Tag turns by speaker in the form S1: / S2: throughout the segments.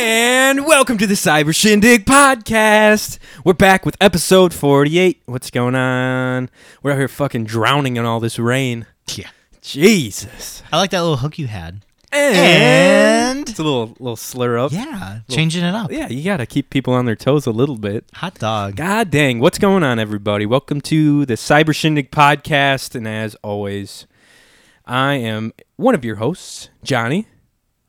S1: Welcome to the Cyber Shindig podcast. We're back with episode 48. What's going on? We're out here fucking drowning in all this rain.
S2: Yeah.
S1: Jesus.
S2: I like that little hook you had. And-
S1: it's a little little slur up.
S2: Yeah. Changing it up.
S1: Yeah, you got to keep people on their toes a little bit.
S2: Hot dog.
S1: God dang, what's going on everybody? Welcome to the Cyber Shindig podcast and as always, I am one of your hosts, Johnny,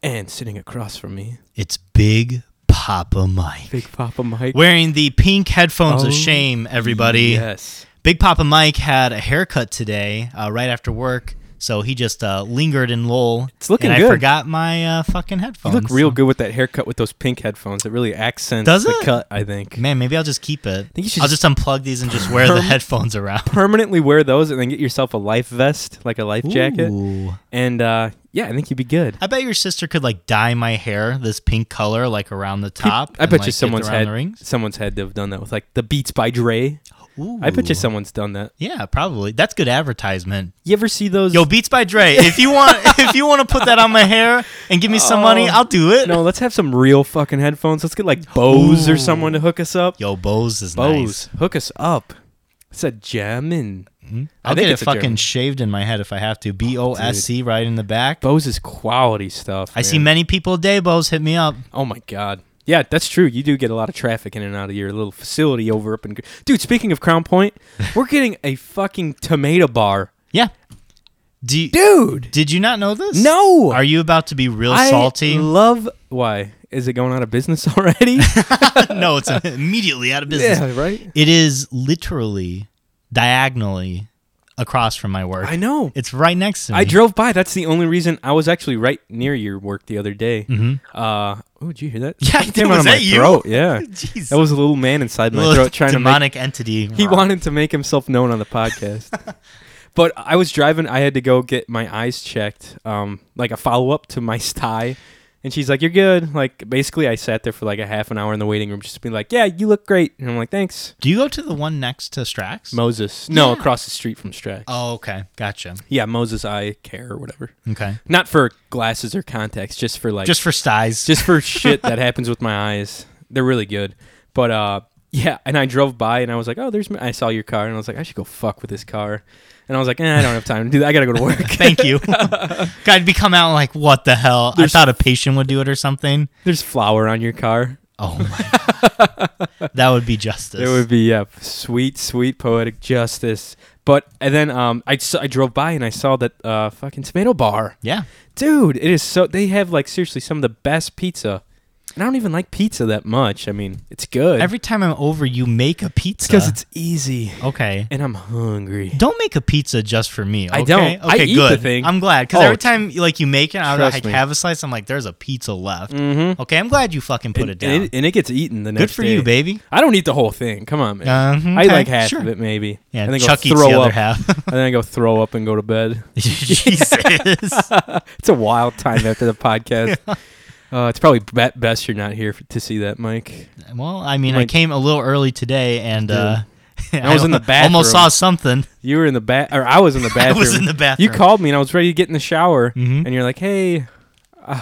S1: and sitting across from me,
S2: It's Big Papa Mike.
S1: Big Papa Mike.
S2: Wearing the pink headphones
S1: Oh,
S2: of shame, everybody.
S1: Yes.
S2: Big Papa Mike had a haircut today, uh, right after work. So he just uh, lingered in Lowell.
S1: It's looking
S2: and
S1: good.
S2: I forgot my uh, fucking headphones.
S1: You look real good with that haircut with those pink headphones. It really accents
S2: Does
S1: the
S2: it?
S1: cut, I think.
S2: Man, maybe I'll just keep it.
S1: think you should
S2: I'll just unplug these and just wear the
S1: perm-
S2: headphones around.
S1: Permanently wear those and then get yourself a life vest, like a life jacket.
S2: Ooh.
S1: And uh, yeah, I think you'd be good.
S2: I bet your sister could like dye my hair this pink color, like around the top.
S1: I
S2: and,
S1: bet
S2: like,
S1: you
S2: get
S1: someone's
S2: around
S1: had
S2: the rings.
S1: someone's had to have done that with like the Beats by Dre. I bet you
S2: Ooh.
S1: someone's done that.
S2: Yeah, probably. That's good advertisement.
S1: You ever see those?
S2: Yo, Beats by Dre. If you want, if you want to put that on my hair and give me some money,
S1: Oh.
S2: I'll do it.
S1: no, let's have some real fucking headphones. Let's get like Bose or
S2: Ooh.
S1: someone to hook us up.
S2: Yo, Bose is
S1: Bose,
S2: Bose.
S1: hook us up. It's a German. I
S2: Mm-hmm. I'll
S1: think
S2: get it
S1: it's a
S2: fucking
S1: German.
S2: shaved in my head if I have to. B O S C right in the back.
S1: Bose is quality stuff.
S2: I see
S1: man.
S2: many people a day. Bose hit me up.
S1: Oh my god. Yeah, that's true. You do get a lot of traffic in and out of your little facility over up in. Gr- Dude, speaking of Crown Point, we're getting a fucking tomato bar,
S2: Yeah. Do you,
S1: dude.
S2: did you not know this?
S1: No,
S2: Are you about to be real
S1: I
S2: salty?
S1: Love why is it going out of business already?
S2: no, it's immediately out of business.
S1: yeah, right.
S2: It is literally diagonally across from my work.
S1: I know.
S2: It's right next to me.
S1: I drove by. That's the only reason I was actually right near your work the other day. Mm-hmm. Uh, oh, did you hear that?
S2: Yeah, I
S1: It
S2: did.
S1: came out
S2: Was
S1: of
S2: that
S1: my
S2: you?
S1: throat. Yeah,
S2: Jeez.
S1: that was a little man inside my
S2: Little
S1: throat trying to make
S2: demonic entity.
S1: He wanted to make himself known on the podcast. but I was driving. I had to go get my eyes checked, um, like a follow up to my sty. And she's like, "You're good." Like basically, I sat there for like a half an hour in the waiting room, just being like, "Yeah, you look great." And I'm like, "Thanks,
S2: Do you go to the one next to Strax?
S1: Moses." No,
S2: Yeah.
S1: across the street from Strax.
S2: oh, okay, gotcha.
S1: Yeah, Moses Eye Care or whatever.
S2: Okay,
S1: Not for glasses or contacts, just for like
S2: just for styes.
S1: just for shit that happens with my eyes. They're really good. But uh yeah, and I drove by and I was like, "Oh, there's my-" I saw your car." And I was like, "I should go fuck with this car." And I was like, eh, "I don't have time to do that. I got to go to work."
S2: Thank you. God, be come out like what the hell?
S1: There's-
S2: I thought a patient would do it or something.
S1: there's flour on your car.
S2: Oh my, God. that would be justice.
S1: It would be yeah, sweet, sweet poetic justice. But and then um I s- I drove by and I saw that uh fucking tomato bar.
S2: yeah,
S1: Dude, it is so they have like seriously some of the best pizza. And I don't even like pizza that much. I mean, it's good.
S2: every time I'm over, you make a pizza.
S1: because it's easy
S2: okay.
S1: and I'm hungry.
S2: Don't make a pizza just for me. Okay?
S1: I don't.
S2: Okay,
S1: I eat the
S2: good.
S1: thing.
S2: I'm glad because
S1: Oh,
S2: every time like you make it, I would
S1: trust
S2: like
S1: me.
S2: have a slice. I'm like, there's a pizza left.
S1: Mhm.
S2: Okay, I'm glad you fucking put
S1: and,
S2: it down.
S1: And it, and it gets eaten the next
S2: good for you,
S1: day.
S2: baby.
S1: I don't eat the whole thing. Come on, man.
S2: Um,
S1: I eat
S2: okay,
S1: like half
S2: sure.
S1: of it, maybe.
S2: Yeah,
S1: and then
S2: Chuck
S1: go
S2: eats
S1: throw
S2: the
S1: up,
S2: other half.
S1: and then I go throw up and go to bed.
S2: Jesus.
S1: It's a wild time after the podcast. Uh, it's probably be- best you're not here f- to see that, Mike.
S2: well, I mean, I
S1: Like-
S2: came a little early today, and
S1: Dude.
S2: uh,
S1: I was in the bathroom.
S2: Almost saw something.
S1: You were in the bath, or I was in the
S2: I
S1: bathroom.
S2: was in the bathroom.
S1: You called me, and I was ready to get in the shower,
S2: Mhm.
S1: and you're like, "Hey, uh,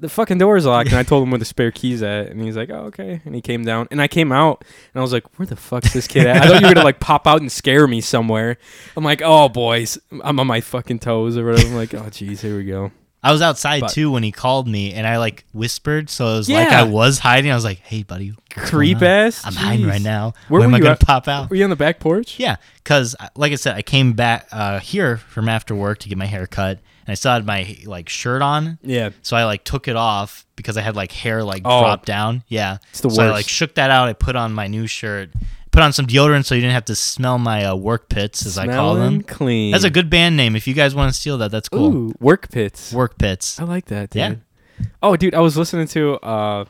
S1: the fucking door's locked." And I told him where the spare keys at, and he's like, "Oh, okay." And he came down, and I came out, and I was like, "Where the fuck's this kid at?" I thought you were gonna like pop out and scare me somewhere. I'm like, "Oh, boys, I'm on my fucking toes or whatever." I'm like, "Oh, jeez, here we go."
S2: I was outside
S1: But-
S2: too when he called me, and I like whispered, so it was like
S1: Yeah.
S2: I was hiding. I was like, "Hey, buddy, what's
S1: Creep
S2: going on?
S1: ass.
S2: I'm hiding
S1: Jeez.
S2: right now.
S1: Where
S2: Where,
S1: were
S2: am I
S1: you
S2: gonna
S1: at?
S2: pop out?"
S1: Were you on the back porch?
S2: Yeah, because like I said, I came back uh, here from after work to get my hair cut, and I still had my like shirt on,
S1: Yeah.
S2: so I like took it off because I had like hair like
S1: Oh.
S2: dropped down. Yeah,
S1: It's the
S2: so I
S1: worst.
S2: like shook that out. I put on my new shirt, put on some deodorant, so you didn't have to smell my uh, work pits as I call
S1: Smelling
S2: them.
S1: clean.
S2: That's a good band name. If you guys want to steal that, that's cool.
S1: Ooh, work pits.
S2: Work pits.
S1: I like that, dude.
S2: Yeah.
S1: Oh, dude, I was listening to uh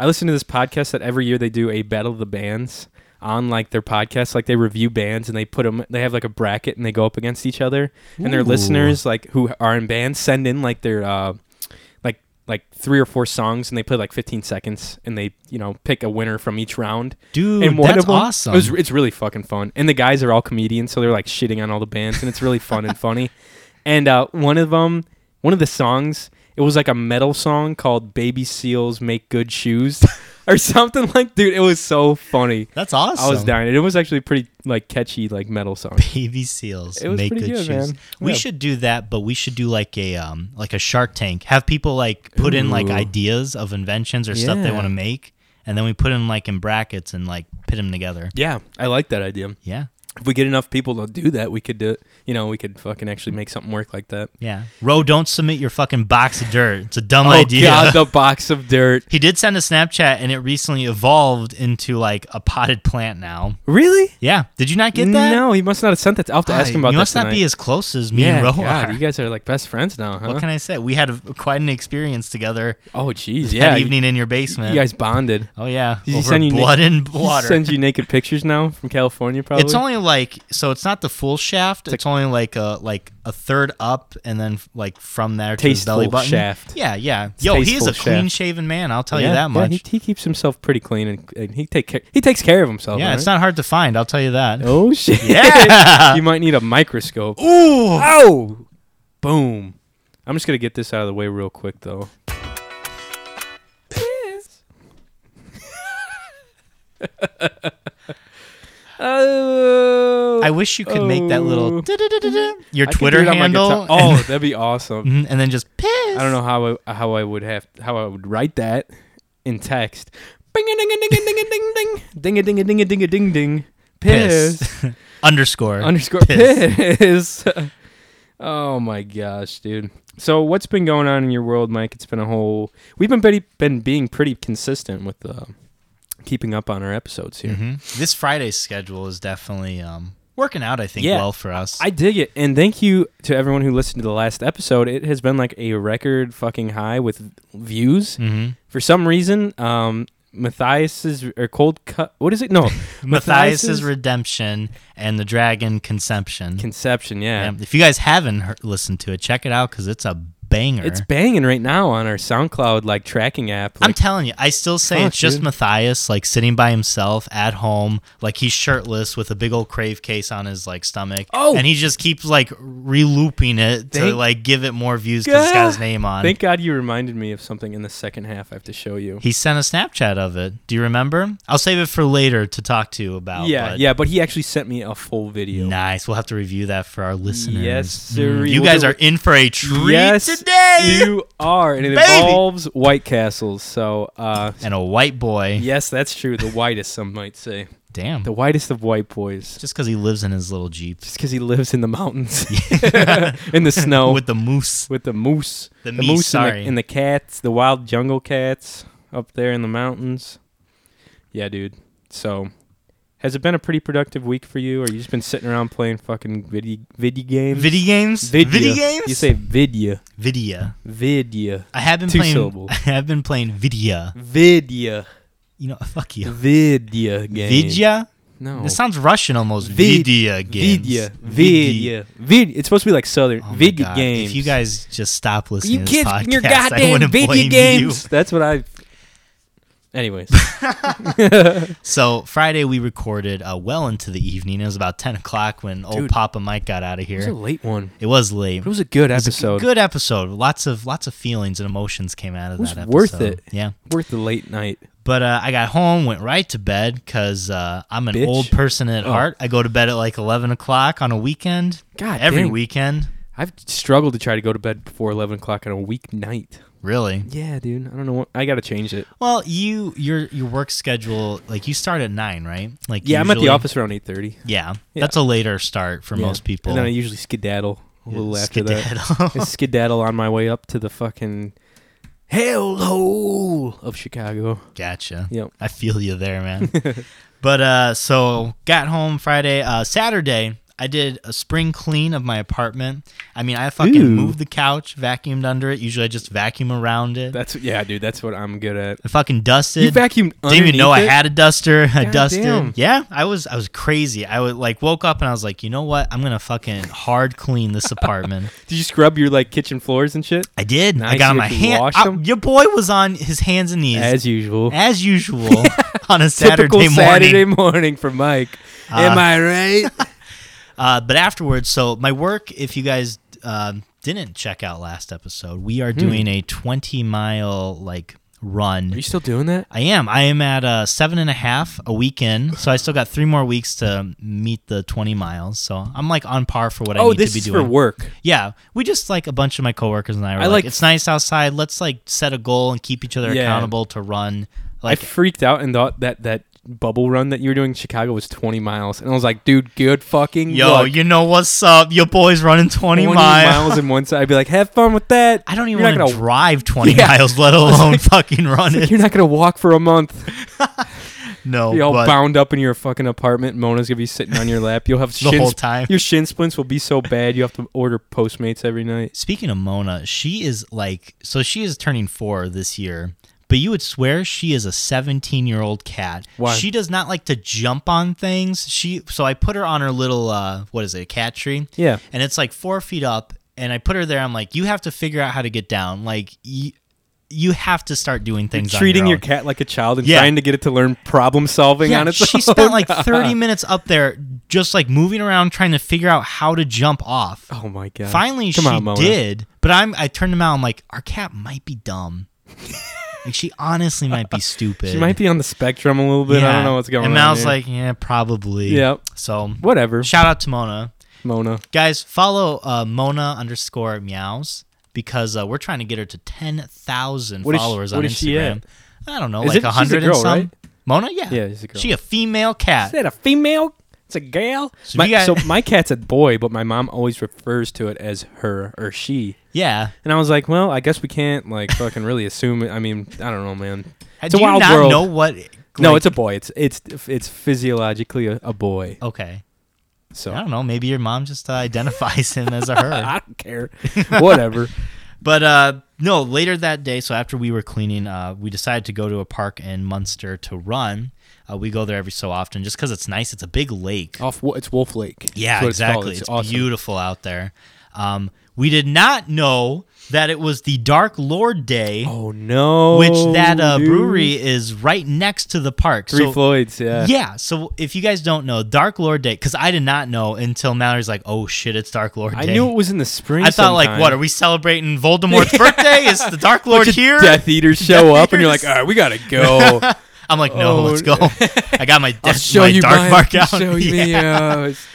S1: I listen to this podcast that every year they do a battle of the bands on like their podcast, like they review bands and they put them they have like a bracket and they go up against each other and their
S2: Ooh.
S1: listeners like who are in bands send in like their uh like like three or four songs and they play like 15 seconds and they you know pick a winner from each round
S2: Dude,
S1: and one
S2: that's
S1: of them,
S2: awesome.
S1: It was, it's really fucking fun. And the guys are all comedians, so they're like shitting on all the bands, and it's really fun and funny. And uh, one of them, one of the songs It was like a metal song called "Baby Seals Make Good Shoes" or something like. Dude, it was so funny.
S2: That's awesome.
S1: I was dying. It was actually pretty like catchy, like metal song.
S2: Baby seals
S1: It was
S2: make good,
S1: pretty good,
S2: shoes.
S1: man.
S2: We
S1: Yeah.
S2: should do that, but we should do like a um like a Shark Tank. Have people like put in like
S1: Ooh.
S2: ideas of inventions or stuff they
S1: Yeah.
S2: want to make, and then we put them like in brackets and like pit them together.
S1: Yeah, I like that idea.
S2: Yeah,
S1: If we get enough people to do that, we could do it. You know, we could fucking actually make something work like that.
S2: yeah. Ro, don't submit your fucking box of dirt. It's a dumb
S1: oh
S2: idea.
S1: god, the box of dirt.
S2: he did send a Snapchat, and it recently evolved into like a potted plant now.
S1: Really?
S2: Yeah, did you not get that?
S1: No, he must not have sent that. I'll have to ask him about
S2: Ah, you
S1: that
S2: must not be
S1: tonight.
S2: as close as me
S1: yeah,
S2: and Ro
S1: God,
S2: are.
S1: you guys are like best friends now, huh?
S2: What can I say? We had a, quite an experience together
S1: oh, jeez,
S2: yeah,
S1: yeah.
S2: that
S1: You,
S2: evening in your
S1: you
S2: basement.
S1: guys bonded.
S2: oh yeah,
S1: Did he
S2: over
S1: send you
S2: blood and water.
S1: He sends you naked pictures now from California, probably.
S2: it's only like so. It's not the full shaft. It's, only like a like a third up, and then like from there to his
S1: tasteful
S2: belly button.
S1: shaft.
S2: Yeah, yeah. Yo, he is
S1: tasteful
S2: a
S1: shaft.
S2: clean shaven man. I'll tell
S1: yeah,
S2: you that much.
S1: Yeah,
S2: Yeah,
S1: he, he keeps himself pretty clean and, and he take care, he takes care of himself.
S2: it's not hard to find. I'll tell you that.
S1: Oh shit!
S2: Yeah.
S1: you might need a microscope.
S2: Ooh.
S1: Oh, boom! I'm just gonna get this out of the way real quick though. oh,
S2: I wish you could make that little
S1: Oh.
S2: da-da-da-da-da,
S1: I
S2: your
S1: could do
S2: Twitter
S1: it on my
S2: handle. Mm-hmm,
S1: guitar. Oh, that'd be awesome.
S2: and, and then just piss.
S1: I don't know how I, how I would have how I would write that in text. Bing a ding a ding a ding a ding ding ding a ding a ding a ding a ding ding piss
S2: Piss. Underscore.
S1: underscore
S2: Piss.
S1: piss. oh my gosh, dude. So what's been going on in your world, Mike? It's been a whole. We've been pretty, been being pretty consistent with uh, keeping up on our episodes here.
S2: Mhm. This Friday's schedule is definitely um, working out. I think
S1: Yeah.
S2: well for us.
S1: I dig it, and thank you to everyone who listened to the last episode. It has been like a record fucking high with views.
S2: mm-hmm.
S1: For some reason, um, Matthias's or cold cut. What is it? No,
S2: Matthias's
S1: Matthias's-
S2: redemption and the dragon conception.
S1: conception. Yeah,
S2: Yeah. If you guys haven't heard, listened to it, check it out because it's a banger.
S1: it's banging right now on our SoundCloud like tracking app.
S2: I'm
S1: Like,
S2: telling you, I still say
S1: Fuck,
S2: it's just
S1: dude.
S2: Matthias, like sitting by himself at home, like he's shirtless with a big old crave case on his like stomach.
S1: Oh!
S2: and he just keeps like relooping it to
S1: Thank-
S2: like give it more views because it's got his
S1: God.
S2: name on.
S1: Thank God you reminded me of something in the second half. I have to show you.
S2: He sent a Snapchat of it. Do you remember? I'll save it for later to talk to you about.
S1: yeah,
S2: but
S1: yeah, but he actually sent me a full video.
S2: Nice. We'll have to review that for our listeners. Mm.
S1: Yes, sir.
S2: You
S1: We'll
S2: guys
S1: do-
S2: are in for a treat
S1: yes,
S2: today.
S1: you are, and it
S2: Baby.
S1: involves White Castles. So, uh,
S2: and a white boy.
S1: yes, that's true. The whitest, some might say,
S2: Damn.
S1: the whitest of white boys,
S2: Just because he lives in his little Jeep
S1: just because he lives in the mountains, in the snow with,
S2: with the moose.
S1: the moose,
S2: The meese,
S1: moose, and the-
S2: sorry.
S1: and the cats, the wild jungle cats up there in the mountains. Yeah, dude. So. Has it been a pretty productive week for you, or you just been sitting around playing fucking video video games?
S2: Video games?
S1: Vidya.
S2: Video games?
S1: You say vidya.
S2: Vidya.
S1: Vidya.
S2: I have been
S1: Two
S2: playing.
S1: syllables.
S2: I have been playing Vidya.
S1: Vidya.
S2: You know, fuck you.
S1: Vidya game.
S2: Vidya?
S1: No.
S2: This sounds Russian almost.
S1: Vid-
S2: Vidya games.
S1: Vidya. Vidya. Vidya. It's supposed to be like southern.
S2: Oh my
S1: Vidya
S2: God.
S1: games.
S2: If you guys just stop listening
S1: You
S2: to this
S1: kids
S2: podcast,
S1: and your
S2: I
S1: goddamn
S2: wouldn't
S1: video
S2: blame
S1: games. That's what I. Anyways.
S2: you. So Friday we recorded uh, well into the evening. It was about ten o'clock when old
S1: Dude.
S2: Papa Mike got out of
S1: it was a
S2: here.
S1: late one.
S2: It was late.
S1: It was a good episode.
S2: Good episode. Lots of lots of feelings and emotions came out of
S1: It was
S2: that.
S1: worth
S2: episode.
S1: it.
S2: Yeah.
S1: Worth the late night.
S2: But uh, I got home, went right to bed because uh, I'm an
S1: Bitch.
S2: old person at
S1: Oh.
S2: heart. I go to bed at like 11 o'clock on a weekend.
S1: God,
S2: Every
S1: dang.
S2: weekend.
S1: I've struggled to try to go to bed before 11 o'clock on a weeknight.
S2: Really?
S1: Yeah, dude. I don't know what. I got to change it.
S2: Well, you your your work schedule like you start at nine, right? Like
S1: Yeah, I'm at the
S2: usually-
S1: office around 8.30.
S2: Yeah,
S1: Yeah.
S2: that's a later start for
S1: Yeah.
S2: most people.
S1: And then I usually skedaddle a little after that.
S2: Oh. Skedaddle.
S1: I skedaddle on my way up to the fucking hellhole of Chicago.
S2: Gotcha.
S1: Yep.
S2: I feel you there, man. but uh so got home Friday, uh Saturday, I did a spring clean of my apartment. I mean, I fucking
S1: Ooh.
S2: moved the couch, vacuumed under it. Usually I just vacuum around it.
S1: That's yeah, dude. That's what I'm good at.
S2: I fucking
S1: You
S2: dusted.
S1: vacuumed.
S2: didn't even know I
S1: underneath it?
S2: had a duster. I dusted.
S1: damn.
S2: Yeah, I was I was crazy. I would like woke up and I was like, you know what? I'm gonna fucking hard clean this apartment.
S1: Did you scrub your like kitchen floors and shit?
S2: I did. I
S1: Nice,
S2: got on
S1: you
S2: my
S1: actually
S2: hand.
S1: washed
S2: I-
S1: them?
S2: your boy was on his hands and knees as,
S1: As usual.
S2: usual on a Saturday
S1: Typical
S2: morning.
S1: Saturday morning for Mike. Am I right?
S2: Uh, but afterwards, so my work, if you guys um didn't check out last episode, we are doing a 20 mile like run.
S1: Hmm. Are you still doing that?
S2: I am. I am at uh, seven and a half a weekend, so I still got three more weeks to meet the 20 miles. So I'm like on par for what I
S1: oh,
S2: need
S1: this
S2: to be
S1: is
S2: doing.
S1: for work.
S2: Yeah, we just like a bunch of my coworkers and I were
S1: I
S2: like,
S1: like-
S2: it's nice outside. Let's like set a goal and keep each other
S1: Yeah.
S2: accountable to run. Like
S1: I freaked out and thought that that bubble run that you were doing in Chicago was 20 miles, and I was like, dude, good fucking
S2: Yo,
S1: luck.
S2: you know what's up? Your boy's running 20, miles.
S1: miles in one side. I'd be like, have fun with that.
S2: I don't even
S1: You're
S2: want
S1: not
S2: to
S1: gonna-
S2: drive 20
S1: Yeah.
S2: miles, let alone fucking run it.
S1: You're not gonna walk for a month.
S2: No,
S1: You're all
S2: Oh, but
S1: bound up in your fucking apartment. Mona's gonna be sitting on your lap. You'll have
S2: the
S1: shin
S2: whole
S1: sp-
S2: time.
S1: your shin splints will be so bad you have to order Postmates every night.
S2: Speaking of Mona, she is like, so she is turning four this year, but you would swear she is a 17 year old cat.
S1: Why?
S2: She does not like to jump on things. She, so I put her on her little, uh, what is it, a cat tree?
S1: Yeah.
S2: And it's like four feet up. And I put her there. I'm like, you have to figure out how to get down. Like, you, you have to start doing things. on
S1: Treating your,
S2: your, own.
S1: cat like a child and
S2: Yeah.
S1: trying to get it to learn problem solving on its
S2: she
S1: own.
S2: spent like 30 minutes up there just like moving around trying to figure out how to jump off.
S1: oh my god.
S2: Finally,
S1: Come
S2: she
S1: on, Mona.
S2: did, but I'm I turned him out. I'm like, our cat might be dumb. like she honestly might be stupid.
S1: She might be on the spectrum a little bit. I
S2: Yeah.
S1: don't know what's going
S2: and
S1: on.
S2: And Mal's
S1: here.
S2: like, yeah, probably.
S1: Yep.
S2: So
S1: whatever,
S2: shout out to Mona,
S1: Mona.
S2: guys. Follow uh, Mona underscore meows because uh, we're trying to get her to ten thousand
S1: What is she-
S2: followers on
S1: what
S2: Instagram.
S1: is she at?
S2: I don't know,
S1: Is
S2: Oh, like
S1: it- she's a
S2: hundred and
S1: girl,
S2: some.
S1: right?
S2: Mona, yeah,
S1: Yeah, she's a girl.
S2: She a female cat.
S1: Is that a female? It's a gal.
S2: So
S1: my,
S2: you got-
S1: so my cat's a boy, but my mom always refers to it as her or she.
S2: Yeah.
S1: And I was like, well, I guess we can't like fucking really assume. It. I mean, I don't know, man. It's
S2: Do
S1: a wild
S2: you not
S1: world.
S2: know what?
S1: no,
S2: like-
S1: it's a boy. It's it's it's physiologically a, a boy.
S2: okay.
S1: So
S2: I don't know. Maybe your mom just uh, identifies him as a her.
S1: I don't care. Whatever.
S2: But uh, no, later that day, so after we were cleaning, uh, we decided to go to a park in Munster to run. Uh, we go there every so often just because it's nice. It's a big lake.
S1: Off. Wo- It's Wolf Lake.
S2: yeah,
S1: Oh, That's what it's called.
S2: exactly. It's,
S1: It's, awesome.
S2: beautiful out there. Um, we did not know that it was the Dark Lord Day,
S1: Oh no.
S2: which that uh,
S1: dude.
S2: brewery is right next to the park.
S1: Three
S2: so,
S1: Floyds. Yeah.
S2: yeah, so if you guys don't know, Dark Lord Day, because I did not know until Mallory's like, oh shit, it's Dark Lord Day.
S1: I knew it was in the spring.
S2: I thought like,
S1: sometime.
S2: what are we celebrating Voldemort's birthday? Is the Dark Lord
S1: Bunch of
S2: here?
S1: Death Eaters show
S2: Death
S1: up, and you're like,
S2: Eaters.
S1: all right, we gotta go.
S2: I'm like, no,
S1: Oh,
S2: let's go. I got my,
S1: I'll
S2: death,
S1: show
S2: my
S1: you
S2: dark
S1: mine.
S2: mark
S1: I'll
S2: out.
S1: Show you
S2: Yeah.
S1: me. uh, it's-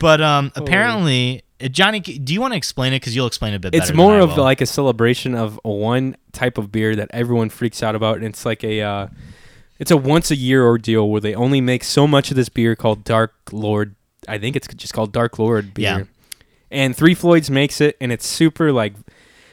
S2: But um, apparently, uh, Johnny, c- do you want to explain it? Because you'll explain it a bit.
S1: it's
S2: better
S1: more
S2: than I
S1: of
S2: will.
S1: like a celebration of one type of beer that everyone freaks out about and it's like a uh, it's a once a year ordeal where they only make so much of this beer called dark lord i think it's just called dark lord beer
S2: Yeah.
S1: and three floyds makes it and it's super like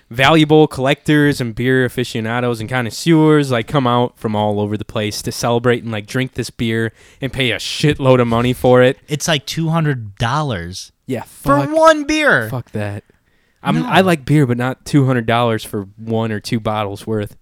S1: valuable collectors and beer aficionados and connoisseurs like come out from all over the place to celebrate and like drink this beer and pay a shitload of money for it
S2: it's like two hundred dollars
S1: yeah
S2: for
S1: fuck
S2: one beer.
S1: Fuck that. I'm,
S2: No.
S1: I like beer, but not two hundred dollars for one or two bottles worth.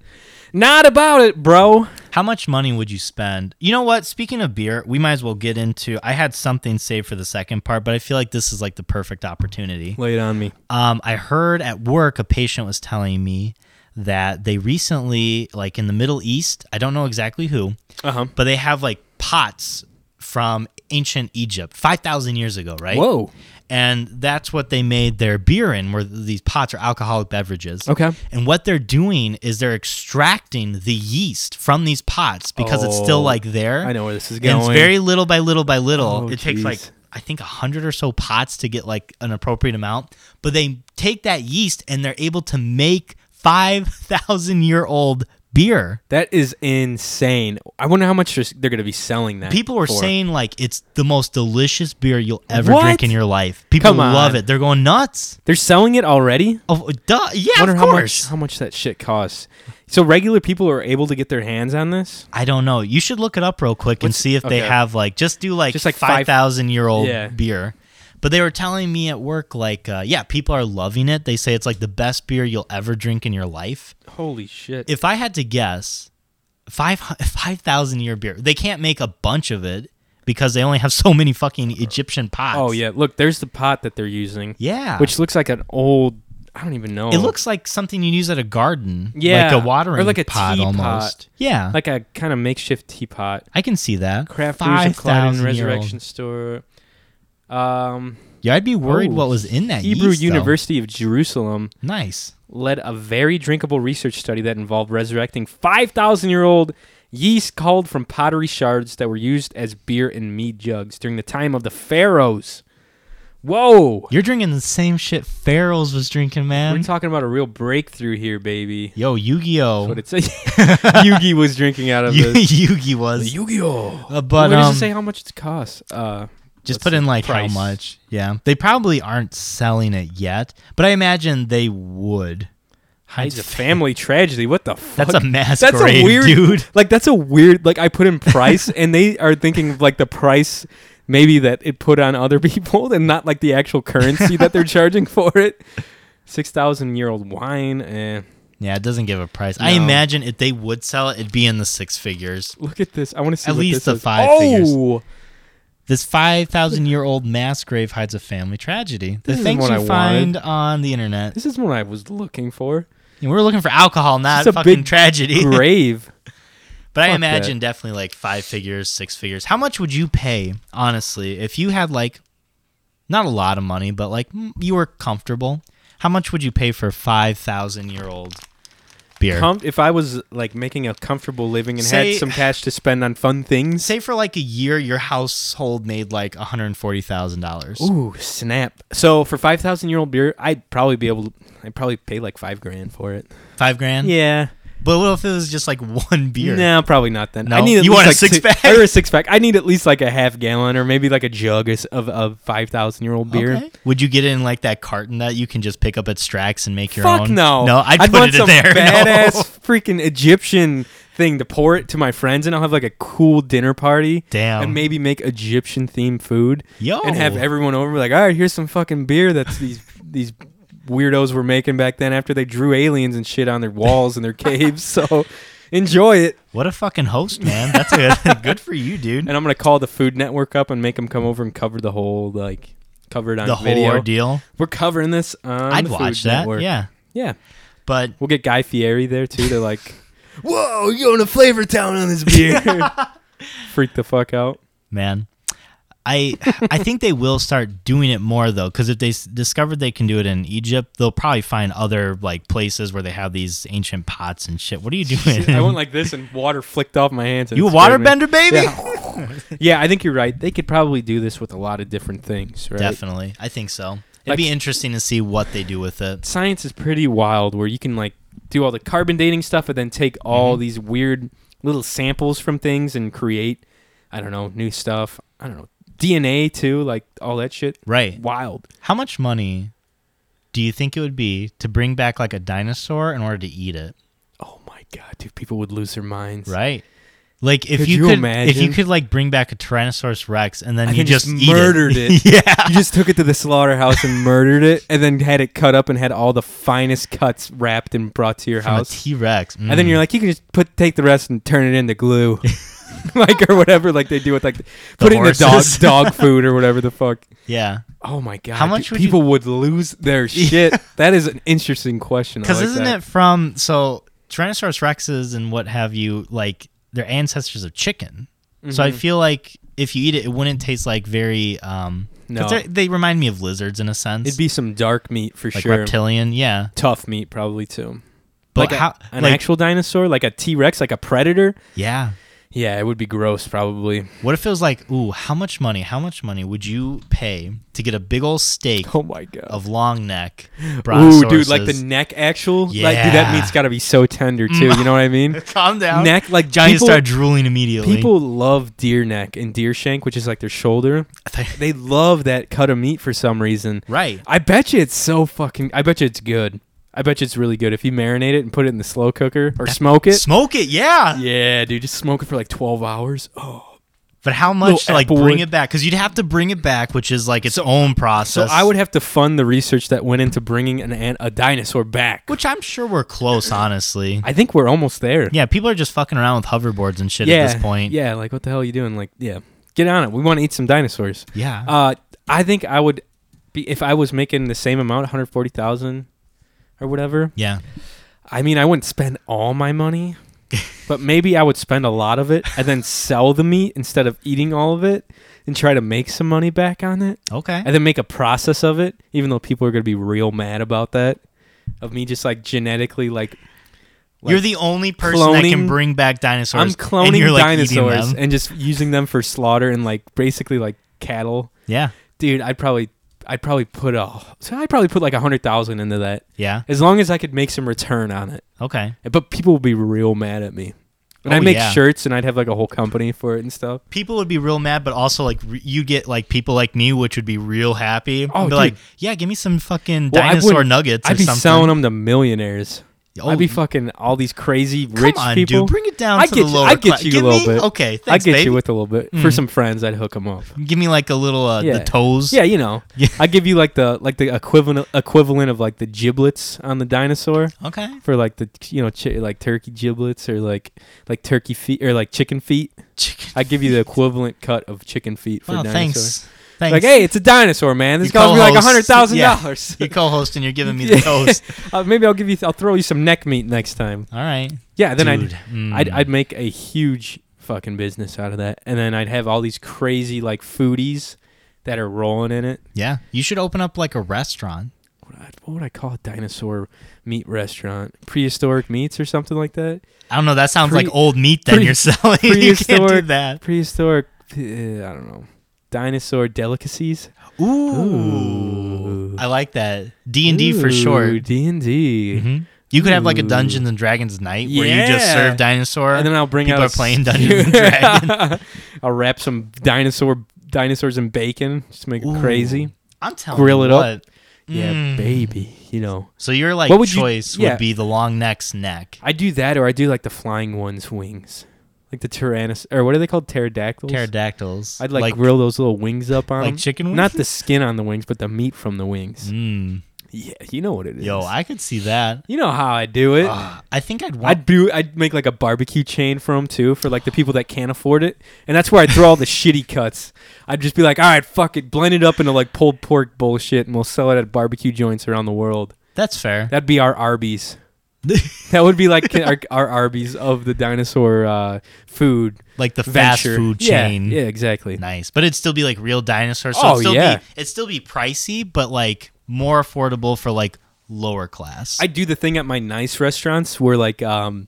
S1: Not about it, bro.
S2: How much money would you spend? You know what? Speaking of beer, we might as well get into. I had something saved for the second part, but I feel like this is like the perfect opportunity.
S1: Lay it on me.
S2: Um, I heard at work a patient was telling me that they recently, like in the Middle East, I don't know exactly who,
S1: Uh huh.
S2: but they have like pots from ancient Egypt, 5,000 years ago, right?
S1: Whoa.
S2: And that's what they made their beer in, where these pots are alcoholic beverages.
S1: Okay.
S2: And what they're doing is they're extracting the yeast from these pots because it's still
S1: Oh,
S2: like there.
S1: I know where this is
S2: And
S1: going.
S2: it's very little by little by little.
S1: Oh,
S2: it takes like
S1: geez.
S2: I think a hundred or so pots to get like an appropriate amount. But they take that yeast and they're able to make five thousand year old beer.
S1: that is insane. I wonder how much they're- they're going to be selling that.
S2: People were
S1: for.
S2: saying like it's the most delicious beer you'll ever
S1: What?
S2: drink in your life. People
S1: Come on.
S2: love it. They're going nuts.
S1: they're selling it already.
S2: Oh, duh. yeah,
S1: wonder
S2: of
S1: how much
S2: course.
S1: how much that shit costs. So regular people are able to get their hands on this.
S2: I don't know. You should look it up real quick and
S1: What's-
S2: see if they
S1: okay.
S2: have like just do like
S1: Just, like,
S2: five
S1: five-
S2: thousand year old
S1: Yeah.
S2: beer. But they were telling me at work like uh, yeah, people are loving it. They say it's like the best beer you'll ever drink in your life.
S1: Holy shit!
S2: If I had to guess, five five thousand year beer. They can't make a bunch of it because they only have so many fucking Egyptian pots.
S1: Uh, oh yeah, look, there's the pot that they're using,
S2: yeah.
S1: which looks like an old. I don't even know.
S2: It looks like something you use at a garden.
S1: Yeah,
S2: Like a watering
S1: or like a
S2: pot
S1: teapot.
S2: almost. Yeah.
S1: like a kind of makeshift teapot.
S2: I can see that.
S1: Craft Brews of Clyde and
S2: 5,000 year old.
S1: Resurrection Store. Um,
S2: Yeah, I'd be worried
S1: Oh,
S2: what was in that
S1: Hebrew
S2: yeast, though.
S1: University of Jerusalem
S2: Nice.
S1: led a very drinkable research study that involved resurrecting 5,000 year old yeast culled from pottery shards that were used as beer and mead jugs during the time of the pharaohs. Whoa!
S2: You're drinking the same shit Farrell's was drinking, man.
S1: We're talking about a real breakthrough here, baby.
S2: Yo, Yu-Gi-Oh.
S1: What it's Yugi was drinking out of
S2: Yu-
S1: this.
S2: Yu-Gi was.
S1: Yu-Gi-Oh!
S2: Uh, but
S1: Where does
S2: um,
S1: it say how much it costs? Uh,
S2: just
S1: what's
S2: put
S1: the
S2: in like
S1: price?
S2: how much. Yeah, they probably aren't selling it yet, but I imagine they would.
S1: It's a family tragedy. What the fuck?
S2: That's a masquerade,
S1: weird-
S2: dude.
S1: like that's a weird like I put in price and they are thinking of like the price maybe that it put on other people and not like the actual currency that they're charging for it. Six thousand year old wine eh. and
S2: Yeah, it doesn't give a price. I
S1: No.
S2: imagine if they would sell it, it'd be in the six figures.
S1: look at this. I want to see
S2: At
S1: what
S2: least
S1: this
S2: the
S1: is.
S2: five
S1: oh,
S2: figures. This five thousand year old mass grave hides a family tragedy. The
S1: This is
S2: things
S1: what
S2: you
S1: I wanted.
S2: find on the internet.
S1: This is what I was looking for.
S2: And we're looking for alcohol, not
S1: It's a
S2: fucking
S1: big
S2: tragedy.
S1: Grave.
S2: But I
S1: Fuck
S2: imagine definitely like five figures, six figures. How much would you pay, honestly, if you had like not a lot of money, but like mm, you were comfortable? How much would you pay for five thousand year old beer?
S1: Com- if I was like making a comfortable living and
S2: Say-
S1: had some cash to spend on fun things.
S2: Say for like a year, your household made like one hundred forty thousand dollars.
S1: Ooh, snap. So for five thousand year old beer, I'd probably be able to I'd probably pay like five grand for it.
S2: Five grand.
S1: Yeah.
S2: But what if it was just like one beer?
S1: No, probably not then. I
S2: No?
S1: need at
S2: You
S1: least
S2: want a
S1: like
S2: six
S1: two-
S2: pack?
S1: or a six pack. I need at least like a half gallon or maybe like a jug is- of of five thousand year old beer.
S2: Okay. Would you get it in like that carton that you can just pick up at Strax and make your
S1: Fuck
S2: own?
S1: no.
S2: No, I'd, put
S1: want
S2: it in
S1: some
S2: there. No.
S1: badass freaking Egyptian thing to pour it to my friends, and I'll have like a cool dinner party.
S2: Damn.
S1: And maybe make Egyptian themed food.
S2: Yo.
S1: And have everyone over be like, all right, here's some fucking beer that's these these weirdos were making back then after they drew aliens and shit on their walls and their caves. So enjoy it.
S2: What a fucking host, man. That's a, good for you, dude.
S1: and I'm gonna call the Food Network up and make them come over and cover the whole like cover it on
S2: The
S1: video.
S2: whole ordeal.
S1: We're covering this on
S2: I'd
S1: the
S2: watch
S1: Food
S2: that.
S1: Network.
S2: Yeah.
S1: yeah.
S2: But
S1: We'll get Guy Fieri there too. They're like, "Whoa, you're going to Flavor Town on this beer." Freak the fuck out.
S2: man, I I think they will start doing it more though, because if they s- discovered they can do it in Egypt, they'll probably find other like places where they have these ancient pots and shit. What are you doing?
S1: I went like this, and water flicked off my hands. and
S2: you a
S1: it scared me.
S2: waterbender, baby?
S1: Yeah, I think you're right. They could probably do this with a lot of different things, right?
S2: Definitely, I think so. It'd
S1: Like-
S2: be interesting to see what they do with it.
S1: science is pretty wild where you can like do all the carbon dating stuff and then take
S2: Mm-hmm.
S1: all these weird little samples from things and create I don't know, new stuff. I don't know. DNA too, like all that shit.
S2: Right.
S1: Wild.
S2: How much money do you think it would be to bring back like a dinosaur in order to eat it?
S1: Oh my god, dude, people would lose their minds.
S2: Right. Like if
S1: Could
S2: you,
S1: you
S2: could, if you
S1: imagine?
S2: could like bring back a Tyrannosaurus Rex and then
S1: I
S2: you
S1: think
S2: just,
S1: just
S2: eat
S1: murdered it.
S2: yeah.
S1: You just took it to the slaughterhouse and murdered it and then had it cut up and had all the finest cuts wrapped and brought to your
S2: From a Mm.
S1: house.
S2: T Rex.
S1: And then you're like, you can just put take the rest and turn it into glue, like or whatever, like they do with like put it in the dog
S2: horses.
S1: dog food or whatever the fuck.
S2: yeah,
S1: Oh my god!
S2: How much
S1: dude,
S2: would you-
S1: people would lose their shit? that is an interesting question.
S2: because isn't it from so Tyrannosaurus Rexes and what have you? Like they're ancestors of chicken. So
S1: Mm-hmm.
S2: I feel like if you eat it, it wouldn't taste like very. um 'cause
S1: No.
S2: they're- they remind me of lizards in a sense.
S1: It'd be some dark meat for
S2: like
S1: sure.
S2: reptilian, yeah.
S1: Tough meat probably too.
S2: But
S1: like
S2: how?
S1: a, an
S2: like,
S1: actual dinosaur, like a T Rex, like a predator.
S2: yeah.
S1: Yeah, it would be gross probably.
S2: What if it was like, ooh, how much money? How much money would you pay to get a big old steak
S1: Oh my god.
S2: of long neck.
S1: Ooh, dude, like the
S2: brontosauruses.
S1: neck actual. Like, dude, that
S2: Yeah.
S1: meat's got to be so tender too. you know what I mean?
S2: calm down.
S1: Neck, like
S2: Johnny
S1: people,
S2: started drooling immediately.
S1: People love deer neck and deer shank, which is like their shoulder. They love that cut of meat for some reason.
S2: right?
S1: I bet you it's so fucking. I bet you it's good. I bet you it's really good if you marinate it and put it in the slow cooker or smoke it.
S2: Smoke it, yeah.
S1: Yeah, dude, just smoke it for like twelve hours. Oh,
S2: But how much to
S1: Little
S2: like
S1: apple
S2: bring
S1: wood.
S2: it back? Because you'd have to bring it back, which is like its own
S1: so
S2: process.
S1: I would have to fund the research that went into bringing an, an a dinosaur back.
S2: which I'm sure we're close, honestly.
S1: I think we're almost there.
S2: Yeah, people are just fucking around with hoverboards and shit at this point.
S1: yeah. Like, what the hell are you doing? Like, yeah, get on it. We want to eat some dinosaurs.
S2: yeah.
S1: Uh, I think I would be if I was making the same amount, one hundred forty thousand or whatever.
S2: yeah.
S1: I mean, I wouldn't spend all my money, but maybe I would spend a lot of it and then sell the meat instead of eating all of it and try to make some money back on it
S2: Okay.
S1: and then make a process of it, even though people are going to be real mad about that. Of me just like genetically, like, like
S2: you're the only person that can
S1: cloning-
S2: bring back dinosaurs.
S1: I'm
S2: and you're,
S1: cloning
S2: like, eating
S1: dinosaurs
S2: them.
S1: and just using them for slaughter and like basically like cattle.
S2: Yeah.
S1: Dude, I'd probably. I'd probably put a, so I'd probably put like a hundred thousand into that,
S2: Yeah.
S1: as long as I could make some return on it.
S2: Okay.
S1: But people would be real mad at me. And
S2: Oh,
S1: I'd make
S2: yeah.
S1: shirts and I'd have like a whole company for it and stuff.
S2: people would be real mad, but also like re- you get like people like me, which would be real happy.
S1: Oh,
S2: be
S1: dude.
S2: like, yeah, give me some fucking
S1: Well, I
S2: dinosaur
S1: wouldn't-
S2: nuggets or
S1: I'd be
S2: something.
S1: selling them to millionaires.
S2: Oh,
S1: I'd be fucking all these crazy
S2: come
S1: rich
S2: on,
S1: people.
S2: dude, bring it down
S1: I
S2: to
S1: get
S2: the
S1: you-
S2: lower
S1: I get
S2: cla-
S1: you a
S2: Give
S1: little
S2: me-
S1: bit.
S2: Okay,
S1: I'd
S2: thanks,
S1: get
S2: baby.
S1: you with a little bit for
S2: Mm.
S1: some friends. I'd hook them up.
S2: give me like a little uh,
S1: Yeah.
S2: the toes.
S1: Yeah, you know.
S2: Yeah.
S1: I'd give you like the like the equivalent equivalent of like the giblets on the dinosaur
S2: Okay.
S1: for like the you know chi- like turkey giblets or like like turkey feet or like chicken feet.
S2: Chicken.
S1: I'd give you the equivalent cut of chicken feet for
S2: Wow,
S1: dinosaur.
S2: thanks. Thanks.
S1: Like, hey, it's a dinosaur, man. This
S2: Your
S1: cost me like a
S2: co-host-
S1: hundred thousand
S2: yeah.
S1: dollars.
S2: you co-host and you're giving me the
S1: Yeah.
S2: toes.
S1: Uh, maybe I'll give you. I'll throw you some neck meat next time.
S2: All right.
S1: Yeah. Then I'd,
S2: Dude, mm.
S1: I'd I'd make a huge fucking business out of that, and then I'd have all these crazy like foodies that are rolling in it.
S2: yeah. You should open up like a restaurant.
S1: What, I- what would I call a dinosaur meat restaurant? Prehistoric meats or something like that.
S2: I don't know. That sounds like
S1: Pre-
S2: old meat. Then
S1: pre-
S2: you're selling. you can't do
S1: prehistoric-
S2: that.
S1: Prehistoric. uh, I don't know. Dinosaur delicacies.
S2: Ooh.
S1: Ooh.
S2: I like that. Uh, D and D for short.
S1: D and D.
S2: hmm You could have like a
S1: Ooh.
S2: Dungeons and Dragons night where you just
S1: Yeah.
S2: serve dinosaur.
S1: And then I'll bring
S2: People
S1: out a
S2: are
S1: s-
S2: playing Dungeons and Dragons.
S1: I'll wrap some dinosaur dinosaurs in bacon. Just make
S2: Ooh.
S1: it crazy.
S2: I'm telling
S1: grill
S2: you
S1: it
S2: what,
S1: up. Yeah,
S2: Mm.
S1: baby. You know.
S2: So your like
S1: What would you-
S2: choice
S1: yeah.
S2: would be the long neck's neck.
S1: I do that, or I do like the flying one's wings, like the tyrannos, or what are they called, pterodactyls?
S2: Pterodactyls.
S1: I'd like, grill those little wings up on
S2: like
S1: them.
S2: chicken wings?
S1: not the skin on the wings, but the meat from the wings.
S2: Mm.
S1: Yeah, you know what it is.
S2: Yo, I could see that.
S1: you know how I do it.
S2: Ah, I think I'd want.
S1: I'd do. I'd make like a barbecue chain for them too, for like the people that can't afford it, and that's where I throw all the shitty cuts. I'd just be like, all right, fuck it, blend it up into like pulled pork bullshit, and we'll sell it at barbecue joints around the world.
S2: that's fair.
S1: That'd be our Arby's. That would be like our, our Arby's of the dinosaur uh, food
S2: like the fast
S1: venture.
S2: food
S1: Yeah,
S2: chain.
S1: Yeah, exactly.
S2: Nice, but it'd still be like real dinosaurs. So
S1: Oh,
S2: it'd still
S1: yeah.
S2: be it'd still be pricey, but like more affordable for like lower class.
S1: I do the thing at my nice restaurants where like um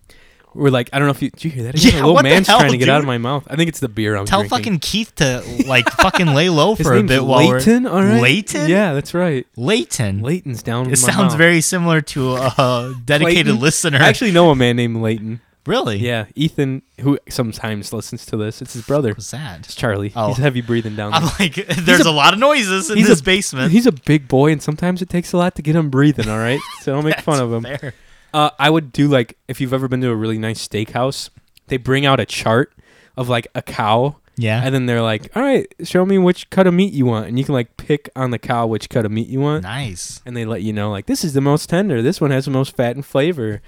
S1: where like I don't know if you did you hear that?
S2: Yeah,
S1: a little
S2: what the
S1: man's
S2: hell,
S1: trying to get out of
S2: dude?
S1: my mouth. I think it's the beer I'm
S2: Tell
S1: drinking.
S2: fucking Keith to like fucking lay low
S1: His
S2: for a
S1: name's
S2: bit while we're
S1: Leighton, all right.
S2: Leighton?
S1: Yeah, that's right.
S2: Leighton.
S1: Leighton's down. in
S2: It
S1: my
S2: sounds
S1: mouth.
S2: very similar to a dedicated
S1: Clayton?
S2: listener.
S1: I actually know a man named Leighton.
S2: really?
S1: Yeah, Ethan, who sometimes listens to this. It's his brother.
S2: What's that?
S1: It's Charlie.
S2: Oh.
S1: He's heavy breathing down.
S2: I'm
S1: There.
S2: like, there's a, lot of noises in
S1: he's
S2: this
S1: a-
S2: basement.
S1: He's a big boy, and sometimes it takes a lot to get him breathing. All right, so don't make fun of him.
S2: Fair.
S1: Uh, I would do like if you've ever been to a really nice steakhouse, they bring out a chart of like a cow,
S2: Yeah.
S1: and then they're like, "All right, show me which cut of meat you want," and you can like pick on the cow which cut of meat you want,
S2: nice.
S1: and they let you know like this is the most tender, this one has the most fat and flavor.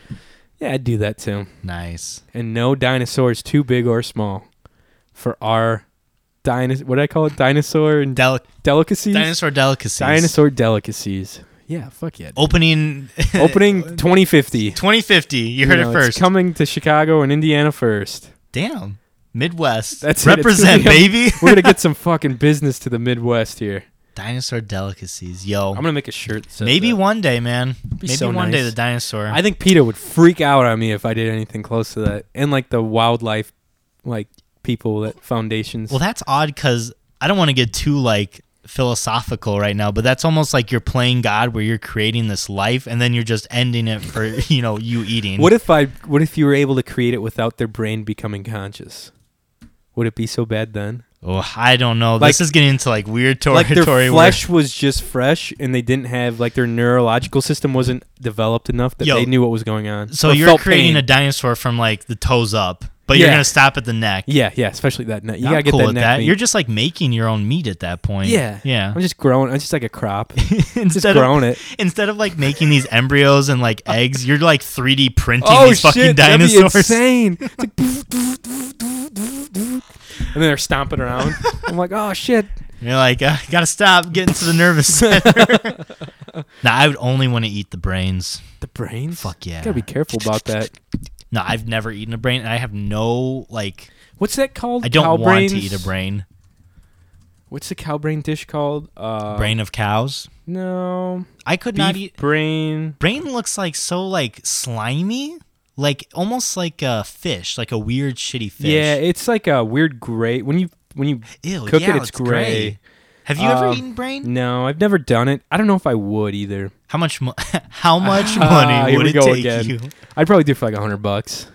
S1: Yeah, I'd do that too.
S2: Nice.
S1: And no dinosaur is too big or small for our dinosaur. What do I call it? Dinosaur and
S2: Del-
S1: delicacies.
S2: dinosaur delicacies.
S1: Dinosaur delicacies. Yeah, fuck
S2: Oh,
S1: yeah.
S2: Opening.
S1: Opening 2050.
S2: 2050. Uh, You heard
S1: know,
S2: it
S1: it's
S2: first.
S1: coming to Chicago and Indiana first.
S2: Damn. Midwest.
S1: That's it. It's
S2: Represent,
S1: gonna
S2: baby.
S1: We're gonna get some fucking business to the Midwest here.
S2: dinosaur delicacies. Yo.
S1: I'm gonna make a shirt. that says
S2: Maybe
S1: that.
S2: one day, man.
S1: be
S2: Maybe
S1: so
S2: one day
S1: nice.
S2: the dinosaur.
S1: I think Peter would freak out on me if I did anything close to that, and like the wildlife, like people that foundations.
S2: Well, that's odd because I don't want to get too like philosophical right now, but that's almost like you're playing God, where you're creating this life and then you're just ending it for you know you eating.
S1: what if I? What if you were able to create it without their brain becoming conscious? Would it be so bad then?
S2: oh, I don't know. this
S1: Like-
S2: is getting into like weird territory.
S1: like their
S2: where-
S1: flesh was just fresh, and they didn't have like their neurological system wasn't developed enough that
S2: Yo.
S1: they knew what was going on.
S2: so
S1: or
S2: you're
S1: felt
S2: creating
S1: pain.
S2: a dinosaur from like the toes up, but you're
S1: Yeah.
S2: gonna stop at the neck.
S1: Yeah, yeah, especially that neck. You
S2: I'm
S1: gotta get
S2: cool
S1: that
S2: with
S1: neck. meat.
S2: You're just like making your own meat at that point.
S1: yeah,
S2: yeah.
S1: I'm just growing. I'm just like a crop. just
S2: instead of
S1: growing it.
S2: instead of like making these embryos and like eggs, you're like 3D printing
S1: Oh,
S2: these fucking dinosaurs.
S1: insane! It's like, doof, doof, doof, doof, doof, doof. and then they're stomping around. I'm like, oh shit!
S2: You're like, uh, gotta stop getting to the nervous center. now, I would only want to eat the brains.
S1: The brains.
S2: Fuck yeah.
S1: Gotta be careful about that.
S2: No, I've never eaten a brain, and I have no like.
S1: What's that called?
S2: I don't
S1: Cow
S2: want
S1: brains?
S2: to eat a brain.
S1: What's the cow brain dish called? Uh,
S2: brain of cows.
S1: No.
S2: I could
S1: Beef
S2: not e- eat.
S1: brain.
S2: Brain looks like so like slimy, like almost like a fish, like a weird shitty fish.
S1: Yeah, it's like a weird gray. When you when you
S2: Ew,
S1: cook
S2: yeah,
S1: it, it's gray.
S2: Have you ever
S1: Um,
S2: eaten brain?
S1: No, I've never done it. I don't know if I would either.
S2: How much? Mo- how much
S1: Ah,
S2: money
S1: here
S2: would
S1: we
S2: it
S1: go
S2: take
S1: again.
S2: you?
S1: I'd probably do it for like a hundred bucks.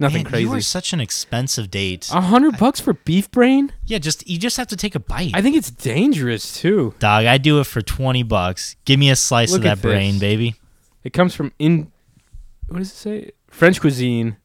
S1: Nothing
S2: Man, You are
S1: crazy. Uh,
S2: such an expensive date.
S1: A hundred bucks for beef brain?
S2: yeah, just you just have to take a bite.
S1: I think it's dangerous too.
S2: Dog, I do it for twenty bucks. Give me a slice
S1: Look
S2: of
S1: at
S2: that brain,
S1: this.
S2: baby.
S1: It comes from in. What does it say? French cuisine.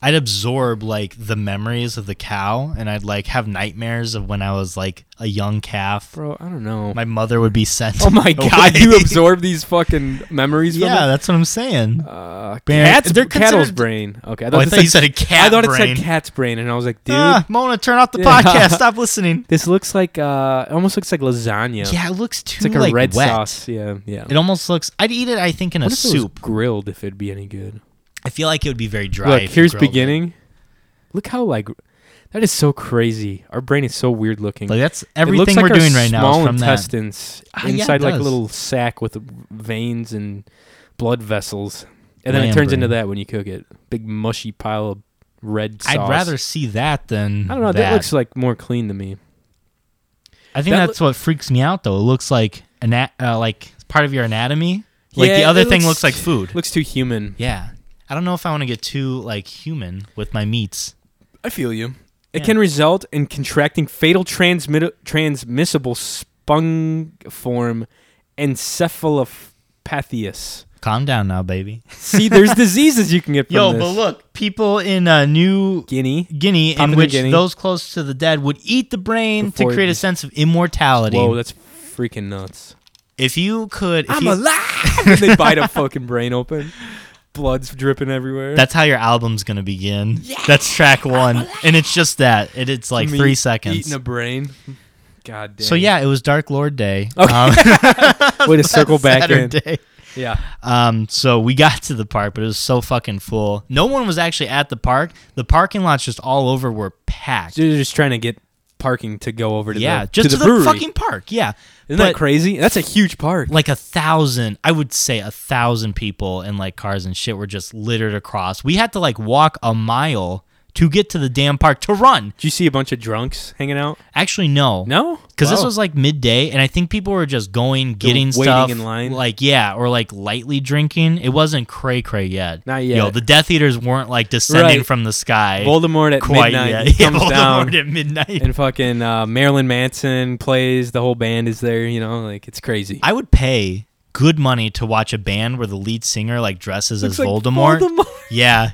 S2: I'd absorb like the memories of the cow, and I'd like have nightmares of when I was like a young calf.
S1: Bro, I don't know.
S2: My mother would be sent.
S1: oh my god,
S2: away.
S1: you absorb these fucking memories from
S2: yeah,
S1: it?
S2: that's what I'm saying.
S1: Uh,
S2: Brain-
S1: cat's,
S2: they're
S1: cattle's
S2: considered-
S1: brain. Okay, I
S2: oh, I
S1: this
S2: thought you said a cat.
S1: I thought
S2: brain.
S1: it said cat's brain, and I was like, dude,
S2: Ah, Mona, turn off the
S1: Yeah.
S2: podcast. Stop listening.
S1: this looks like uh, it almost looks like lasagna.
S2: Yeah, it looks too
S1: it's like a red
S2: wet.
S1: sauce. Yeah, yeah.
S2: It almost looks. I'd eat it. I think in a
S1: What if it was
S2: soup.
S1: grilled if it'd be any good.
S2: I feel like it would be very dry.
S1: Look,
S2: if you
S1: here's
S2: grilled it.
S1: beginning. Look how like that is so crazy. Our brain is so weird looking.
S2: Like that's
S1: It looks
S2: everything
S1: like
S2: we're
S1: our
S2: doing right now
S1: Small
S2: is from that.
S1: intestines
S2: Ah, yeah, it
S1: inside like a
S2: does.
S1: little sac with veins and blood vessels, and then it
S2: Lamb
S1: turns
S2: brain.
S1: into that when you cook it. Big mushy pile of red sauce.
S2: I'd rather see that than
S1: I don't know. That,
S2: That
S1: looks like more clean to me.
S2: I think
S1: that
S2: that's what freaks me out though. It looks like ana- uh, like part of your anatomy. Like the
S1: Yeah,
S2: other
S1: it
S2: thing
S1: looks-
S2: looks like food.
S1: Looks too human.
S2: Yeah. I don't know if I want to get too like human with my meats.
S1: I feel you. It
S2: Yeah.
S1: can result in contracting fatal transmit- transmissible fungiform encephalopathias.
S2: Calm down now, baby.
S1: See, there's diseases you can get from
S2: Yo,
S1: this.
S2: but look, people in uh, New
S1: Guinea.
S2: Guinea,
S1: Papua
S2: in
S1: New
S2: which
S1: Guinea.
S2: those close to the dead would eat the brain
S1: Before-
S2: to create a sense of immortality.
S1: Whoa, that's freaking nuts.
S2: if you could, if you-
S1: alive. and they bite a fucking brain open. Blood's dripping everywhere.
S2: That's how your album's gonna begin. That's track one, and it's just that. It, it's like
S1: Me
S2: three seconds.
S1: Eating a brain. God damn.
S2: So yeah, it was Dark Lord Day.
S1: Okay.
S2: Um,
S1: way to circle back in.
S2: Saturday.
S1: Yeah.
S2: Um, so we got to the park, but it was so fucking full. No one was actually at the park. The parking lots just all over were packed.
S1: They're just trying to get parking to go over to
S2: yeah,
S1: the
S2: just
S1: to
S2: to
S1: the, brewery.
S2: fucking park. Yeah,
S1: Isn't
S2: but
S1: that crazy? That's a huge park.
S2: like a thousand, I would say a thousand people and like cars and shit were just littered across. We had to like walk a mile to get to the damn park to run.
S1: Did you see a bunch of drunks hanging out?
S2: Actually, no,
S1: No, Oh.
S2: Because this
S1: Wow.
S2: was like midday, and I think people were just going, getting
S1: waiting
S2: stuff,
S1: in line?
S2: like yeah, or like lightly drinking. It wasn't cray cray yet.
S1: Not
S2: Yo,
S1: yet.
S2: the Death Eaters weren't like descending
S1: Right.
S2: from the sky
S1: Voldemort at
S2: quite
S1: midnight
S2: yet.
S1: he
S2: Yeah,
S1: comes
S2: Voldemort
S1: down,
S2: at midnight.
S1: and fucking uh, Marilyn Manson plays. The whole band is there. You know, like it's crazy.
S2: I would pay good money to watch a band where the lead singer like dresses as Voldemort. Yeah,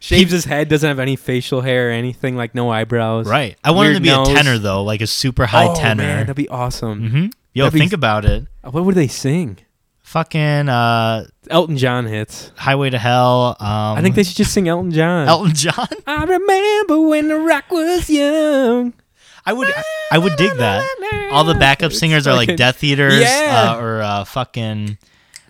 S1: Shaves his head. Doesn't have any facial hair or anything. Like no eyebrows.
S2: right. I want him
S1: Weird
S2: to be
S1: nose.
S2: a tenor though, like a super high
S1: oh,
S2: tenor. Mm-hmm.
S1: Man, that'd be awesome.
S2: hmm Yo,
S1: That'd be-
S2: think about it.
S1: Uh, What would they sing?
S2: Fucking uh,
S1: Elton John hits.
S2: Highway to Hell. Um,
S1: I think they should just sing Elton John.
S2: Elton John.
S1: I remember when the rock was young.
S2: I would I would dig that. All the backup
S1: It's
S2: singers are like
S1: fucking-
S2: Death Eaters
S1: Yeah.
S2: uh, or uh, fucking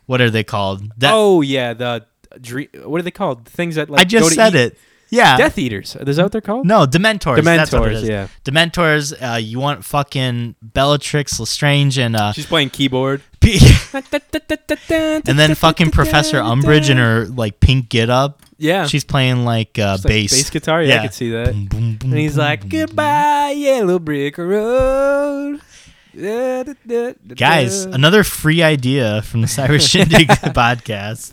S2: what are they called? De-
S1: oh yeah, the dream. What are they called? The things that like E
S2: I just said it. Yeah.
S1: Death Eaters. Is that what they're called?
S2: no, Dementors. That's what it
S1: Dementors,
S2: is.
S1: yeah.
S2: Dementors. Uh, you want fucking Bellatrix Lestrange and uh,
S1: She's playing keyboard.
S2: P-
S1: and
S2: and then fucking Professor Umbridge in her like pink get up.
S1: yeah,
S2: She's playing like uh,
S1: It's like
S2: bass.
S1: bass guitar. Yeah, I
S2: Yeah.
S1: could see that.
S2: Boom, boom, boom,
S1: And he's
S2: boom,
S1: like,
S2: boom,
S1: "Goodbye, yellow brick road." Da, da, da, da,
S2: Guys,
S1: da.
S2: another free idea from the Cyber Shindig podcast.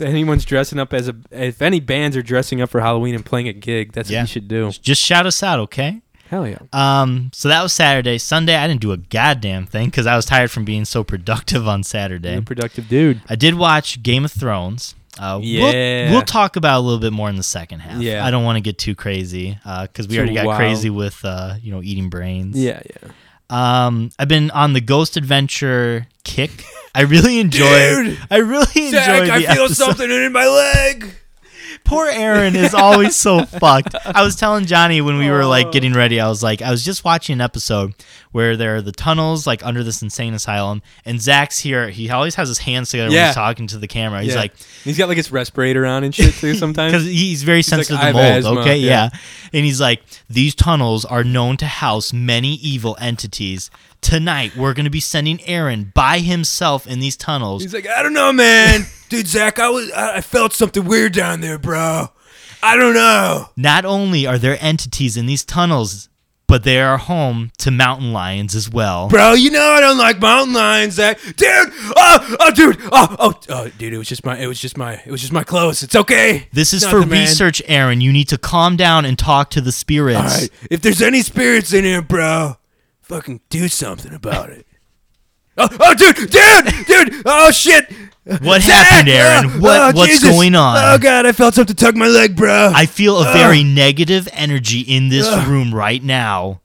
S1: if anyone's dressing up as a, if any bands are dressing up for Halloween and playing a gig, that's what
S2: Yeah.
S1: you should do.
S2: Just shout us out, okay?
S1: Hell yeah.
S2: Um, so that was Saturday. Sunday, I didn't do a goddamn thing because I was tired from being so productive on
S1: You're
S2: Saturday.
S1: a productive dude.
S2: I did watch Game of Thrones. Uh,
S1: Yeah.
S2: We'll, we'll talk about it a little bit more in the second half.
S1: Yeah.
S2: I don't want to get too crazy because we
S1: Too
S2: already got
S1: wild.
S2: crazy with uh, you know eating brains.
S1: Yeah, yeah.
S2: Um, I've been on the Ghost Adventure kick. I really enjoy.
S1: Dude!
S2: I really enjoy. the episode.
S1: in my leg.
S2: Poor Aaron is always so fucked. I was telling Johnny when we were
S1: Oh.
S2: like getting ready, I was like, I was just watching an episode where there are the tunnels like under this insane asylum, and Zach's here. He always has his hands together when
S1: Yeah.
S2: he's talking to the camera. He's
S1: Yeah.
S2: like,
S1: he's got like his respirator on and shit too.
S2: because
S1: Sometimes
S2: he's very
S1: like,
S2: sensitive
S1: "I
S2: to
S1: have
S2: mold.
S1: asthma,"
S2: Okay, yeah.
S1: yeah.
S2: and he's like, these tunnels are known to house many evil entities. Tonight, we're gonna be sending Aaron by himself in these tunnels.
S1: he's like, I don't know, man, dude, Zach, I was, I, I felt something weird down there, bro. I don't know.
S2: Not only are there entities in these tunnels, but they are home to mountain lions as well.
S1: Bro, you know I don't like mountain lions, Zach. Dude, oh, oh, dude, oh, oh, oh, dude, it was just my, it was just my, it was just my clothes. It's okay.
S2: This is
S1: Nothing,
S2: for
S1: man.
S2: research, Aaron. You need to calm down and talk to the spirits.
S1: All right, if there's any spirits in here, bro, fucking do something about it. Oh, oh, dude, dude, dude! Oh shit!
S2: What
S1: Zach!
S2: happened, Aaron?
S1: Oh,
S2: What-
S1: oh,
S2: what's
S1: Jesus.
S2: going on?
S1: Oh god, I felt something tug my leg, bro.
S2: I feel a very negative energy in this room right now.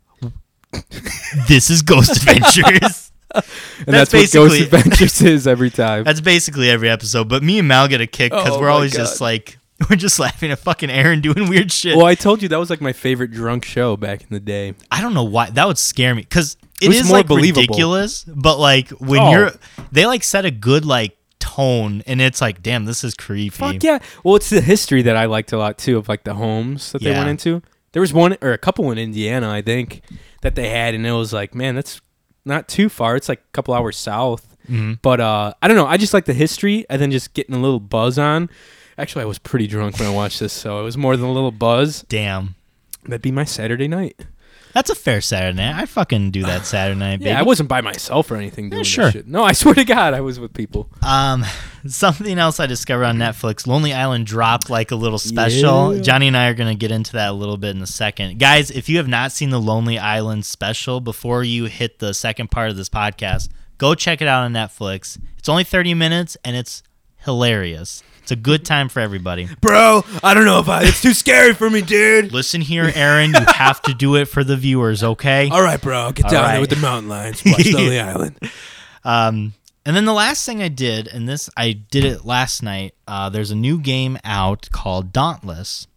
S2: this is Ghost Adventures.
S1: and
S2: that's that's what Ghost basically-
S1: Adventures is every time.
S2: That's basically every episode. But me and Mal get a kick because
S1: Oh
S2: we're
S1: my
S2: always
S1: God.
S2: just like we're just laughing at fucking Aaron doing weird shit.
S1: Well, I told you that was like my favorite drunk show back in the day.
S2: I don't know why that would scare me because it
S1: was
S2: is
S1: more
S2: like
S1: believable.
S2: ridiculous. But like when
S1: Oh.
S2: you're, they like set a good like tone, and it's like, damn, this is creepy.
S1: Fuck yeah! Well, it's the history that I liked a lot too of like the homes that they
S2: Yeah.
S1: went into. There was one or a couple in Indiana, I think, that they had, and it was like, man, that's not too far. It's like a couple hours south. But uh, I don't know. I just like the history, and then just getting a little buzz on. Actually, I was pretty drunk when I watched this, so it was more than a little buzz.
S2: Damn,
S1: That'd be my Saturday night.
S2: that's a fair Saturday night. I fucking do that Saturday night, baby.
S1: Yeah, I wasn't by myself or anything doing
S2: sure.
S1: this shit. No, I swear to God, I was with people.
S2: Um, something else I discovered on Netflix: Lonely Island dropped like a little special.
S1: Yeah.
S2: Johnny and I are gonna get into that a little bit in a second, guys. If you have not seen the Lonely Island special before you hit the second part of this podcast, go check it out on Netflix. It's only thirty minutes and it's hilarious. It's a good time for everybody.
S1: Bro, I don't know if I. It's too scary for me, dude.
S2: Listen here, Aaron. You have to do it for the viewers, okay?
S1: All right, bro, get
S2: down there right. with the
S1: mountain lions.
S2: watch Lonely
S1: Island.
S2: Um, and then the last thing I did, and this I did it last night. Uh, there's a new game out called Dauntless.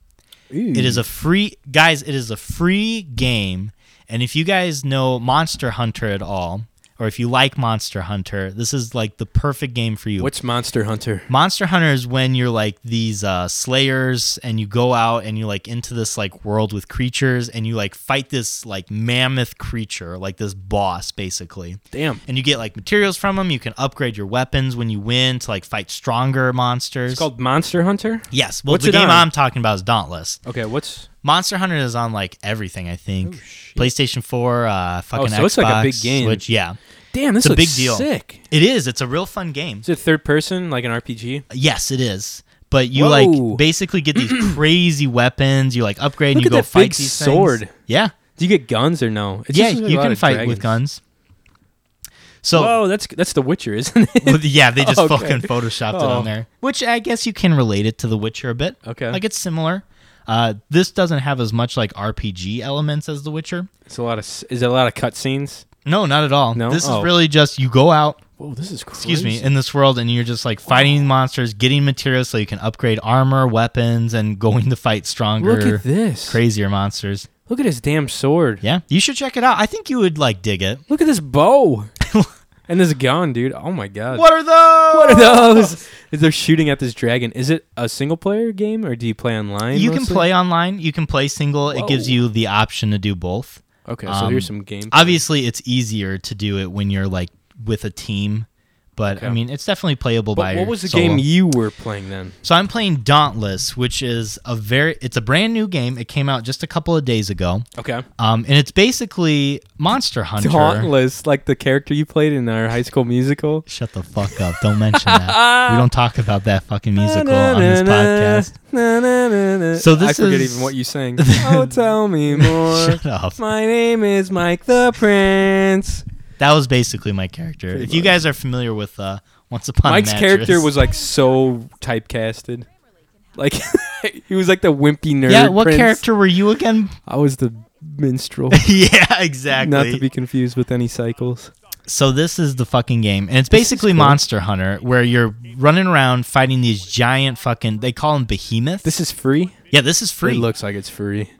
S2: It is a free guys. It is a free game, and if you guys know Monster Hunter at all, or if you like Monster Hunter, this is like the perfect game for you.
S1: What's Monster Hunter?
S2: Monster Hunter is when you're like these uh, slayers, and you go out and you like into this like world with creatures, and you like fight this like mammoth creature, like this boss basically
S1: Damn.
S2: and you get like materials from them. You can upgrade your weapons when you win to like fight stronger monsters.
S1: It's called Monster Hunter?
S2: yes. Well,
S1: What's
S2: the
S1: it
S2: game
S1: on?
S2: I'm talking about is Dauntless.
S1: Okay, what's
S2: Monster Hunter is on like everything. I think
S1: Oh, shit. Oh,
S2: PlayStation Four, uh, fucking
S1: so it's like a
S2: Xbox,
S1: big game.
S2: Switch. Yeah,
S1: Damn, this
S2: It's a
S1: looks
S2: big deal.
S1: sick.
S2: it is. It's a real fun game.
S1: Is it third person, like an RPG?
S2: Yes, it is. But you
S1: Whoa.
S2: like basically get these crazy weapons. You like upgrade and
S1: Look
S2: you
S1: at
S2: go
S1: that
S2: fight
S1: big
S2: these
S1: sword.
S2: Things. Yeah,
S1: Do you get guns or no? It's
S2: yeah,
S1: just like a
S2: you
S1: lot
S2: can
S1: of
S2: fight
S1: dragons.
S2: with guns. So
S1: Whoa, that's that's The Witcher, isn't it?
S2: Well, yeah, they just
S1: Okay.
S2: fucking photoshopped it
S1: Oh.
S2: on there. Which I guess you can relate it to The Witcher a bit.
S1: Okay.
S2: Like it's similar. Uh, this doesn't have as much like RPG elements as The Witcher.
S1: It's a lot of s- is it a lot of cutscenes?
S2: No, not at all.
S1: No?
S2: This is
S1: Oh.
S2: really just you go out,
S1: Whoa, this is crazy.
S2: excuse me, in this world and you're just like fighting monsters, getting materials so you can upgrade armor, weapons, and going to fight
S1: Look
S2: stronger,
S1: at this.
S2: crazier monsters.
S1: Look at his damn sword.
S2: Yeah. You should check it out. I think you would like dig it.
S1: Look at this bow. and this gun, dude. Oh my god.
S2: What are those?
S1: What are those? They're shooting at this dragon. Is it a single player game or do you play online?
S2: You can
S1: mostly?
S2: play online. You can play single. It gives
S1: Whoa.
S2: you the option to do both.
S1: Okay, so
S2: um,
S1: here's some game.
S2: obviously it's easier to do it when you're like with a team but i
S1: Okay.
S2: mean it's definitely playable by
S1: But what was the
S2: solo.
S1: game you were playing then?
S2: so i'm playing dauntless which is a very it's a brand new game it came out just a couple of days ago
S1: Okay.
S2: um, and it's basically monster hunter
S1: Dauntless, like the character you played in our High School Musical.
S2: shut the fuck up don't mention that we don't talk about that fucking musical on this podcast
S1: podcast.
S2: So this
S1: I forget
S2: is-
S1: even what you sang. oh, tell me more.
S2: Shut up.
S1: My name is Mike the Prince.
S2: That was basically my character.
S1: Pretty
S2: if you
S1: much.
S2: guys are familiar with uh, Once Upon
S1: Mike's
S2: a Mattress-
S1: character was like so typecasted. Like he was like the wimpy nerd.
S2: yeah. What
S1: prince.
S2: character were you again?
S1: I was the minstrel.
S2: yeah, exactly.
S1: Not to be confused with any cycles.
S2: So this is the fucking game, and it's basically
S1: cool.
S2: Monster Hunter, where you're running around fighting these giant fucking. They call them behemoths.
S1: This is free.
S2: yeah, this is free.
S1: It looks like it's free.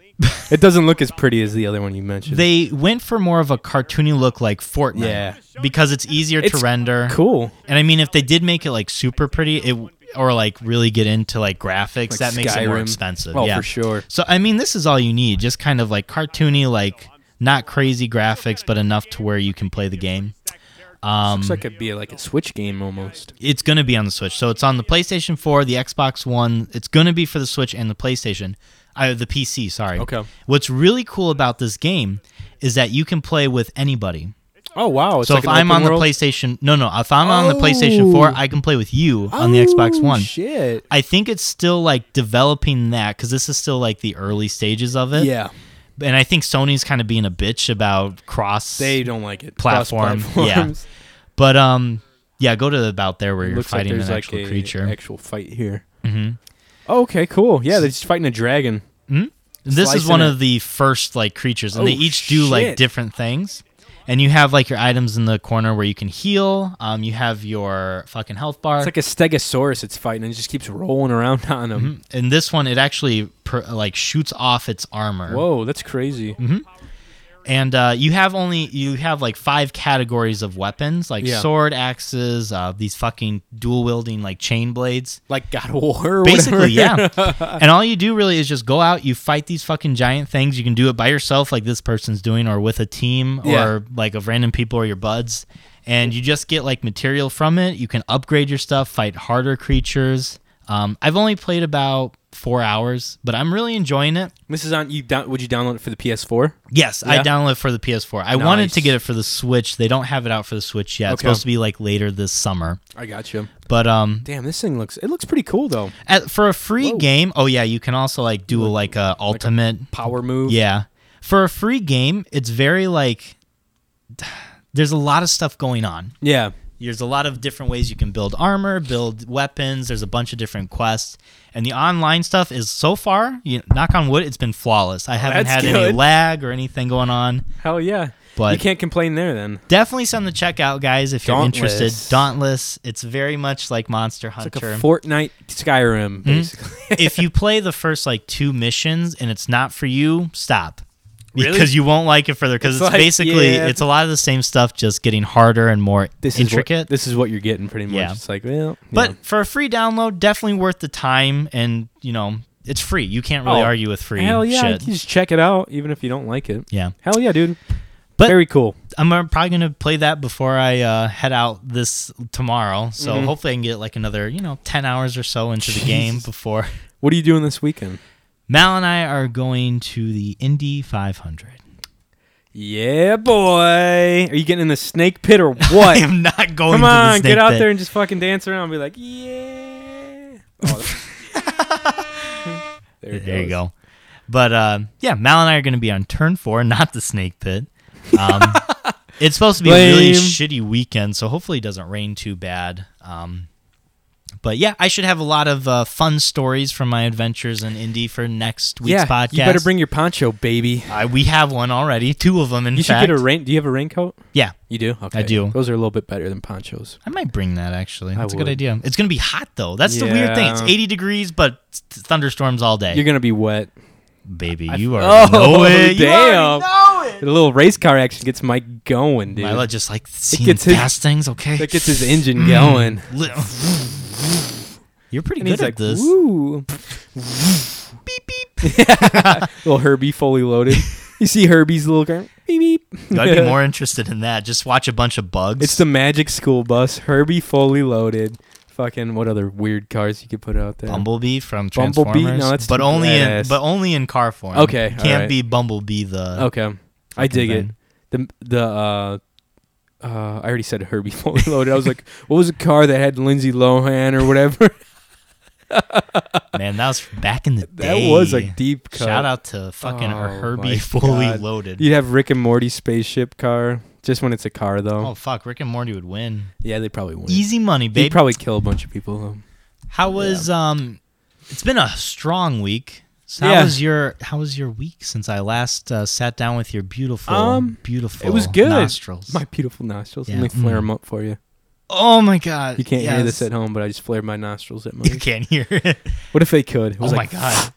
S1: it doesn't look as pretty as the other one you mentioned.
S2: they went for more of a cartoony look, like Fortnite,
S1: Yeah.
S2: because it's easier
S1: It's
S2: to render.
S1: cool.
S2: And I mean, if they did make it like super pretty, it or like really get into like graphics,
S1: Like
S2: that makes it more
S1: Skyrim.
S2: expensive.
S1: Oh,
S2: yeah,
S1: for sure.
S2: So I mean, this is all you need, just kind of like cartoony, like not crazy graphics, but enough to where you can play the game. Um,
S1: Looks like it'd be like a Switch game almost.
S2: it's going to be on the Switch. So it's on the PlayStation 4, the Xbox One. It's going to be for the Switch and the PlayStation, uh, the PC. Sorry.
S1: Okay.
S2: What's really cool about this game is that you can play with anybody.
S1: Oh wow! It's
S2: so
S1: like
S2: if
S1: an
S2: I'm
S1: open
S2: on
S1: world-
S2: the PlayStation, no, no, if I'm on the PlayStation
S1: Oh.
S2: 4, I can play with you on the Xbox
S1: Oh,
S2: One.
S1: shit.
S2: I think it's still like developing that because this is still like the early stages of it.
S1: Yeah,
S2: And I think Sony's kind of being a bitch about cross.
S1: they don't like it.
S2: Platform,
S1: Cross-platforms.
S2: yeah. but um, yeah, go to about there where you're
S1: Looks like
S2: fighting
S1: there's
S2: an
S1: like
S2: actual
S1: a
S2: creature.
S1: actual fight here.
S2: hmm
S1: Oh, okay, cool. Yeah, they're just fighting a dragon.
S2: This is
S1: Slicing
S2: one
S1: it.
S2: of the first like creatures, and
S1: Oh,
S2: they each do like
S1: shit.
S2: different things. And you have like your items in the corner where you can heal. Um, you have your fucking health bar.
S1: It's like a stegosaurus. It's fighting and it just keeps rolling around on him.
S2: and this one, it actually per, like shoots off its armor.
S1: Whoa, that's crazy.
S2: Mm-hmm. And uh, you have only you have like five categories of weapons, like
S1: Yeah.
S2: sword, axes, uh, these fucking dual wielding like chain blades.
S1: Like God of War. Or
S2: Basically,
S1: whatever.
S2: yeah. and all you do really is just go out, you fight these fucking giant things. You can do it by yourself, like this person's doing, or with a team,
S1: Yeah.
S2: or like of random people or your buds. And you just get like material from it. You can upgrade your stuff, fight harder creatures. Um, I've only played about four hours, but I'm really enjoying it.
S1: This is on you. Down, would you download it for the PS4?
S2: Yes, I
S1: Yeah?
S2: downloaded it for the PS4. I wanted to
S1: Nice.
S2: get it for the Switch. They don't have it out for the Switch yet. It's
S1: Okay.
S2: supposed to be like later this summer.
S1: I got you.
S2: But um,
S1: Damn, this thing looks. It looks pretty cool though.
S2: at, for a free
S1: Whoa.
S2: game, oh yeah, you can also like do like a ultimate
S1: Power move.
S2: Yeah. For a free game, it's very like there's a lot of stuff going on.
S1: Yeah.
S2: There's a lot of different ways you can build armor, build weapons, there's a bunch of different quests. And the online stuff is so far, you knock on wood, it's been flawless. I haven't
S1: That's
S2: had any
S1: good.
S2: lag or anything going on.
S1: Hell yeah.
S2: But-
S1: you can't complain there then.
S2: Definitely something to check out, guys, if you're
S1: Dauntless.
S2: interested. Dauntless, it's very much like Monster
S1: It's
S2: Hunter.
S1: like a Fortnite Skyrim basically.
S2: if you play the first like two missions and it's not for you, stop.
S1: Really?
S2: Because you won't like it further. Because it's,
S1: It's like,
S2: basically
S1: yeah.
S2: it's a lot of the same stuff, just getting harder and more
S1: this Is what,
S2: intricate.
S1: this is what you're getting pretty much.
S2: Yeah.
S1: It's like well,
S2: but
S1: yeah.
S2: for a free download, definitely worth the time. And you know, it's free. You can't really
S1: Oh,
S2: argue with free
S1: hell yeah, you
S2: shit.
S1: can just check it out even if you don't like it.
S2: Yeah,
S1: Hell yeah, dude.
S2: But-
S1: very cool.
S2: I'm uh, probably gonna play that before I uh, head out this tomorrow. So
S1: Mhm.
S2: hopefully I can get like another you know ten hours or so into the game before
S1: What are you doing this weekend?
S2: Mal and I are going to the Indy 500.
S1: Yeah, boy. Are you getting in the snake pit or
S2: I
S1: what?
S2: am not going.
S1: Come
S2: to the
S1: on,
S2: snake
S1: get out
S2: pit.
S1: there and just fucking dance around and be like, yeah. Oh, that- there, it
S2: There you
S1: goes.
S2: go. But uh, yeah, Mal and I are going to be on turn four, not the snake pit. Um, it's supposed to be a really
S1: Lame.
S2: shitty weekend, so hopefully it doesn't rain too bad. Um, but yeah, I should have a lot of uh, fun stories from my adventures in Indy for next week's
S1: yeah,
S2: podcast.
S1: You better bring your poncho, baby.
S2: Uh, we have one already, two of them in
S1: You should
S2: fact.
S1: get a rain. Do you have a raincoat?
S2: yeah,
S1: You do? Okay.
S2: do.
S1: Those are a little bit better than ponchos.
S2: I might bring that actually.
S1: I
S2: That's a good
S1: would.
S2: idea. It's going to be hot though. That's the weird thing. It's
S1: Yeah.
S2: 80 degrees, but th- thunderstorms all day.
S1: You're going to be wet.
S2: Baby, you already
S1: Oh,
S2: know it. You already
S1: damn.
S2: know it.
S1: The little race car action gets Mike going, dude.
S2: Mila just like seeing
S1: gets his-
S2: past things, okay?
S1: that gets his engine going.
S2: Li- You're pretty
S1: And he's
S2: good at
S1: like,
S2: this.
S1: Woo. beep, beep. little Herbie fully loaded. You see Herbie's little car. Beep, beep.
S2: I'd be more interested in that. Just watch a bunch of bugs.
S1: it's the magic school bus. Herbie fully loaded. Fucking what other weird cars you could put out there?
S2: Bumblebee from Transformers.
S1: Bumblebee? No, that's
S2: but
S1: too
S2: only in
S1: badass.
S2: but only in car form.
S1: Okay,
S2: Can't
S1: alright.
S2: be Bumblebee the
S1: Okay. I dig
S2: thing.
S1: it. The the uh uh, I already said Herbie fully loaded. I was like, what was a car that had Lindsay Lohan or whatever?
S2: man, that was back in the
S1: that
S2: day.
S1: was a deep cut.
S2: Shout out to fucking
S1: Oh,
S2: Herbie
S1: my
S2: fully
S1: God.
S2: loaded.
S1: You'd have Rick and Morty spaceship car, just when it's a car though.
S2: Oh fuck, Rick and Morty would win.
S1: Yeah, they probably would.
S2: Easy money,
S1: They'd
S2: baby.
S1: probably kill a bunch of people. Though.
S2: How was um? It's been a strong week. So how
S1: Yeah.
S2: was your how was your week since I last uh, sat down with your beautiful
S1: Um,
S2: beautiful
S1: it was good.
S2: nostrils?
S1: My beautiful nostrils.
S2: Yeah.
S1: Let me flare
S2: Mm.
S1: them up for you.
S2: oh my god.
S1: You can't hear this
S2: yes.
S1: at home, but I just flared my nostrils at
S2: You
S1: Mike.
S2: can't hear it.
S1: What if they could? It
S2: Oh
S1: was
S2: my
S1: like,
S2: god.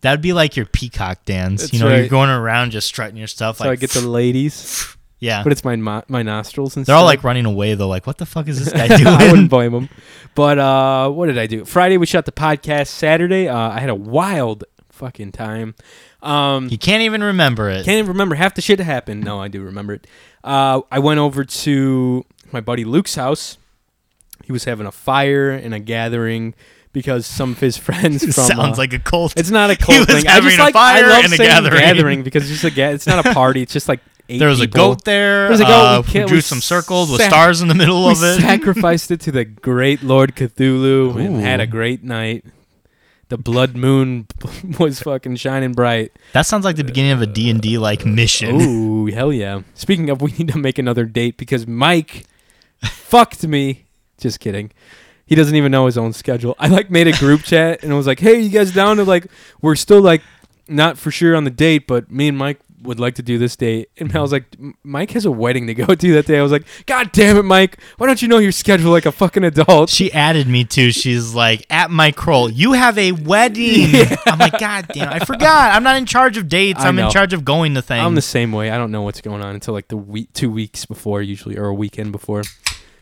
S2: That'd be like your peacock dance.
S1: That's
S2: you know, you're
S1: right.
S2: going around just strutting your stuff
S1: So
S2: like
S1: I get the ladies,
S2: Yeah.
S1: but it's my mo- my nostrils and
S2: They're all
S1: stuff.
S2: like running away though, like what the fuck is this guy
S1: I wouldn't
S2: doing?
S1: blame them. But uh, what did I do? Friday we shot the podcast. Saturday uh, I had a wild fucking time. Um,
S2: you can't even remember it.
S1: can't even remember half the shit that happened. No, I do remember it. Uh, I went over to my buddy Luke's house. He was having a fire and a gathering because some of his friends from
S2: Sounds
S1: uh,
S2: like a cult.
S1: It's not a
S2: He
S1: cold
S2: was
S1: thing. I
S2: having
S1: just
S2: a
S1: like
S2: fire
S1: I love
S2: and a
S1: saying
S2: gathering.
S1: gathering. because it's just a ga- it's not a party. It's just like eight
S2: there was a
S1: people.
S2: goat there.
S1: There was a goat.
S2: uh,
S1: We
S2: we
S1: can't-
S2: drew
S1: we
S2: some circles with
S1: sac-
S2: stars in the middle
S1: We
S2: of it.
S1: sacrificed it to the great Lord Cthulhu
S2: Ooh.
S1: and had a great night. The blood moon was fucking shining bright.
S2: That sounds like the beginning of a D and D like mission.
S1: Ooh, hell yeah! Speaking of, we need to make another date because Mike fucked me. Just kidding. He doesn't even know his own schedule. I like made a group chat and I was like, "Hey, you guys down to like? We're still like not for sure on the date, but me and Mike would like to do this date." And Mel was like, "M- "Mike has a wedding to go to that day." I was like, "God damn it, Mike! Why don't you know your schedule like a fucking adult?"
S2: She added me too. She's like, at my crawl, you have a wedding. I'm like, God damn, I forgot. I'm not in charge of dates.
S1: I
S2: I'm in
S1: know.
S2: charge of going to things.
S1: I'm the same way. I don't know what's going on until like the week, two weeks before, usually, or a weekend before.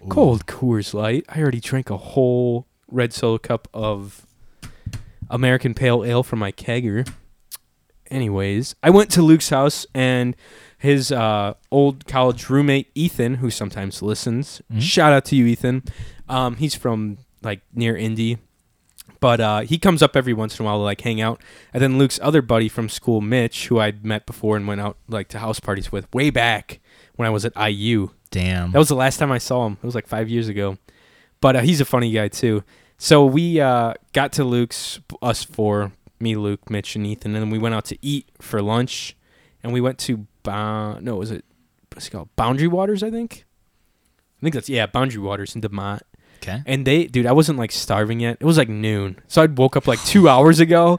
S1: Cold Coors Light. I already drank a whole red solo cup of American Pale Ale from my kegger. Anyways, I went to Luke's house and his uh, old college roommate Ethan, who sometimes listens.
S2: Mhm.
S1: Shout out to you, Ethan. Um, he's from like near Indy, but uh, he comes up every once in a while to like hang out. And then Luke's other buddy from school, Mitch, who I'd met before and went out like to house parties with way back when I was at IU.
S2: Damn.
S1: That was the last time I saw him. It was like five years ago. But uh, he's a funny guy too. So we uh, got to Luke's, us four, me, Luke, Mitch, and Ethan, and then we went out to eat for lunch. And we went to Bo- no, was it what's it called Boundary Waters? I think. I think that's yeah, Boundary Waters in Demont.
S2: okay.
S1: And they, dude, I wasn't like starving yet. It was like noon, so I woke up like two hours ago.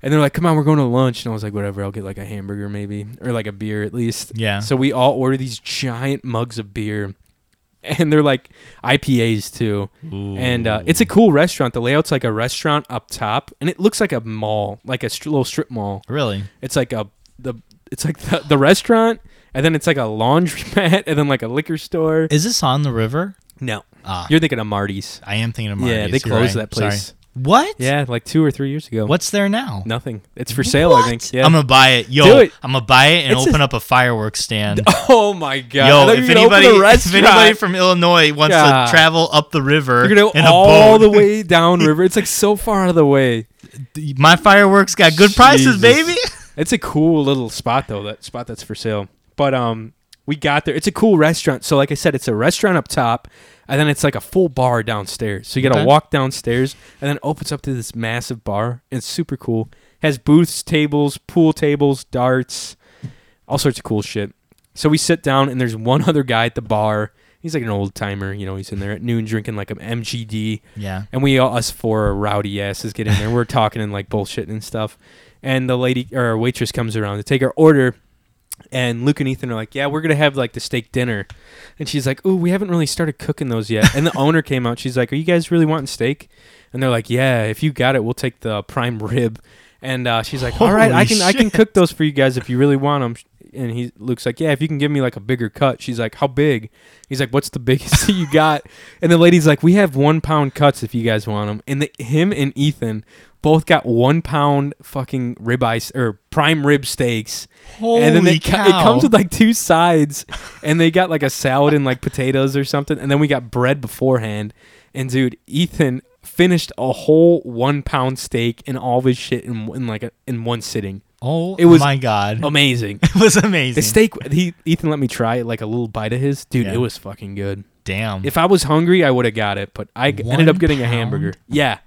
S1: And they're like, "Come on, we're going to lunch," and I was like, "Whatever, I'll get like a hamburger maybe, or like a beer at least."
S2: Yeah.
S1: So we all order these giant mugs of beer, and they're like IPAs too.
S2: Ooh.
S1: And uh, it's a cool restaurant. The layout's like a restaurant up top, and it looks like a mall, like a str- little strip mall.
S2: really
S1: It's like a the it's like the, the restaurant, and then it's like a laundromat, and then like a liquor store.
S2: is this on the river?
S1: No,
S2: Ah,
S1: you're thinking of Marty's.
S2: I am thinking of Marty's.
S1: Yeah, they
S2: You're
S1: closed
S2: right.
S1: that place.
S2: Sorry. What?
S1: Yeah, like two or three years ago.
S2: What's there now?
S1: Nothing. It's for sale, I think.
S2: I'm
S1: Yeah.
S2: gonna buy it. Yo,
S1: Do it.
S2: I'm gonna buy it and
S1: It's a-
S2: open up a fireworks stand.
S1: oh my god. I
S2: Yo,
S1: thought you
S2: if
S1: were gonna open
S2: anybody,
S1: a
S2: if anybody
S1: restaurant.
S2: from Illinois wants
S1: God.
S2: to travel up the river
S1: You're gonna go
S2: in a
S1: all the
S2: boat,
S1: way downriver. It's like so far out of the way.
S2: my fireworks got good
S1: Jesus.
S2: prices, baby.
S1: It's a cool little spot though. That spot that's for sale. But um, we got there. It's a cool restaurant. So like I said, it's a restaurant up top, and then it's like a full bar downstairs. So you got to
S2: Okay.
S1: walk downstairs, and then it opens up to this massive bar. It's super cool. Has booths, tables, pool tables, darts, all sorts of cool shit. So we sit down, and there's one other guy at the bar. He's like an old timer, you know. He's in there at noon drinking like an MGD.
S2: Yeah.
S1: And we all us four rowdy asses get in there. We're talking and like bullshitting and stuff. And the lady or our waitress comes around to take our order. And Luke and Ethan are like, "Yeah, we're gonna have like the steak dinner," and she's like, "Ooh, we haven't really started cooking those yet." And the owner came out. She's like, "Are you guys really wanting steak?" And they're like, "Yeah, if you got it, we'll take the prime rib." And uh, she's like, "All right, I
S2: Holy
S1: can I can cook those for you guys if you really want them." And he Luke's like, "Yeah, if you can give me like a bigger cut." She's like, "How big?" He's like, "What's the biggest you got?" And the lady's like, "We have one pound cuts if you guys want them." And the, him and Ethan both got one pound fucking ribeye s- or prime rib steaks.
S2: Holy
S1: and then they, ca-
S2: cow!
S1: it comes with like two sides, and they got like a salad and like potatoes or something. And then we got bread beforehand. And dude, Ethan finished a whole one pound steak and all of his shit in, in like a, in one sitting.
S2: oh,
S1: it was-
S2: my god,
S1: Amazing.
S2: it was
S1: The
S2: amazing.
S1: steak, he Ethan let me try like a little bite of his. Dude,
S2: Yeah.
S1: it was fucking good.
S2: Damn.
S1: If I was hungry, I would have got it, but I g- ended
S2: One
S1: up getting a hamburger.
S2: pound?
S1: Yeah.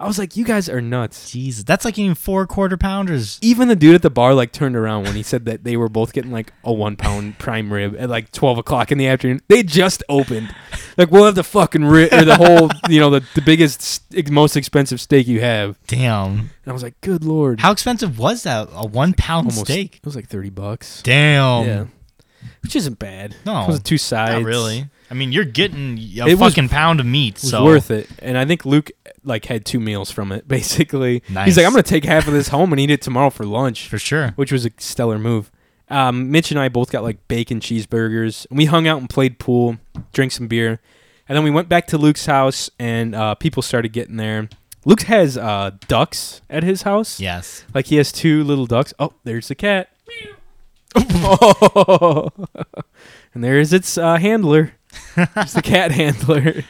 S1: I was like, you guys are nuts.
S2: Jesus, that's like eating four quarter pounders.
S1: Even the dude at the bar like turned around when he said that they were both getting like a one pound prime rib at like twelve o'clock in the afternoon. They just opened. Like we'll have the fucking rib or the whole you know the the biggest most expensive steak you have.
S2: Damn.
S1: And I was like, good lord,
S2: How expensive was that? A one pound
S1: Almost-
S2: steak.
S1: It was like thirty bucks.
S2: Damn.
S1: yeah, which isn't bad.
S2: No,
S1: it was two sides.
S2: Not really. I mean, you're getting a
S1: It was-
S2: fucking pound of meat.
S1: It was
S2: so
S1: worth it. And I think Luke like had two meals from it. Basically,
S2: Nice.
S1: he's like, I'm gonna take half of this home and eat it tomorrow for lunch,
S2: for sure.
S1: which was a stellar move. Um, Mitch and I both got like bacon cheeseburgers, and we hung out and played pool, drank some beer, and then we went back to Luke's house, and uh, people started getting there. Luke has uh, ducks at his house.
S2: Yes.
S1: Like he has two little ducks. Oh, there's the cat. oh. and there is its uh, handler. It's the cat handler.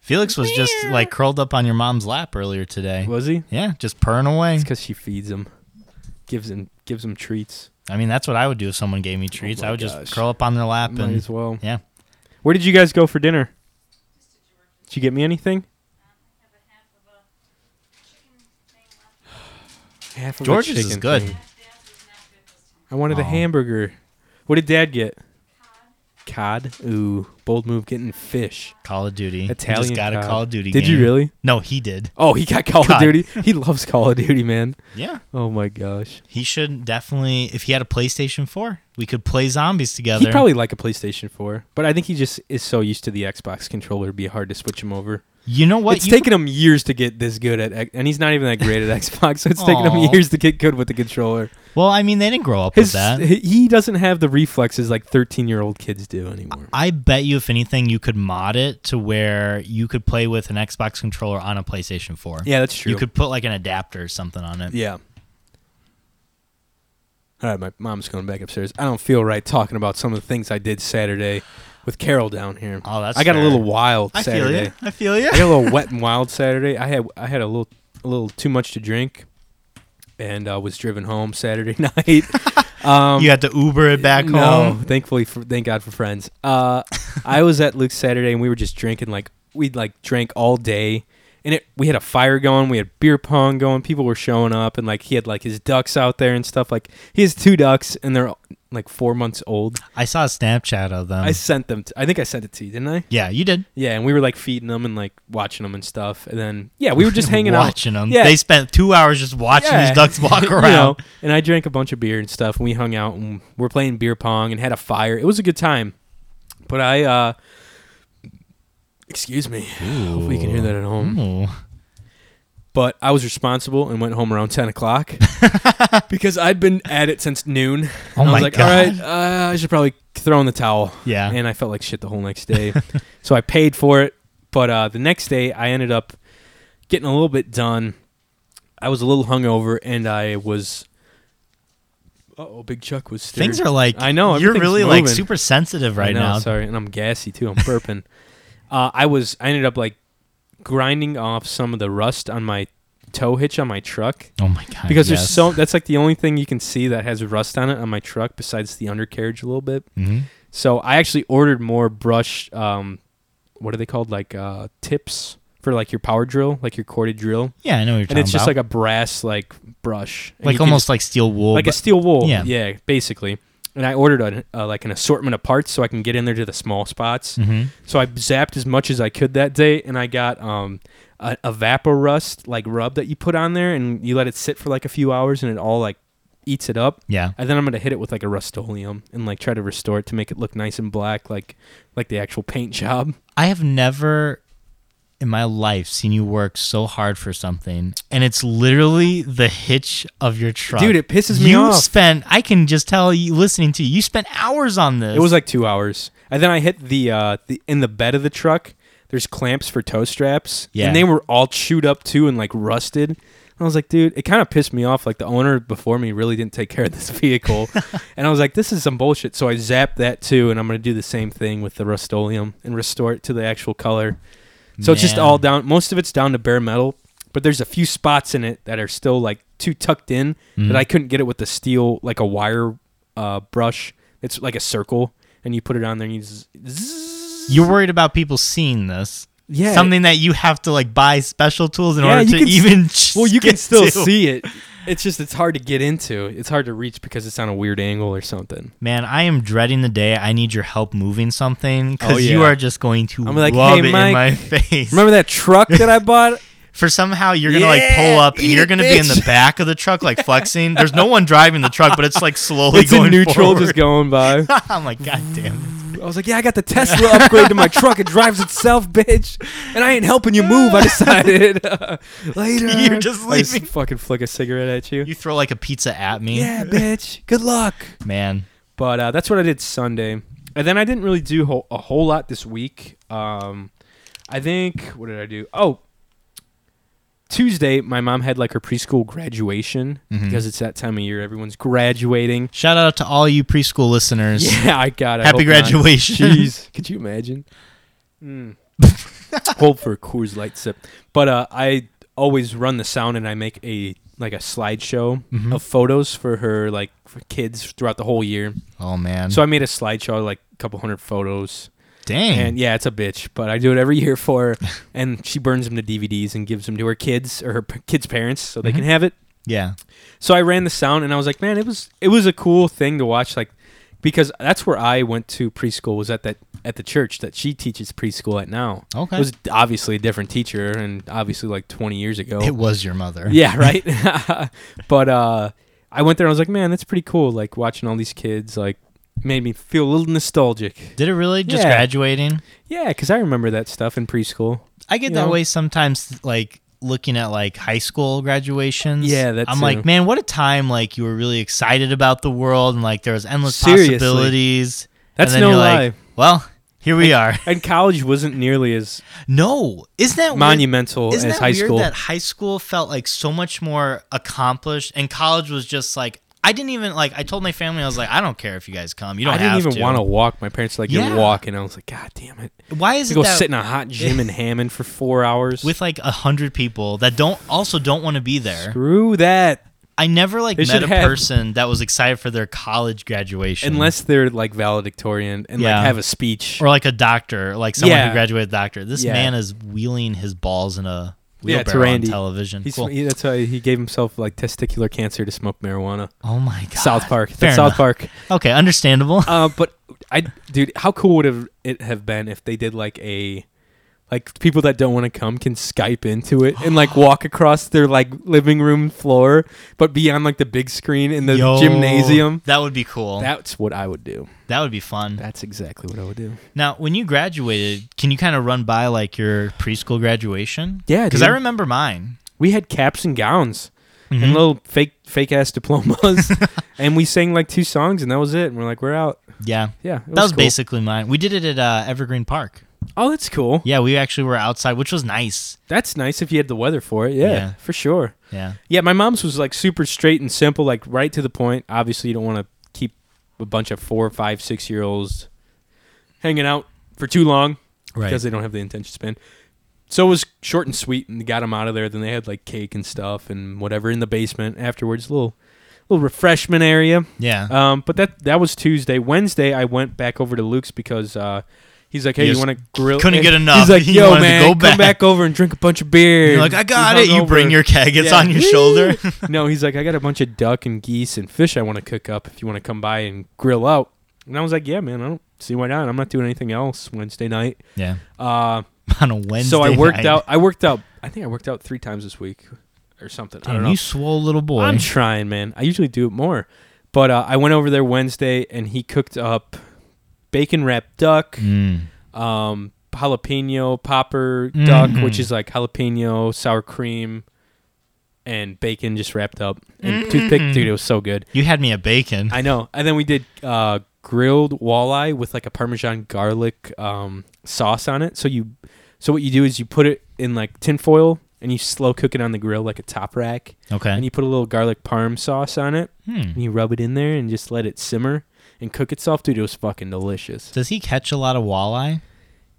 S2: Felix was just like curled up on your mom's lap earlier today.
S1: Was he?
S2: Yeah, just purring away.
S1: It's because she feeds him, gives him gives him treats.
S2: I mean, that's what I would do if someone gave me treats.
S1: Oh my
S2: I would
S1: gosh.
S2: just curl up on their lap
S1: Might
S2: and
S1: as well.
S2: yeah.
S1: Where did you guys go for dinner? Did you get me anything? Half of a
S2: George's is
S1: chicken
S2: good.
S1: thing. I wanted a
S2: Oh.
S1: hamburger. What did Dad get? Cod. Ooh, bold move getting fish.
S2: Call of Duty. He
S1: Italian
S2: just got
S1: cod.
S2: a Call of Duty.
S1: Did you
S2: game.
S1: really?
S2: No, he did.
S1: Oh, he got Call of
S2: God.
S1: Duty. He loves Call of Duty, man.
S2: Yeah,
S1: Oh my gosh.
S2: he should definitely. If he had a PlayStation Four, we could play zombies together.
S1: He'd probably like a PlayStation 4, but I think he just is so used to the Xbox controller, it'd be hard to switch him over.
S2: you know what?
S1: it's
S2: You-
S1: taken him years to get this good at, X- and he's not even that great at Xbox, so it's taken him
S2: Aw.
S1: years to get good with the controller.
S2: well, I mean, they didn't grow up
S1: His,
S2: with that.
S1: he- He doesn't have the reflexes like 13 year old kids do anymore.
S2: I bet you, if anything, you could mod it to where you could play with an Xbox controller on a PlayStation 4.
S1: Yeah, that's true.
S2: You could put like an adapter or something on it.
S1: yeah. All right, my mom's going back upstairs. I don't feel right talking about some of the things I did Saturday with Carol down here.
S2: Oh, that's
S1: I got a
S2: fair.
S1: little wild
S2: I
S1: Saturday.
S2: feel you. I feel you.
S1: I got a little wet and wild Saturday. I had I had a little a little too much to drink, and uh, was driven home Saturday night. Um,
S2: you had to Uber it back
S1: no,
S2: home.
S1: thankfully, for, thank God for friends. Uh, I was at Luke's Saturday, and we were just drinking like we like drank all day, and it we had a fire going, we had beer pong going, people were showing up, and like he had like his ducks out there and stuff. Like he has two ducks, and they're like four months old.
S2: I saw a Snapchat of them.
S1: I sent them. To, I think I sent it to you, didn't I?
S2: yeah, you did.
S1: Yeah, and we were like feeding them and like watching them and stuff, and then yeah, we were just hanging out,
S2: watching them.
S1: Yeah.
S2: They spent two hours just watching
S1: Yeah.
S2: these ducks walk around.
S1: you know. And I drank a bunch of beer and stuff, and we hung out and we're playing beer pong and had a fire. It was a good time, but I, uh excuse me, hopefully you can hear that at home.
S2: Ooh.
S1: But I was responsible and went home around ten o'clock because I'd been at it since noon. And I
S2: Oh
S1: was
S2: my
S1: like,
S2: God.
S1: all right, uh, I should probably throw in the towel.
S2: Yeah.
S1: and I felt like shit the whole next day. so I paid for it, but uh, the next day I ended up getting a little bit done. I was a little hungover, and I was. Oh, Big Chuck was stirred.
S2: Things are like
S1: I know,
S2: you're
S1: everything's
S2: really like
S1: moving.
S2: super sensitive
S1: I
S2: right
S1: know,
S2: now.
S1: Sorry, and I'm gassy too. I'm burping. uh, I was. I ended up like grinding off some of the rust on my tow hitch on my truck
S2: Oh my god!
S1: because
S2: yes.
S1: there's so that's like the only thing you can see that has rust on it on my truck besides the undercarriage a little bit
S2: Mhm.
S1: so I actually ordered more brush. Um, what are they called? Like uh, tips for like your power drill, like your corded drill,
S2: Yeah, I know what you're talking
S1: and it's just
S2: about.
S1: like a brass like brush, And
S2: like
S1: you can
S2: almost
S1: just-
S2: like steel wool.
S1: like a
S2: but-
S1: steel wool.
S2: Yeah.
S1: yeah, basically. And I ordered a, uh, like an assortment of parts so I can get in there to the small spots.
S2: Mhm.
S1: So I zapped as much as I could that day, and I got um, a evaporust like rub that you put on there, and you let it sit for like a few hours, and it all like eats it up.
S2: yeah.
S1: And then I'm gonna hit it with like a Rust-Oleum and like try to restore it to make it look nice and black, like like the actual paint job.
S2: I have never in my life seen you work so hard for something, and it's literally the hitch of your truck.
S1: Dude, it pisses me
S2: you
S1: off.
S2: spent. I can just tell you listening to you. You spent hours on this.
S1: It was like two hours, and then I hit the uh the in the bed of the truck. There's clamps for tow straps,
S2: Yeah.
S1: and they were all chewed up too and like rusted. And I was like, dude, it kind of pissed me off. Like the owner before me really didn't take care of this vehicle, and I was like, this is some bullshit. So I zapped that too, and I'm gonna do the same thing with the Rust-Oleum and restore it to the actual color. So it's just
S2: Man.
S1: all down. Most of it's down to bare metal, but there's a few spots in it that are still like too tucked in that I couldn't get it with the steel, like a wire uh, brush. It's like a circle, and you put it on there and you. Zzz,
S2: You're worried about people seeing this
S1: yeah.
S2: Something that you have to like buy special tools in
S1: Yeah,
S2: order
S1: you
S2: to
S1: can s-
S2: even.
S1: well, you
S2: get
S1: can still
S2: to.
S1: see it. It's just it's hard to get into. It's hard to reach because it's on a weird angle or something.
S2: Man, I am dreading the day I need your help moving something because
S1: Oh,
S2: you
S1: yeah.
S2: are just going to
S1: I'm like,
S2: rub
S1: "Hey,
S2: it in
S1: Mike,
S2: my face.
S1: Remember that truck that I bought?
S2: For somehow you're gonna like
S1: Yeah,
S2: pull up and
S1: eat
S2: you're
S1: it,
S2: gonna be in the
S1: bitch.
S2: back of the truck like flexing. There's no one driving the truck, but it's like slowly
S1: it's
S2: going
S1: in neutral,
S2: forward.
S1: just going by.
S2: I'm like, God damn
S1: I was like, yeah, I got the Tesla upgrade to my truck. It drives itself, bitch. And I ain't helping you move. I decided later.
S2: You're just
S1: I just
S2: leaving.
S1: fucking flick a cigarette at you.
S2: it! You throw like a pizza at me,
S1: yeah, bitch. Good luck.
S2: man.
S1: But uh, that's what I did Sunday, and then I didn't really do whole, a whole lot this week. Um, I think what did I do? Oh, Tuesday, my mom had like her preschool graduation
S2: Mhm.
S1: because it's that time of year everyone's graduating.
S2: Shout out to all you preschool listeners.
S1: Yeah, I got it.
S2: Happy graduation.
S1: Jeez, could you imagine? Mm. Hope for a Coors Light sip. But uh, I always run the sound and I make a like a slideshow
S2: Mhm.
S1: of photos for her like for kids throughout the whole year.
S2: Oh man.
S1: So I made a slideshow of like a couple hundred photos.
S2: dang.
S1: And yeah, it's a bitch, but I do it every year for her and she burns them to DVDs and gives them to her kids or her p- kids' parents so they can have it.
S2: yeah.
S1: So I ran the sound and I was like, man, it was it was a cool thing to watch like because that's where I went to preschool was at that at the church that she teaches preschool at now.
S2: Okay.
S1: It was obviously a different teacher and obviously like 20 years ago.
S2: It was your mother.
S1: Yeah, right. but uh, I went there and I was like, man, that's pretty cool. Like watching all these kids, like made me feel a little nostalgic.
S2: Did it really? Just
S1: Yeah.
S2: graduating?
S1: Yeah, because I remember that stuff in preschool.
S2: I get
S1: You
S2: that
S1: know?
S2: way sometimes, like looking at like high school graduations.
S1: Yeah, that
S2: I'm
S1: too.
S2: like, man, what a time! Like you were really excited about the world, and like there was endless
S1: Seriously.
S2: possibilities.
S1: That's
S2: and then
S1: no
S2: you're
S1: lie.
S2: Like, well, here we are.
S1: and college wasn't nearly as
S2: no, isn't that weird?
S1: monumental
S2: Oh, Isn't
S1: as
S2: that
S1: high
S2: weird
S1: school.
S2: that high school felt like so much more accomplished, and college was just like I didn't even like. I told my family I was like, I don't care if you guys come. You don't
S1: I didn't
S2: have
S1: even
S2: to.
S1: want to walk. My parents were like,
S2: Yeah.
S1: you're walking. I was like, God damn it.
S2: Why is
S1: To
S2: it
S1: go
S2: that
S1: sit in a hot gym in Hammond for four hours.
S2: with like a hundred people that don't also don't want to be there?
S1: Screw that.
S2: I never like
S1: They
S2: met
S1: should
S2: a
S1: have-
S2: person that was excited for their college graduation,
S1: Unless they're like valedictorian and
S2: Yeah.
S1: like have a speech.
S2: or like a doctor, like someone who
S1: Yeah.
S2: graduated doctor. This
S1: Yeah.
S2: man is wheeling his balls in a
S1: Yeah, to
S2: wheelbarrow on
S1: Randy.
S2: television.
S1: He's,
S2: Cool.
S1: he- that's why he gave himself like testicular cancer to smoke marijuana.
S2: oh my god,
S1: South Park.
S2: Fair
S1: That's South
S2: enough.
S1: Park.
S2: Okay, understandable.
S1: Uh, but I, dude, how cool would have it have been if they did like a, like people that don't want to come can Skype into it and like walk across their like living room floor, but be on like the big screen in the
S2: Yo,
S1: gymnasium.
S2: That would be cool. That,
S1: That's what I would do.
S2: would be fun.
S1: That's exactly what I would do.
S2: Now, when you graduated, can you kind of run by like your preschool graduation?
S1: Yeah,
S2: because I
S1: dude.
S2: remember mine.
S1: We had caps and gowns
S2: Mhm.
S1: and little fake fake ass diplomas, and we sang like two songs and that was it. And we're like, we're out.
S2: Yeah,
S1: Yeah, it
S2: that was
S1: cool.
S2: basically mine. We did it at uh, Evergreen Park.
S1: Oh, that's cool.
S2: Yeah, we actually were outside, which was nice.
S1: That's nice if you had the weather for it. Yeah,
S2: Yeah.
S1: for sure.
S2: Yeah.
S1: Yeah, my mom's was like super straight and simple, like right to the point. Obviously, you don't want to keep a bunch of four, five, six year olds hanging out for too long because they don't have the attention span. So it was short and sweet, and got them out of there. Then they had like cake and stuff and whatever in the basement afterwards, little little refreshment area.
S2: Yeah.
S1: Um, but that that was Tuesday. Wednesday, I went back over to Luke's because uh, he's like, "Hey,
S2: You
S1: you
S2: just
S1: want to grill?"
S2: couldn't
S1: and
S2: get enough.
S1: He's like,
S2: You
S1: "Yo,
S2: wanted to
S1: man,
S2: go
S1: come
S2: back."
S1: back. over and drink a bunch of beer."
S2: You're like, I got
S1: He's
S2: it. You
S1: hungover.
S2: bring your keg. It's
S1: Yeah.
S2: on your shoulder.
S1: no, he's like, "I got a bunch of duck and geese and fish I want to cook up. If you want to come by and grill out," and I was like, "Yeah, man, I don't see why not. I'm not doing anything else Wednesday night."
S2: Yeah.
S1: Uh,
S2: On a Wednesday.
S1: so I worked
S2: night.
S1: out. I worked out. I think I worked out three times this week or something. I don't
S2: Damn,
S1: know.
S2: you swole little boy.
S1: I'm trying, man. I usually do it more. But uh, I went over there Wednesday and he cooked up bacon wrapped duck,
S2: Mm.
S1: um, jalapeno popper duck,
S2: Mhm.
S1: which is like jalapeno, sour cream, and bacon just wrapped up. And toothpick,
S2: Mm-hmm.
S1: dude, it was so good.
S2: You had me a bacon.
S1: I know. And then we did uh, grilled walleye with like a Parmesan garlic um, sauce on it. So you, so what you do is you put it in like tinfoil and you slow cook it on the grill like a top rack and
S2: okay.
S1: you put a little garlic parm sauce on it
S2: Hmm.
S1: and you rub it in there and just let it simmer and cook itself dude it was fucking delicious
S2: Does he catch a lot of walleye?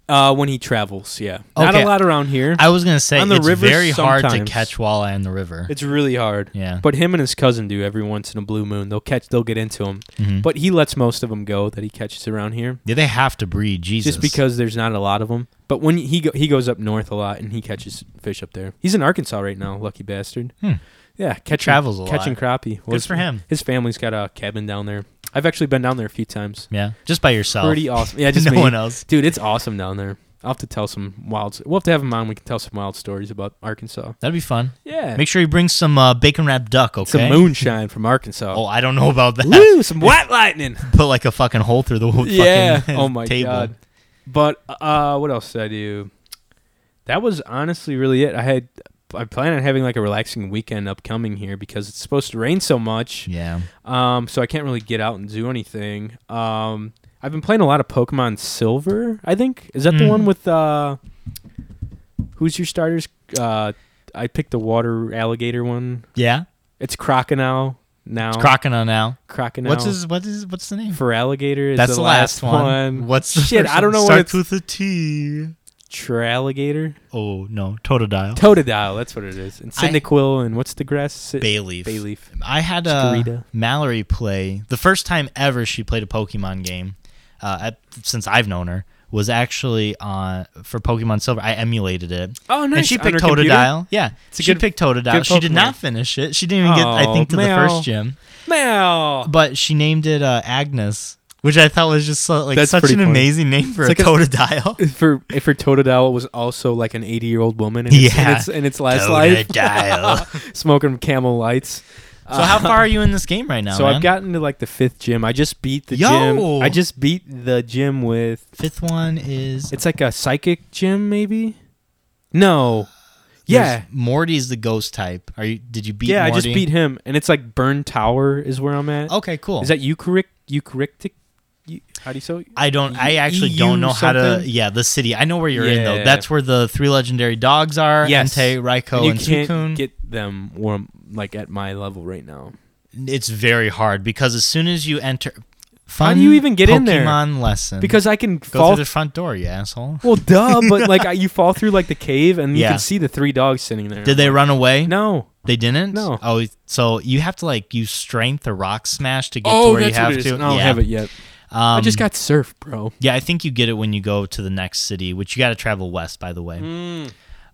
S1: Uh, when he travels, yeah, not
S2: Okay.
S1: a lot around here.
S2: I was gonna say
S1: On the
S2: it's
S1: river
S2: very hard
S1: sometimes.
S2: to catch walleye in the river.
S1: it's really hard.
S2: yeah,
S1: But him and his cousin do every once in a blue moon. They'll catch. They'll get into him.
S2: Mhm.
S1: But he lets most of them go that he catches around here,
S2: Yeah, they have to breed Jesus.
S1: just because there's not a lot of them. But when he go, he goes up north a lot and he catches fish up there. He's in Arkansas right now, lucky bastard.
S2: Hmm.
S1: Yeah, catching
S2: travels a lot.
S1: catching crappie. Well,
S2: Good for him.
S1: His family's got a cabin down there. I've actually been down there a few times.
S2: yeah, just by yourself.
S1: Pretty awesome. Yeah, just
S2: no
S1: me.
S2: one else.
S1: Dude, it's awesome down there. I'll have to tell some wild. s- We'll have to have him on. We can tell some wild stories about Arkansas.
S2: That'd be fun.
S1: Yeah,
S2: Make sure you bring some uh, bacon wrapped duck. Okay.
S1: some moonshine from Arkansas.
S2: Oh, I don't know about that.
S1: Woo, some white lightning.
S2: Put like a fucking hole through the whole
S1: yeah.
S2: fucking
S1: Oh my
S2: table.
S1: god. But uh, what else did I do? That was honestly really it. I had I plan on having like a relaxing weekend upcoming here because it's supposed to rain so much.
S2: Yeah.
S1: Um, so I can't really get out and do anything. Um, I've been playing a lot of Pokemon Silver. I think is that the
S2: Mm.
S1: one with uh, who's your starters? Uh, I picked the water alligator one.
S2: Yeah.
S1: It's Crocodile now.
S2: It's crocodile now.
S1: Crocodile.
S2: What's his? What is? What's the name?
S1: for alligator? Is
S2: That's the, last, one. What's the
S1: Shit,
S2: first
S1: I don't
S2: one?
S1: know what
S2: Starts
S1: it's-
S2: with a T.
S1: Tralligator.
S2: Oh no, Totodile.
S1: Totodile, that's what it is. And
S2: I-
S1: Cyndaquil and what's the grass? Si-
S2: Bayleaf.
S1: Bayleaf.
S2: I had uh,
S1: Skurrita.
S2: Mallory play the first time ever she played a Pokemon game, uh, at, since I've known her, was actually uh, for Pokemon Silver. I emulated it.
S1: Oh, nice.
S2: And she
S1: On
S2: picked
S1: her computer?
S2: Totodile. Yeah.
S1: a
S2: she
S1: good-
S2: picked Totodile.
S1: good
S2: She did
S1: Pokemon.
S2: not finish it. She didn't even get, I
S1: Oh,
S2: think, to
S1: meow.
S2: the first gym.
S1: Meow.
S2: But she named it uh, Agnes, which I thought was just so, like
S1: That's
S2: such an
S1: pretty funny.
S2: amazing name for
S1: It's
S2: a
S1: like
S2: Totodile.
S1: For if her Totodile was also like an 80 year old woman in, its, in,
S2: Yeah.
S1: its, in its last life,
S2: Totodile.
S1: smoking camel lights. Uh,
S2: so how far are you in this game right now?
S1: so
S2: man?
S1: I've gotten to like the fifth gym. I just beat the
S2: Yo!
S1: gym. I just beat the gym with.
S2: fifth one is
S1: It's like a psychic gym, maybe? No. Yeah.
S2: There's- Morty's the ghost type. Are you? Did you beat?
S1: Yeah, I just
S2: Morty? Oh,
S1: beat him. And it's like Burn Tower is where I'm at.
S2: Okay, cool.
S1: Is that eucharic, eucharistic? Eu- How do you say? it?
S2: I don't. I
S1: E-
S2: actually
S1: EU
S2: don't know how to.
S1: something?
S2: Yeah, the city. I know where you're in though.
S1: Yeah.
S2: That's where the three legendary dogs are.
S1: Yes.
S2: Entei, Raikou,
S1: you
S2: and,
S1: can't
S2: Suicune.
S1: get them warm like at my level right now.
S2: it's very hard because as soon as you enter, fun
S1: do you even get
S2: Pokemon
S1: in there?
S2: lesson.
S1: Because I can
S2: go
S1: fall.
S2: through the front door, you asshole.
S1: well, duh, but like I, you fall through like the cave and you
S2: Yeah.
S1: can see the three dogs sitting there.
S2: Did they run away?
S1: No.
S2: They didn't.
S1: No.
S2: Oh, so you have to like use strength or rock smash to get to
S1: Oh,
S2: where
S1: that's
S2: you have
S1: what it is.
S2: to.
S1: I don't
S2: yeah.
S1: have it yet. I
S2: Um,
S1: just got surf, bro.
S2: Yeah, I think you get it when you go to the next city, which you got to travel west, by the way.
S1: Mm. Mm-hmm.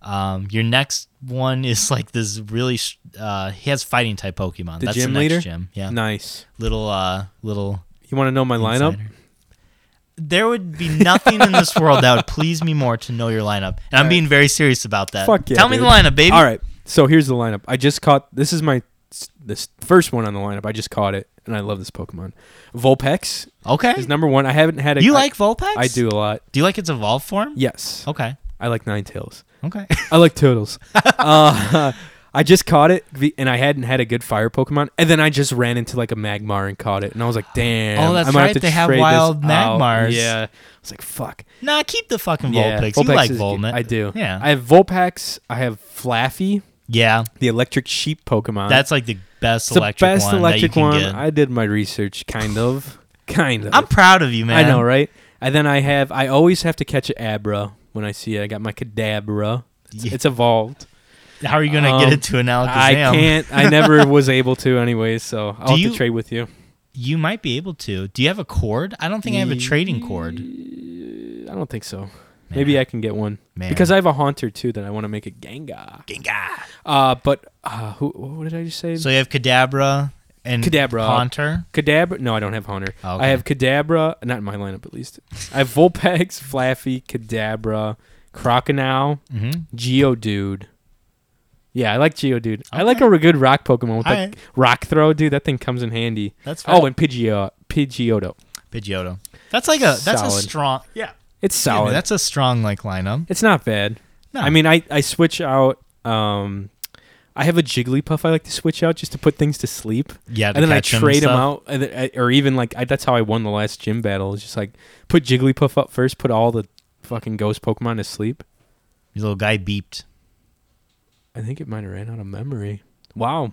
S2: Um, your next one is like this really. sh- Uh, he has fighting type Pokemon.
S1: The
S2: That's
S1: gym
S2: the next
S1: leader?
S2: gym. Yeah,
S1: Nice.
S2: little uh, little
S1: You want to know my lineup?
S2: insider. There would be nothing in this world that would please me more to know your lineup, and I'm being very serious about that.
S1: Fuck yeah,
S2: Tell me
S1: dude.
S2: the lineup, baby.
S1: All right. So here's the lineup. I just caught. This is my s- this first one on the lineup. I just caught it, and I love this Pokemon. Vulpix
S2: Okay.
S1: is number one. I haven't had a.
S2: you
S1: I-
S2: like Vulpix?
S1: I do a lot.
S2: Do you like its evolved form?
S1: Yes.
S2: Okay.
S1: I like Nine Tails.
S2: Okay.
S1: I like turtles. uh, I just caught it, the- and I hadn't had a good fire Pokemon, and then I just ran into like a Magmar and caught it, and I was like, "Damn!"
S2: Oh, that's
S1: I might
S2: right,
S1: Have to
S2: they have
S1: trade this
S2: wild
S1: out.
S2: Magmars.
S1: Yeah, I was like, "Fuck."
S2: nah, keep the fucking
S1: Yeah,
S2: Vulpix. you like
S1: is-
S2: Volmet?
S1: I do.
S2: Yeah.
S1: I have Volpax. I have Flaffy,
S2: yeah.
S1: the electric sheep Pokemon.
S2: That's like the best
S1: It's the
S2: electric
S1: best
S2: one
S1: electric
S2: that you can
S1: one.
S2: get.
S1: I did my research, kind of, kind of.
S2: I'm proud of you, man.
S1: I know, right? And then I have. I always have to catch an Abra when I see it. I got my Kadabra. It's,
S2: Yeah.
S1: it's evolved.
S2: How are you gonna
S1: Um,
S2: get it to an Alakazam?
S1: I can't. I never was able to, anyways. So I'll have
S2: you-
S1: to trade with you.
S2: You might be able to. Do you have a cord? I don't think I have a trading cord.
S1: I don't think so. Maybe I can get one
S2: Man.
S1: because I have a haunter too that I want to make a Gengar.
S2: Gengar.
S1: Uh, but uh, who? What did I just say?
S2: So you have Kadabra and
S1: Kadabra.
S2: Haunter.
S1: Kadabra? No, I don't have Haunter.
S2: Oh, okay.
S1: I have Kadabra, not in my lineup at least. I have Vulpix, Flaffy, Kadabra, Crocodile,
S2: hmm
S1: Geodude. Yeah, I like Geodude. I like a good rock Pokemon with like
S2: Alright.
S1: rock throw, dude. That thing comes in handy.
S2: That's fair.
S1: Oh, and Pidgeot, Pidgeotto.
S2: Pidgeotto. That's like a that's a
S1: Solid.
S2: strong yeah.
S1: It's
S2: Excuse me,
S1: solid.
S2: that's a strong like lineup.
S1: It's not bad.
S2: No.
S1: I mean, I, I switch out. Um, I have a Jigglypuff I like to switch out just to put things to sleep,
S2: Yeah, to
S1: and then I
S2: catch 'em and
S1: trade them
S2: stuff.
S1: out, and then, I- or even like I, that's how I won the last gym battle. Is just like put Jigglypuff up first, put all the fucking ghost Pokemon to sleep.
S2: Your little guy beeped.
S1: I think it might have ran out of memory. Wow,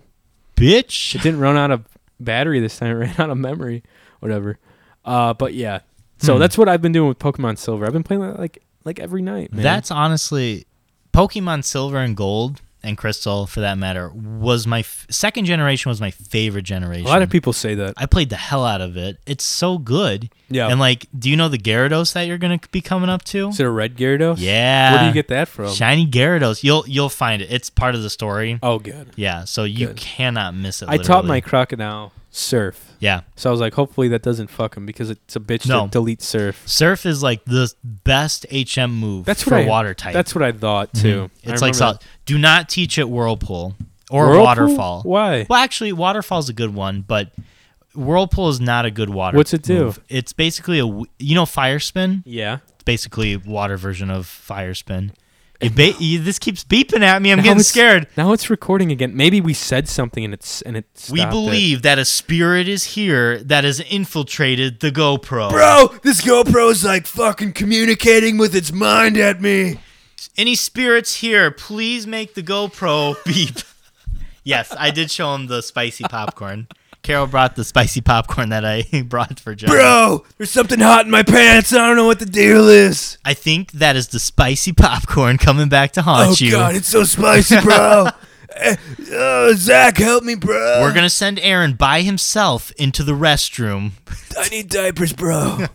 S2: Bitch.
S1: it didn't run out of battery this time. It ran out of memory. Whatever. Uh, but yeah. So
S2: Hmm.
S1: that's what I've been doing with Pokemon Silver. I've been playing like like every night. Man.
S2: That's honestly Pokemon Silver and Gold and Crystal, for that matter, was my f- second generation was my favorite
S1: a
S2: generation.
S1: lot of people say that.
S2: I played the hell out of it. It's so good.
S1: Yeah.
S2: And like, do you know the Gyarados that you're gonna be coming up to?
S1: Is it a red Gyarados?
S2: Yeah.
S1: Where do you get that from?
S2: Shiny Gyarados. You'll you'll find it. It's part of the story.
S1: oh, good.
S2: Yeah. So you
S1: Good.
S2: cannot miss it.
S1: I taught
S2: literally.
S1: my crocodile surf,
S2: Yeah.
S1: so I was like, hopefully that doesn't fuck him because it's a bitch
S2: No.
S1: to delete surf.
S2: Surf is like the best HM move
S1: That's
S2: for
S1: what I-
S2: water type.
S1: That's what I thought too. I
S2: Mm-hmm. it's
S1: remember
S2: like salt.
S1: that.
S2: Do not teach it whirlpool or
S1: Whirlpool?
S2: waterfall.
S1: Why?
S2: Well, actually, waterfall's a good one, but whirlpool is not a good water.
S1: What's it do?
S2: move. It's basically a w- you know fire spin.
S1: Yeah.
S2: It's basically a water version of fire spin. You ba- you, this keeps beeping at me. I'm
S1: Now
S2: getting
S1: it's-
S2: scared.
S1: Now it's recording again. Maybe we said something and it's and it's.
S2: We believe that a spirit is here that has infiltrated the GoPro.
S1: Bro, this GoPro's like fucking communicating with its mind at me.
S2: Any spirits here, please make the GoPro beep. yes, I did show him the spicy popcorn. Carol brought the spicy popcorn that I brought for John.
S1: Bro, there's something hot in my pants. I don't know what the deal is.
S2: I think that is the spicy popcorn coming back to haunt you.
S1: Oh, it's so spicy, bro. Eh, oh, Zach, help me, bro.
S2: We're gonna send Aaron by himself into the restroom.
S1: I need diapers, bro.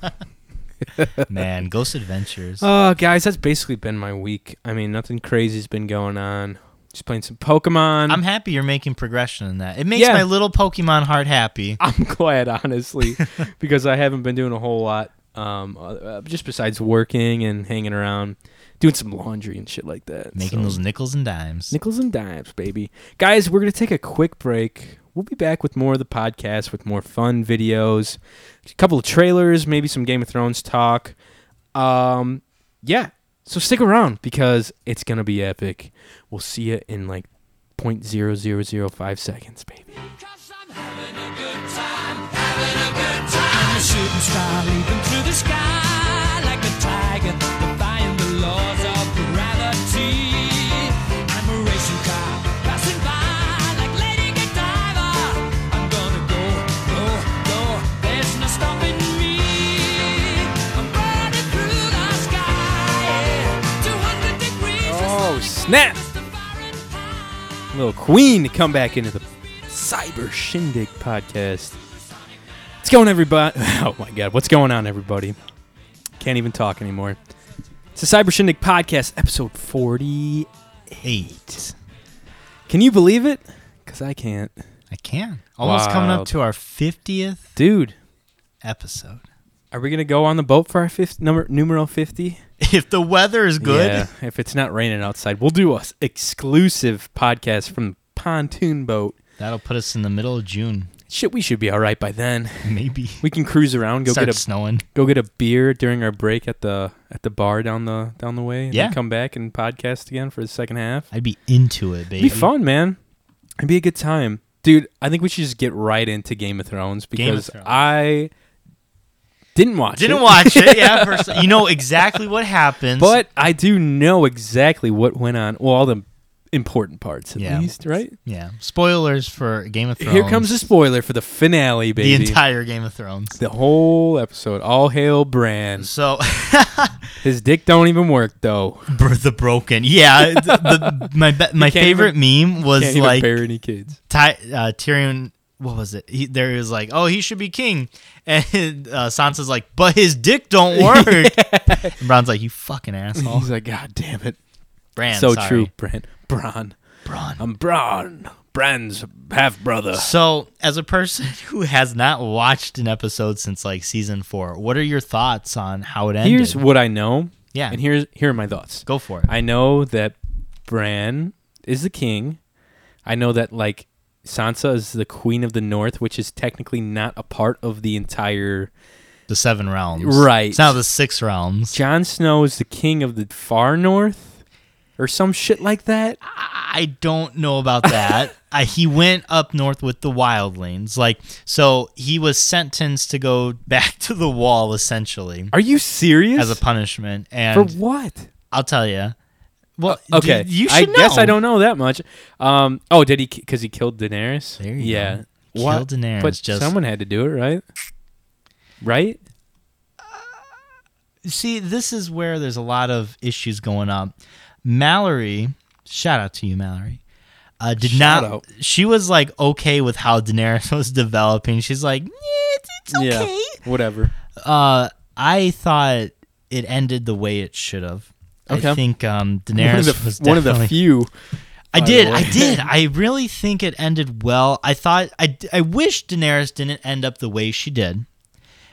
S2: Man, Ghost Adventures.
S1: Oh, guys, that's basically been my week. I mean, nothing crazy's been going on. Just playing some Pokemon.
S2: I'm happy you're making progression in that. It makes
S1: Yeah.
S2: my little Pokemon heart happy.
S1: I'm glad, honestly, because I haven't been doing a whole lot, um, uh, uh, just besides working and hanging around, doing some laundry and shit like that.
S2: Making
S1: So,
S2: those nickels and dimes.
S1: nickels and dimes, baby. Guys, we're gonna take a quick break. We'll be back with more of the podcast, with more fun videos, a couple of trailers, maybe some Game of Thrones talk. Um, yeah, so stick around because it's gonna be epic. We'll see you in like point zero zero zero five seconds, baby.
S3: Cause I'm having a good time, having a good time. A shooting star leaping through the sky like a tiger, defying the laws of gravity. I'm a racing car passing by like Lady Godiva. I'm gonna go, go, go. There's no stopping me. I'm burning through the sky, yeah. 200 degrees.
S1: Oh, snap. Little Queen to come back into the Cyber Shindig podcast. What's going, everybody? Oh my God, what's going on, everybody? Can't even talk anymore. It's the Cyber Shindig podcast, episode forty-eight.
S2: Eight.
S1: Can you believe it? Cause I can't,
S2: I can. Almost coming
S1: Wow.
S2: up to our 50th
S1: dude.
S2: episode.
S1: Are we gonna go on the boat for our fifth number numero fifty?
S2: If the weather is good,
S1: Yeah, if it's not raining outside, we'll do a s- exclusive podcast from the pontoon boat.
S2: that'll put us in the middle of June.
S1: Shit, we should be all right by then.
S2: Maybe.
S1: We can cruise around, go
S2: Start
S1: get a
S2: snowing.
S1: go get a beer during our break at the at the bar down the down the way and then
S2: Yeah.
S1: come back and podcast again for the second half.
S2: I'd be into it, baby.
S1: It'd be fun, man. It'd be a good time. Dude, I think we should just get right into Game of Thrones because
S2: Game of Thrones.
S1: I didn't watch
S2: Didn't
S1: it,
S2: watch it, yeah. First, you know exactly what happens.
S1: But I do know exactly what went on. Well, all the important parts at
S2: Yeah.
S1: least, right?
S2: yeah, spoilers for Game of Thrones.
S1: Here comes the spoiler for the finale,
S2: the
S1: baby.
S2: entire Game of Thrones.
S1: the whole episode. All hail Bran.
S2: So,
S1: His dick don't even work though.
S2: bro- the broken. Yeah, the, the, my be- my
S1: can't
S2: favorite meme was
S1: Can't even
S2: like
S1: bear any kids.
S2: Ty- uh, Tyrion. What was it? He, there he was like, "Oh, he should be king," and uh, Sansa's like, "But his dick don't work." and Bron's like, "You fucking asshole,
S1: He's like, God damn it.
S2: Bran."
S1: so
S2: sorry.
S1: true, Bran. Bron.
S2: Bron.
S1: I'm Bron. Bran's half brother.
S2: So, as a person who has not watched an episode since like season four, what are your thoughts on how it ended?
S1: Here's what I know.
S2: Yeah.
S1: And here's here are my thoughts.
S2: Go for it.
S1: I know that Bran is the king. I know that like Sansa is the queen of the north, which is technically not a part of the entire
S2: the seven realms,
S1: Right.
S2: It's now the six realms.
S1: Jon Snow is the king of the far north or some shit like that.
S2: I don't know about that. I, he went up north with the wildlings, like so. He was sentenced to go back to the wall, essentially,
S1: Are you serious?
S2: as a punishment.
S1: For
S2: And
S1: what?
S2: I'll tell you, well,
S1: Okay,
S2: d- you
S1: I
S2: should
S1: guess
S2: know.
S1: I don't know that much. Um, oh, did he? Because he killed Daenerys.
S2: There you
S1: yeah.
S2: go.
S1: Wha-
S2: Killed Daenerys,
S1: But
S2: just-
S1: someone had to do it, right? Right.
S2: see, this is where there's a lot of issues going up. Mallory, shout out to you, Mallory. Uh, did
S1: Shout
S2: not.
S1: out.
S2: She was like okay with how Daenerys was developing. She's like, "Yeah, it's, it's okay.
S1: Yeah, whatever.
S2: Uh, I thought it ended the way it should have. I
S1: Okay.
S2: think um,
S1: One
S2: Daenerys
S1: of, the,
S2: was
S1: one of the
S2: definitely-
S1: few.
S2: I
S1: by
S2: did.
S1: the
S2: I
S1: way.
S2: did. I really think it ended well. I thought I, I wish Daenerys didn't end up the way she did.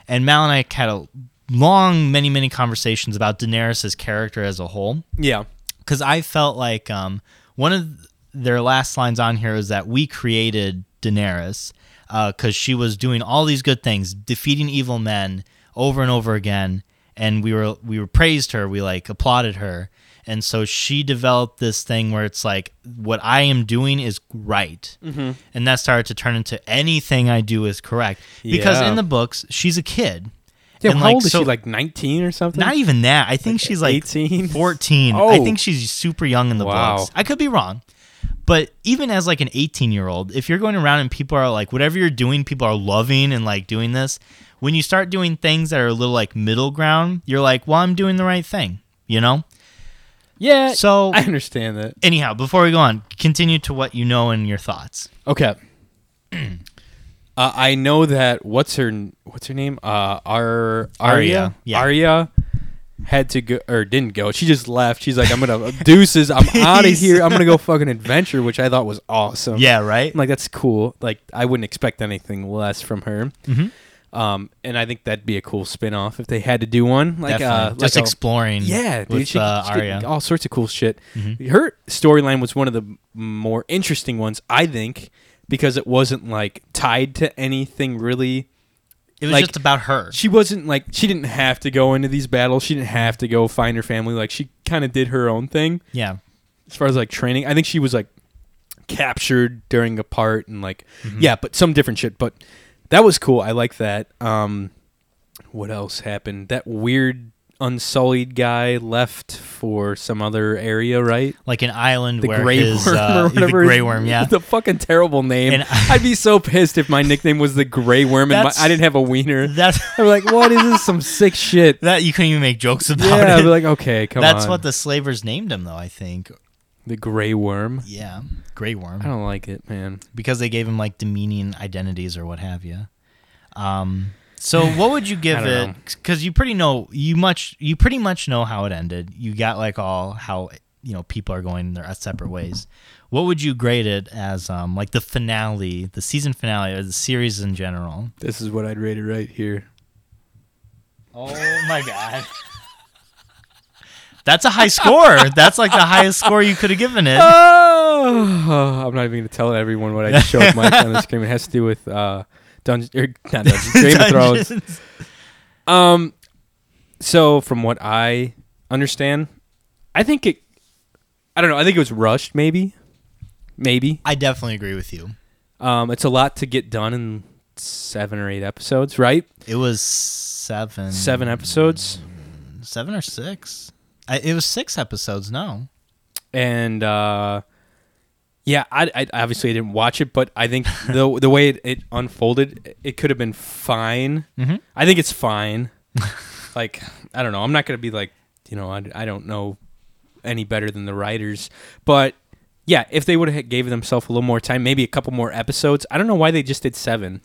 S2: And Mal and I had a long, many, many conversations about Daenerys' character as a whole
S1: Yeah.
S2: because I felt like um, one of their last lines on here is that we created Daenerys because she was doing all these good things, defeating evil men over and over again, and we were we were praised her, we like applauded her, and so she developed this thing where it's like what I am doing is right,
S1: Mm-hmm.
S2: and that started to turn into anything I do is correct because
S1: Yeah.
S2: in the books she's a kid.
S1: Yeah,
S2: And,
S1: how
S2: like,
S1: old is
S2: so-
S1: she? Like 19 or something?
S2: Not even that. I think
S1: Like
S2: she's like
S1: 18?
S2: 14. I
S1: Oh.
S2: think she's super young in the
S1: Wow.
S2: books. I could be wrong. But even as like an 18 year old, if you're going around and people are like, whatever you're doing, people are loving and like doing this, when you start doing things that are a little like middle ground, you're like, well, I'm doing the right thing, you know?
S1: yeah.
S2: So,
S1: I understand that.
S2: anyhow, before we go on, continue to what you know and your thoughts.
S1: Okay. uh, I know that what's her what's her name? Uh Ar-
S2: Arya,
S1: Arya.
S2: yeah.
S1: Arya had to go or didn't go. She just left. She's like, I'm gonna deuces. I'm out of
S2: Peace.
S1: here. I'm gonna go fucking adventure, which I thought was awesome.
S2: Yeah, right?
S1: I'm like that's cool. Like I wouldn't expect anything less from her.
S2: Mhm.
S1: Um, and I think that'd be a cool spin off if they had to do one. Like uh,
S2: Definitely.
S1: like
S2: just
S1: a-
S2: exploring.
S1: yeah,
S2: with
S1: dude, she,
S2: uh,
S1: she did
S2: Arya. Mm-hmm.
S1: all sorts of cool shit. Her storyline was one of the more interesting ones, I think, because it wasn't like tied to anything really.
S2: it was
S1: like-
S2: just about her.
S1: She wasn't like she didn't have to go into these battles. She didn't have to go find her family. Like she kind of did her own thing
S2: yeah.
S1: as far as like training. I think she was like captured during a part and like
S2: Mm-hmm.
S1: yeah, but some different shit. But that was cool. I like that. Um, what else happened? That weird unsullied guy left for some other area, right?
S2: Like an island
S1: The
S2: where
S1: gray
S2: his,
S1: worm
S2: uh,
S1: or whatever.
S2: The
S1: his-
S2: gray worm, yeah.
S1: The fucking terrible name.
S2: And-
S1: I'd be so pissed if my nickname was the gray worm and my,
S2: That's-
S1: I didn't have a wiener.
S2: That's
S1: I'm like, what is this? Some sick shit.
S2: that you couldn't even make jokes about
S1: Yeah, I'd
S2: it.
S1: be like, okay, come
S2: That's
S1: on.
S2: what the slavers named him, though. I think.
S1: the gray worm.
S2: Yeah, Grey Worm,
S1: I don't like it, man.
S2: because they gave him like demeaning identities or what have you. Um. So what would you give
S1: I don't
S2: it? Because you pretty know you much you pretty much know how it ended. You got like all how you know people are going their uh, separate ways. What would you grade it as? Um, like the finale, the season finale, or the series in general?
S1: This is what I'd rate it right here.
S2: Oh my god. That's a high score. That's like the highest score you could have given it.
S1: Oh, I'm not even gonna tell everyone what I just showed Mike on the screen. It has to do with uh, Dungeon or not Dungeon, Game of Thrones.
S2: Dungeons.
S1: Um, so from what I understand, I think it. I don't know. I think it was rushed. Maybe, maybe.
S2: I definitely agree with you.
S1: Um, it's a lot to get done in seven or eight episodes, right?
S2: It was seven,
S1: Seven episodes,
S2: seven or six. I, it was six episodes. No,
S1: and uh, yeah, I, I obviously I didn't watch it, but I think the the way it, it unfolded, it could have been fine.
S2: Mhm.
S1: I think it's fine. like I don't know. I'm not gonna be like you know I, I don't know any better than the writers, but yeah, if they would have gave themselves a little more time, maybe a couple more episodes. I don't know why they just did seven.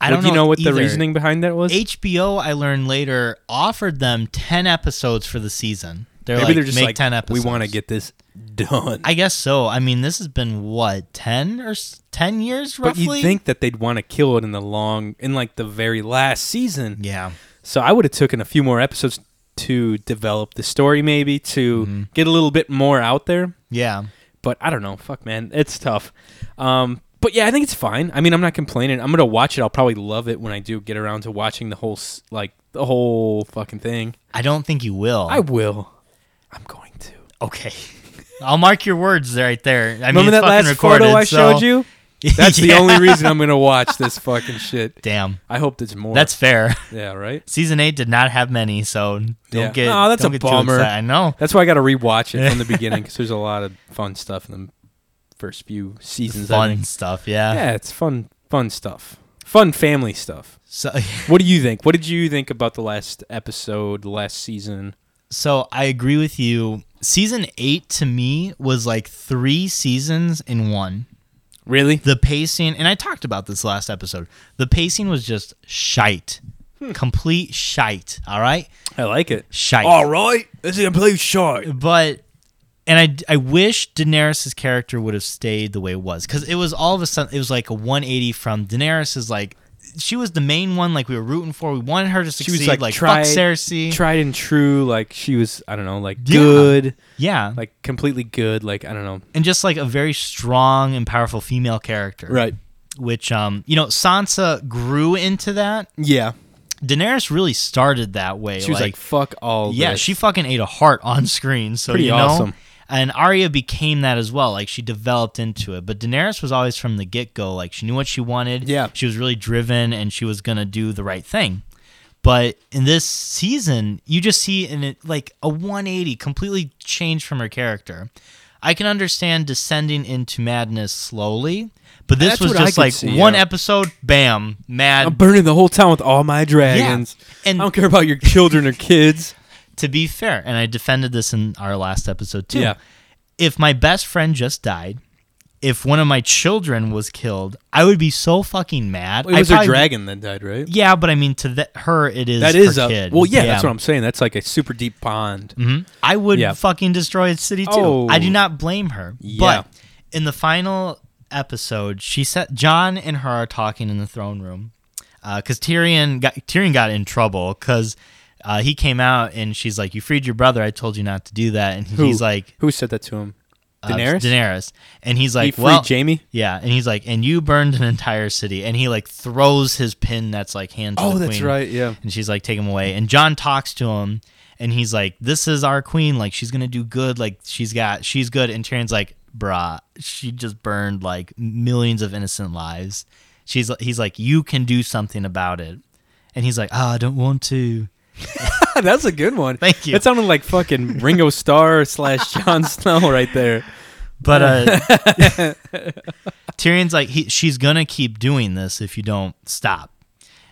S2: I
S1: Like,
S2: don't
S1: do you know what
S2: either.
S1: the reasoning behind that was.
S2: HBO, I learned later, offered them ten episodes for the season. They're
S1: maybe
S2: like,
S1: they're just
S2: make
S1: like
S2: ten episodes.
S1: we want to get this done.
S2: I guess so. I mean, this has been what ten or s- ten years
S1: but
S2: roughly.
S1: you think that they'd want to kill it in the long, in like the very last season.
S2: Yeah.
S1: So I would have taken a few more episodes to develop the story, maybe to
S2: Mm-hmm.
S1: get a little bit more out there.
S2: Yeah.
S1: But I don't know. Fuck, man, it's tough. Um, but yeah, I think it's fine. I mean, I'm not complaining. I'm gonna watch it. I'll probably love it when I do get around to watching the whole s- like the whole fucking thing.
S2: I don't think you will.
S1: I will. I'm going to.
S2: okay. I'll mark your words right there. I mean,
S1: Remember
S2: it's
S1: that
S2: fucking
S1: last
S2: recorded,
S1: photo I
S2: so-
S1: showed you? That's the
S2: Yeah.
S1: only reason I'm gonna watch this fucking shit.
S2: Damn,
S1: I hope there's more.
S2: that's fair.
S1: yeah, right.
S2: Season eight did not have many, so don't
S1: Yeah.
S2: get.
S1: No, that's
S2: don't
S1: a
S2: get too
S1: bummer.
S2: upset. I know.
S1: That's why I got to rewatch it from the beginning because there's a lot of fun stuff in the first few seasons. I
S2: Fun
S1: think.
S2: stuff. Yeah.
S1: Yeah, it's fun, fun stuff. Fun family stuff.
S2: So,
S1: What do you think? What did you think about the last episode, the last season?
S2: so I agree with you. Season eight to me was like three seasons in one.
S1: Really?
S2: The pacing, and I talked about this last episode. The pacing was just shite,
S1: Hmm.
S2: complete shite. All right,
S1: I like it.
S2: shite.
S1: right, this is a play short.
S2: but and I, I wish Daenerys' character would have stayed the way it was because it was all of a sudden it was like a 180 from Daenerys is like she was the main one like we were rooting for we wanted her to
S1: She
S2: succeed
S1: was like,
S2: fuck
S1: tried,
S2: Cersei
S1: tried and true. Like she was, I don't know, like
S2: Yeah.
S1: good,
S2: yeah
S1: like completely good. Like I don't know.
S2: and just like a very strong and powerful female character which um you know Sansa grew into that
S1: Yeah.
S2: Daenerys really started that way
S1: She was like, fuck all.
S2: Yeah,
S1: this.
S2: she fucking ate a heart on screen. So
S1: Pretty
S2: you know?
S1: awesome.
S2: And Arya became that as well. Like she developed into it. But Daenerys was always from the get go. Like she knew what she wanted.
S1: Yeah.
S2: She was really driven and she was gonna do the right thing. But in this season, you just see in it like a 180 completely changed from her character. I can understand descending into madness slowly, but this
S1: That's
S2: was
S1: what I
S2: just
S1: could
S2: like
S1: see,
S2: one
S1: yeah.
S2: episode, bam, mad.
S1: I'm burning the whole town with all my dragons.
S2: And-
S1: I don't care about your children or kids.
S2: to be fair, and I defended this in our last episode too.
S1: Yeah.
S2: If my best friend just died, if one of my children was killed, I would be so fucking mad.
S1: It was
S2: I
S1: a
S2: probably-
S1: dragon that died, right?
S2: Yeah, but I mean, to th- her, it is
S1: That is
S2: her
S1: a
S2: kid.
S1: well, yeah, That's what I'm saying. That's like a super deep pond.
S2: Mhm. I would
S1: Yeah.
S2: fucking destroy a city too.
S1: Oh.
S2: I do not blame her.
S1: Yeah.
S2: But in the final episode, she said John and her are talking in the throne room because Tyrion got Tyrion got in trouble because. Uh, he came out and she's like, "You freed your brother. I told you not to do that." And
S1: Who?
S2: he's like,
S1: Who said that to him?
S2: uh,
S1: Daenerys.
S2: Daenerys, and he's
S1: He
S2: like,
S1: freed
S2: "Well,
S1: Jamie.
S2: yeah." And he's like, "And you burned an entire city." And he like throws his pin that's like hand. to
S1: Oh,
S2: the
S1: that's
S2: queen.
S1: right. Yeah.
S2: And she's like, take him away. And John talks to him and he's like, this is our queen. Like, she's going to do good. Like, she's got, she's good. And Tyrion's like, bruh, she just burned like millions of innocent lives. She's, he's like, you can do something about it. And he's like, oh, I don't want to.
S1: that's a good one.
S2: Thank you.
S1: That sounded like fucking Ringo Starr slash Jon Snow right there.
S2: But uh, Tyrion's like, he, she's gonna keep doing this if you don't stop.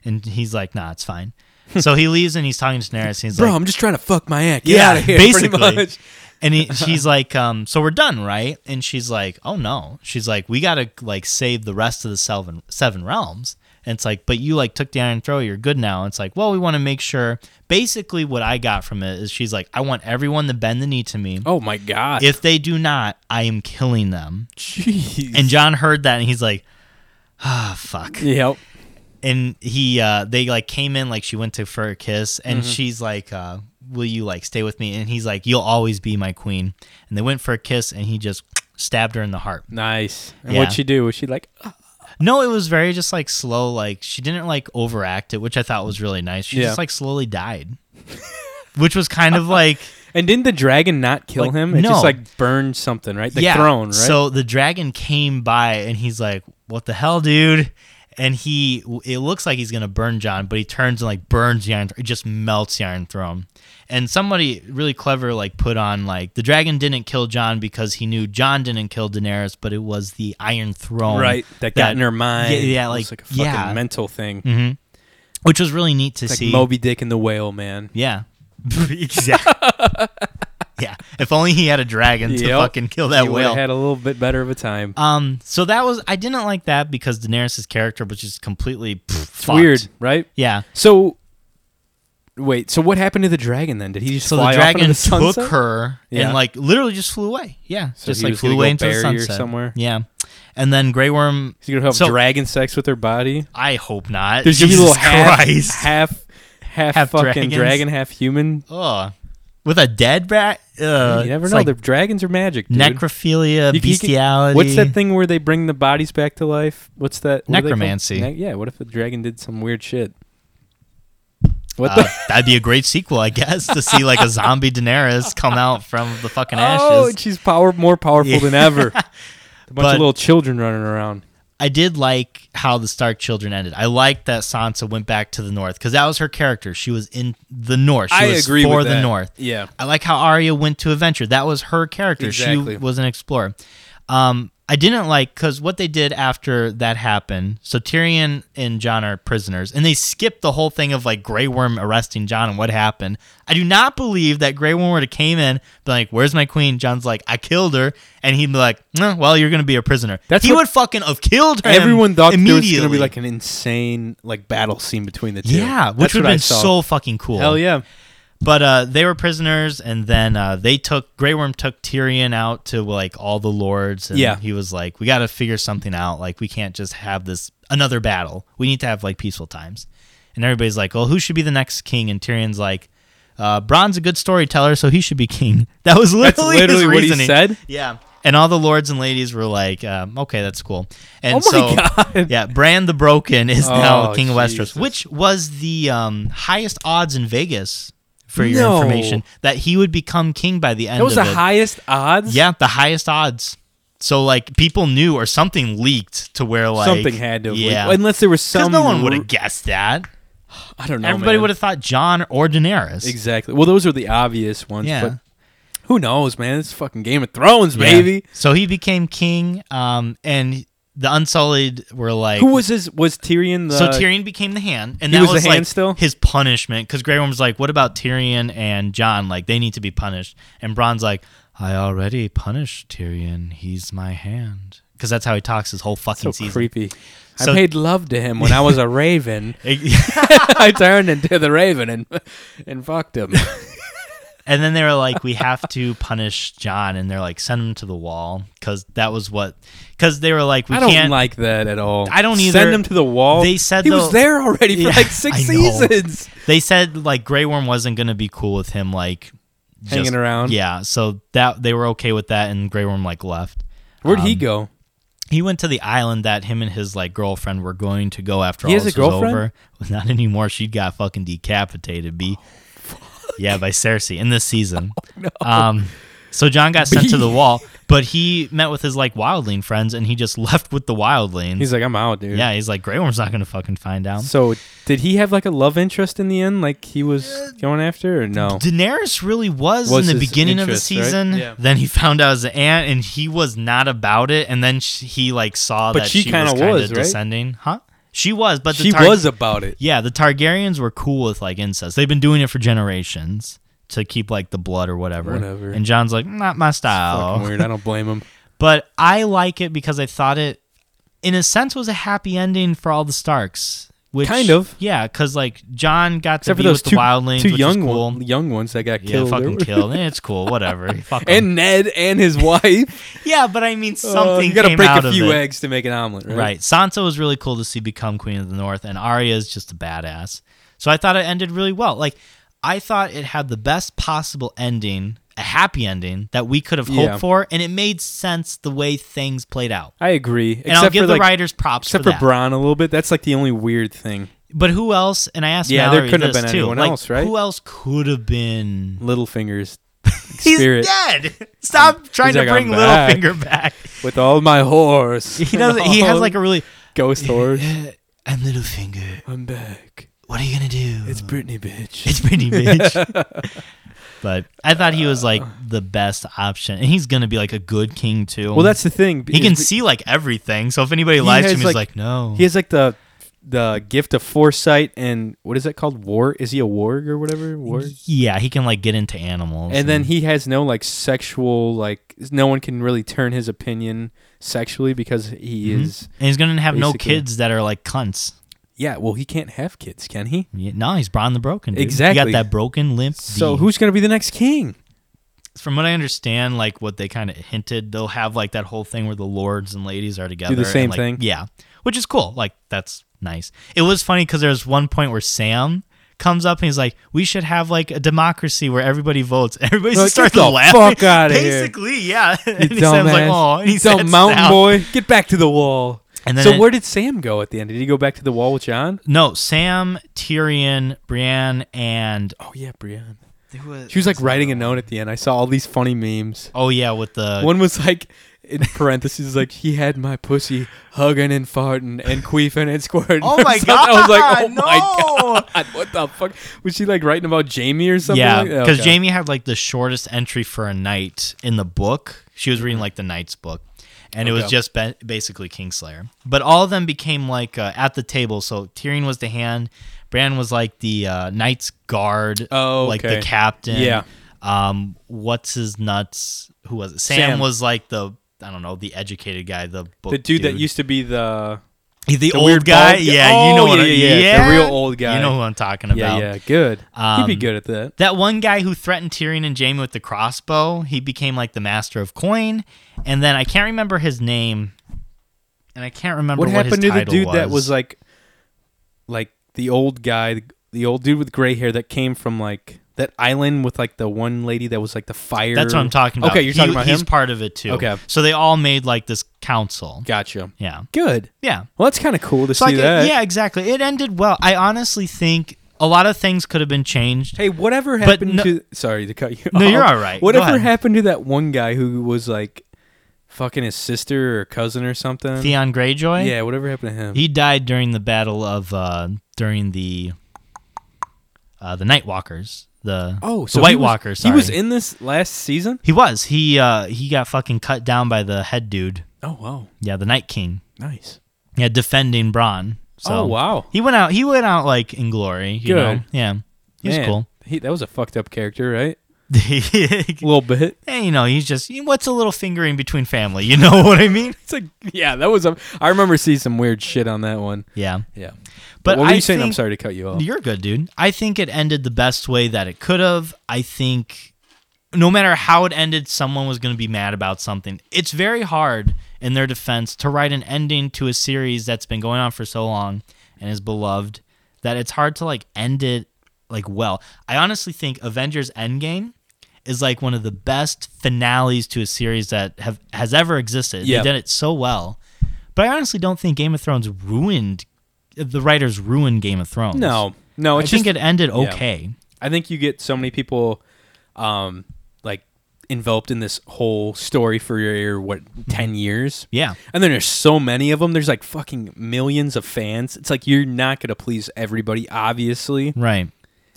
S2: And he's like, nah, it's fine. so he leaves and he's talking to Daenerys. And he's
S1: Bro,
S2: like,
S1: I'm just trying to fuck my aunt. Get
S2: yeah,
S1: out of here. pretty
S2: basically.
S1: much.
S2: And he, she's like, um, so we're done, right? And she's like, oh no. She's like, we gotta like save the rest of the seven seven realms. And it's like, but you like took the Iron Throne, you're good now. And it's like, well, we want to make sure. Basically, what I got from it is she's like, I want everyone to bend the knee to me.
S1: Oh my god.
S2: If they do not, I am killing them.
S1: Jeez.
S2: And John heard that and he's like, ah, fuck.
S1: yep.
S2: And he, uh, they like came in, like she went to for a kiss and she's like, uh, will you like stay with me? And he's like, you'll always be my queen. And they went for a kiss and he just stabbed her in the heart.
S1: Nice. And
S2: Yeah.
S1: what'd she do? Was she like? "Ah."
S2: No, it was very just like slow. Like she didn't like overact it, which I thought was really nice. She
S1: Yeah.
S2: just like slowly died, which was kind of like,
S1: And didn't the dragon not kill
S2: Like,
S1: him? It
S2: no.
S1: just like burned something, right? The
S2: yeah.
S1: throne, right?
S2: So the dragon came by and he's like, "What the hell, dude?" And he, it looks like he's gonna burn John, but he turns and like burns the iron. It just melts the iron throne. And somebody really clever like put on like the dragon didn't kill John because he knew John didn't kill Daenerys, but it was the iron throne,
S1: right. That got in her mind.
S2: Yeah, yeah,
S1: It
S2: like,
S1: was like a fucking
S2: yeah.
S1: mental thing.
S2: Mhm. which was really neat to
S1: It's
S2: see.
S1: like Moby Dick and the whale, man.
S2: Yeah. exactly. yeah. If only he had a dragon to
S1: Yep.
S2: fucking kill that
S1: you would've
S2: whale.
S1: had a little bit better of a time.
S2: um. So that was I didn't like that because Daenerys' character was just completely. Pff,
S1: it's weird, right?
S2: Yeah.
S1: So, wait. So what happened to the dragon then? Did he just
S2: So
S1: fly
S2: the dragon
S1: off into the
S2: took
S1: sunset?
S2: her
S1: Yeah.
S2: and like literally just flew away. Yeah.
S1: So
S2: just
S1: he
S2: like
S1: was
S2: flew
S1: gonna
S2: away
S1: go
S2: into the
S1: bury her
S2: sunset
S1: somewhere?
S2: Yeah. And then Grey Worm.
S1: He's gonna have
S2: So-
S1: dragon sex with her body.
S2: I hope not.
S1: There's gonna be
S2: Jesus
S1: a little half,
S2: Christ.
S1: half, half,
S2: Half
S1: fucking
S2: dragons?
S1: dragon, half human.
S2: Ugh. With a dead brat. Ugh.
S1: you never
S2: Uh, It's
S1: know.
S2: like
S1: the dragons are magic, dude.
S2: necrophilia,
S1: You c- you c-
S2: bestiality.
S1: What's that thing where they bring the bodies back to life? What's that? what are they called?
S2: Necromancy.
S1: Ne- yeah. What if the dragon did some weird shit? What
S2: Uh,
S1: the?
S2: that'd be a great sequel, I guess, to see like a zombie Daenerys come out from the fucking ashes.
S1: Oh, and she's power more powerful
S2: Yeah.
S1: than ever. A bunch
S2: But-
S1: of little children running around.
S2: I did like how the Stark children ended. I liked that Sansa went back to the North because that was her character. She was in the North. She was for the North.
S1: Yeah.
S2: I like how Arya went to adventure. That was her character.
S1: Exactly.
S2: She was an explorer. Um, I I didn't like because what they did after that happened. So Tyrion and John are prisoners, and they skipped the whole thing of like Grey Worm arresting John and what happened. I do not believe that Grey Worm would have came in, been like, "Where's my queen?" John's like, "I killed her," and he'd be like, "Nah, "Well, you're gonna be a prisoner."
S1: That's
S2: he
S1: what-
S2: would fucking have killed her.
S1: Everyone thought there
S2: immediately.
S1: was going to be like an insane like battle scene between the two.
S2: yeah, which
S1: That's
S2: would
S1: what I
S2: have been
S1: saw.
S2: so fucking cool.
S1: Hell yeah.
S2: But uh, they were prisoners, and then uh, they took Grey Worm took Tyrion out to like all the lords, and
S1: Yeah.
S2: he was like, "We got to figure something out. Like, we can't just have this another battle. We need to have like peaceful times." And everybody's like, "Well, who should be the next king?" And Tyrion's like, uh, "Bron's a good storyteller, so he should be king." That was
S1: That's
S2: literally,
S1: literally
S2: his
S1: what he
S2: reasoning.
S1: said.
S2: Yeah. And all the lords and ladies were like, um, okay, that's cool. And
S1: Oh my
S2: so,
S1: God.
S2: yeah, Bran the Broken is now
S1: Oh,
S2: King of
S1: Jesus.
S2: Westeros, which was the um, highest odds in Vegas for your
S1: No.
S2: information that he would become king by the end
S1: That was the
S2: of it.
S1: highest odds.
S2: yeah, the highest odds. So, like, people knew or something leaked to where, like,
S1: something had to. have
S2: Yeah.
S1: leaked. unless there was
S2: Because
S1: some.
S2: no one would
S1: ru-
S2: have guessed that.
S1: I don't know.
S2: Everybody would have thought John or Daenerys.
S1: Exactly. Well, those are the obvious ones.
S2: Yeah.
S1: But who knows, man? It's fucking Game of Thrones,
S2: Yeah.
S1: baby.
S2: So he became king, um, and the Unsullied were like,
S1: Who was his? Was Tyrion the?
S2: So Tyrion became the hand, and
S1: He
S2: that
S1: was
S2: was,
S1: the
S2: like
S1: hand still?
S2: his punishment. Because Grey Worm's like, "What about Tyrion and John? Like, they need to be punished." And Bronn's like, "I already punished Tyrion. He's my hand." Because that's how he talks his whole
S1: so
S2: fucking season.
S1: creepy. I
S2: So-
S1: made love to him when I was a raven.
S2: and
S1: I turned into the raven and and fucked him.
S2: then they were like, "We have to punish John," and they're like, "Send him to the wall," because that was what. Because they were like, "We
S1: I don't
S2: can't."
S1: like that at all.
S2: I don't either.
S1: Send him to the wall.
S2: They said
S1: he was
S2: they'll-
S1: there already for
S2: Yeah,
S1: like six
S2: I know.
S1: seasons.
S2: they said like Grey Worm wasn't gonna be cool with him like just-
S1: Hanging around.
S2: Yeah, so that they were okay with that, and Grey Worm like left.
S1: Where'd he
S2: Um,
S1: go?
S2: he went to the island that him and his like girlfriend were going to go after
S1: He
S2: all
S1: has a
S2: this was
S1: girlfriend?
S2: over. Well, Not anymore. She got fucking decapitated, b. yeah, by Cersei in this season.
S1: Oh,
S2: Um, so John got sent to the wall, but he met with his like wildling friends, and he just left with the wildlings.
S1: He's like, I'm out, dude.
S2: yeah, he's like Grey Worm's not gonna fucking find out.
S1: So did he have like a love interest in the end, like he
S2: Uh,
S1: was going after, or no?
S2: Daenerys really was,
S1: Was
S2: in the
S1: his
S2: beginning of the
S1: interest, right?
S2: season.
S1: Yeah.
S2: Then he found out it was an aunt, and he was not about it. And then sh he like saw
S1: But
S2: that
S1: she
S2: she,
S1: kinda
S2: was kind
S1: was,
S2: of
S1: right?
S2: descending, huh? She was, but the
S1: She
S2: Tar-
S1: was about it.
S2: Yeah, the Targaryens were cool with like incest. They've been doing it for generations to keep like the blood or whatever.
S1: Whatever.
S2: And John's like, not my style.
S1: Fucking weird. I don't blame him.
S2: But I like it because I thought it, in a sense, was a happy ending for all the Starks. Which,
S1: Kind of.
S2: Yeah, because like John got
S1: Except for
S2: to be
S1: those
S2: with
S1: two,
S2: the wildlings,
S1: two
S2: which
S1: young
S2: is cool.
S1: one- young ones that got
S2: Yeah,
S1: killed.
S2: fucking killed. Eh, it's cool. Whatever. Fuck 'em.
S1: And Ned and his wife.
S2: yeah, but I mean, something.
S1: Uh, you gotta
S2: came
S1: break
S2: out
S1: a
S2: of
S1: few
S2: it.
S1: eggs to make an omelet, right?
S2: Right. Sansa was really cool to see become Queen of the North, and Arya is just a badass. So I thought it ended really well. Like, I thought it had the best possible ending, a happy ending that we could have hoped
S1: Yeah.
S2: for, and it made sense the way things played out.
S1: I agree.
S2: And I'll give
S1: for
S2: the
S1: like,
S2: writers props
S1: except
S2: for
S1: for
S2: that.
S1: Bronn a little bit. That's like the only weird thing.
S2: but who else? And I asked
S1: Yeah, there
S2: Mallory
S1: couldn't have
S2: this,
S1: been
S2: too.
S1: anyone
S2: Like,
S1: else, right?
S2: Who else could have been
S1: Littlefinger's
S2: He's
S1: spirit
S2: dead. Stop trying to
S1: like,
S2: bring
S1: "I'm back."
S2: Littlefinger back.
S1: with all my horse.
S2: He doesn't. He has like a really.
S1: ghost horse.
S2: I'm Littlefinger.
S1: I'm back.
S2: What are you gonna do?
S1: It's Britney, bitch.
S2: Uh, It's pretty bitch. but I thought he was like the best option, and he's gonna be like a good king too.
S1: well, that's the thing.
S2: he can
S1: is-
S2: see like everything. So if anybody
S1: He
S2: lies to
S1: has,
S2: him, he's
S1: like-
S2: like, no.
S1: He has like the the gift of foresight and what is that called? War? Is he a warg or whatever? Warg.
S2: yeah, he can like get into animals,
S1: And then he has no like sexual like no one can really turn his opinion sexually because he is
S2: and he's gonna have no
S1: basically-
S2: kids that are like cunts.
S1: yeah. Well, he can't have kids, can he?
S2: Yeah, no, he's Bron the Broken. Dude. You
S1: Exactly.
S2: got that broken limp.
S1: So
S2: D.
S1: who's gonna be the next king?
S2: from what I understand, like what they kind of hinted, they'll have like that whole thing where the lords and ladies are together. and,
S1: same
S2: like,
S1: thing.
S2: Yeah, which is cool. Like that's nice. It was funny because there was one point where Sam comes up and he's like, "We should have like a democracy where everybody votes." Everybody
S1: Like,
S2: just starts
S1: get the
S2: laughing.
S1: fuck outta here.
S2: Basically, yeah.
S1: You
S2: and Sam's like,
S1: dumbass.
S2: "Oh," and he
S1: You
S2: said,
S1: dumb mountain
S2: Sam.
S1: boy, get back to the wall.
S2: And then
S1: so
S2: it-
S1: where did Sam go at the end? Did he go back to the wall with John?
S2: No, Sam, Tyrion, Brienne, and
S1: Oh yeah, Brienne. She was like writing a note at the end. I saw all these funny memes.
S2: oh yeah, with the
S1: One was like, in parentheses, like he had my pussy hugging and farting and queefing and squirting.
S2: Oh
S1: or
S2: my
S1: something. I was like, oh
S2: God,
S1: my god, what the fuck? Was she like writing about Jamie or something?
S2: Yeah,
S1: like that?
S2: because
S1: Okay.
S2: Jamie had like the shortest entry for a night in the book. She was reading like the knight's book, and it was
S1: Mm-hmm. Okay.
S2: just ba- basically Kingslayer. But all of them became like uh, at the table. So Tyrion was the hand, Bran was like the uh, knight's guard,
S1: Oh,
S2: like the
S1: okay.
S2: captain.
S1: Yeah.
S2: Um, what's his nuts? Who was it? Sam,
S1: Sam.
S2: was like the I don't know the educated guy, the book
S1: the dude, that
S2: dude.
S1: used to be the
S2: He's the,
S1: the
S2: old
S1: weird
S2: guy.
S1: bald guy.
S2: Yeah, you
S1: Oh,
S2: know what
S1: yeah,
S2: I-
S1: yeah, yeah, the real old guy.
S2: You know who I'm talking about.
S1: yeah, yeah, good. He'd be
S2: Um,
S1: good at that.
S2: That one guy who threatened Tyrion and Jaime with the crossbow, he became like the master of coin. And then I can't remember his name. And I can't remember
S1: What
S2: what,
S1: happened
S2: his
S1: to the
S2: title
S1: dude
S2: was.
S1: that was like, like the old guy, the old dude with gray hair that came from like that island with like the one lady that was like the fire.
S2: That's what I'm talking about.
S1: Okay, you're
S2: He-
S1: talking about
S2: he's
S1: him.
S2: part of it too.
S1: Okay.
S2: So they all made like this council.
S1: Gotcha.
S2: Yeah.
S1: Good.
S2: Yeah.
S1: Well, that's kind of cool to
S2: So
S1: see
S2: like,
S1: that.
S2: yeah, exactly. It ended well. I honestly think a lot of things could have been changed.
S1: Hey, whatever happened
S2: no-
S1: to? Sorry to cut you.
S2: No,
S1: off.
S2: you're all right. Go
S1: Whatever
S2: ahead.
S1: happened to that one guy who was like, fucking his sister or cousin or something?
S2: Theon Greyjoy?
S1: Yeah, whatever happened to him?
S2: He died during the battle of uh during the uh the Night Walkers. The
S1: oh,
S2: the
S1: so
S2: White
S1: he was-
S2: Walkers.
S1: He was
S2: sorry.
S1: in this last season.
S2: He was. He uh he got fucking cut down by the head dude.
S1: Oh wow,
S2: Yeah, the Night King.
S1: nice.
S2: Yeah, defending Braun. So
S1: oh wow,
S2: He went out he went out like in glory, you
S1: Good.
S2: know. Yeah. He was
S1: Man,
S2: cool.
S1: He, that was a fucked up character, right? A
S2: hey,
S1: little bit.
S2: you know, he's just what's a little fingering between family, you know what I mean?
S1: It's like yeah, that was a. I remember seeing some weird shit on that one.
S2: Yeah.
S1: Yeah,
S2: But
S1: what were
S2: I
S1: you saying? I'm
S2: think-
S1: sorry to cut you off.
S2: You're good, dude. I think it ended the best way that it could have. I think no matter how it ended, someone was going to be mad about something. It's very hard, in their defense, to write an ending to a series that's been going on for so long and is beloved that it's hard to like end it like well. I honestly think Avengers Endgame is like one of the best finales to a series that have has ever existed.
S1: Yeah.
S2: They did it so well. But I honestly don't think Game of Thrones ruined the writers ruined Game of Thrones.
S1: No, no.
S2: I
S1: It's
S2: think
S1: just,
S2: it ended okay.
S1: I think you get so many people, um, like enveloped in this whole story for your what ten years.
S2: Yeah.
S1: And then there's so many of them. There's like fucking millions of fans. It's like you're not gonna please everybody, obviously.
S2: Right.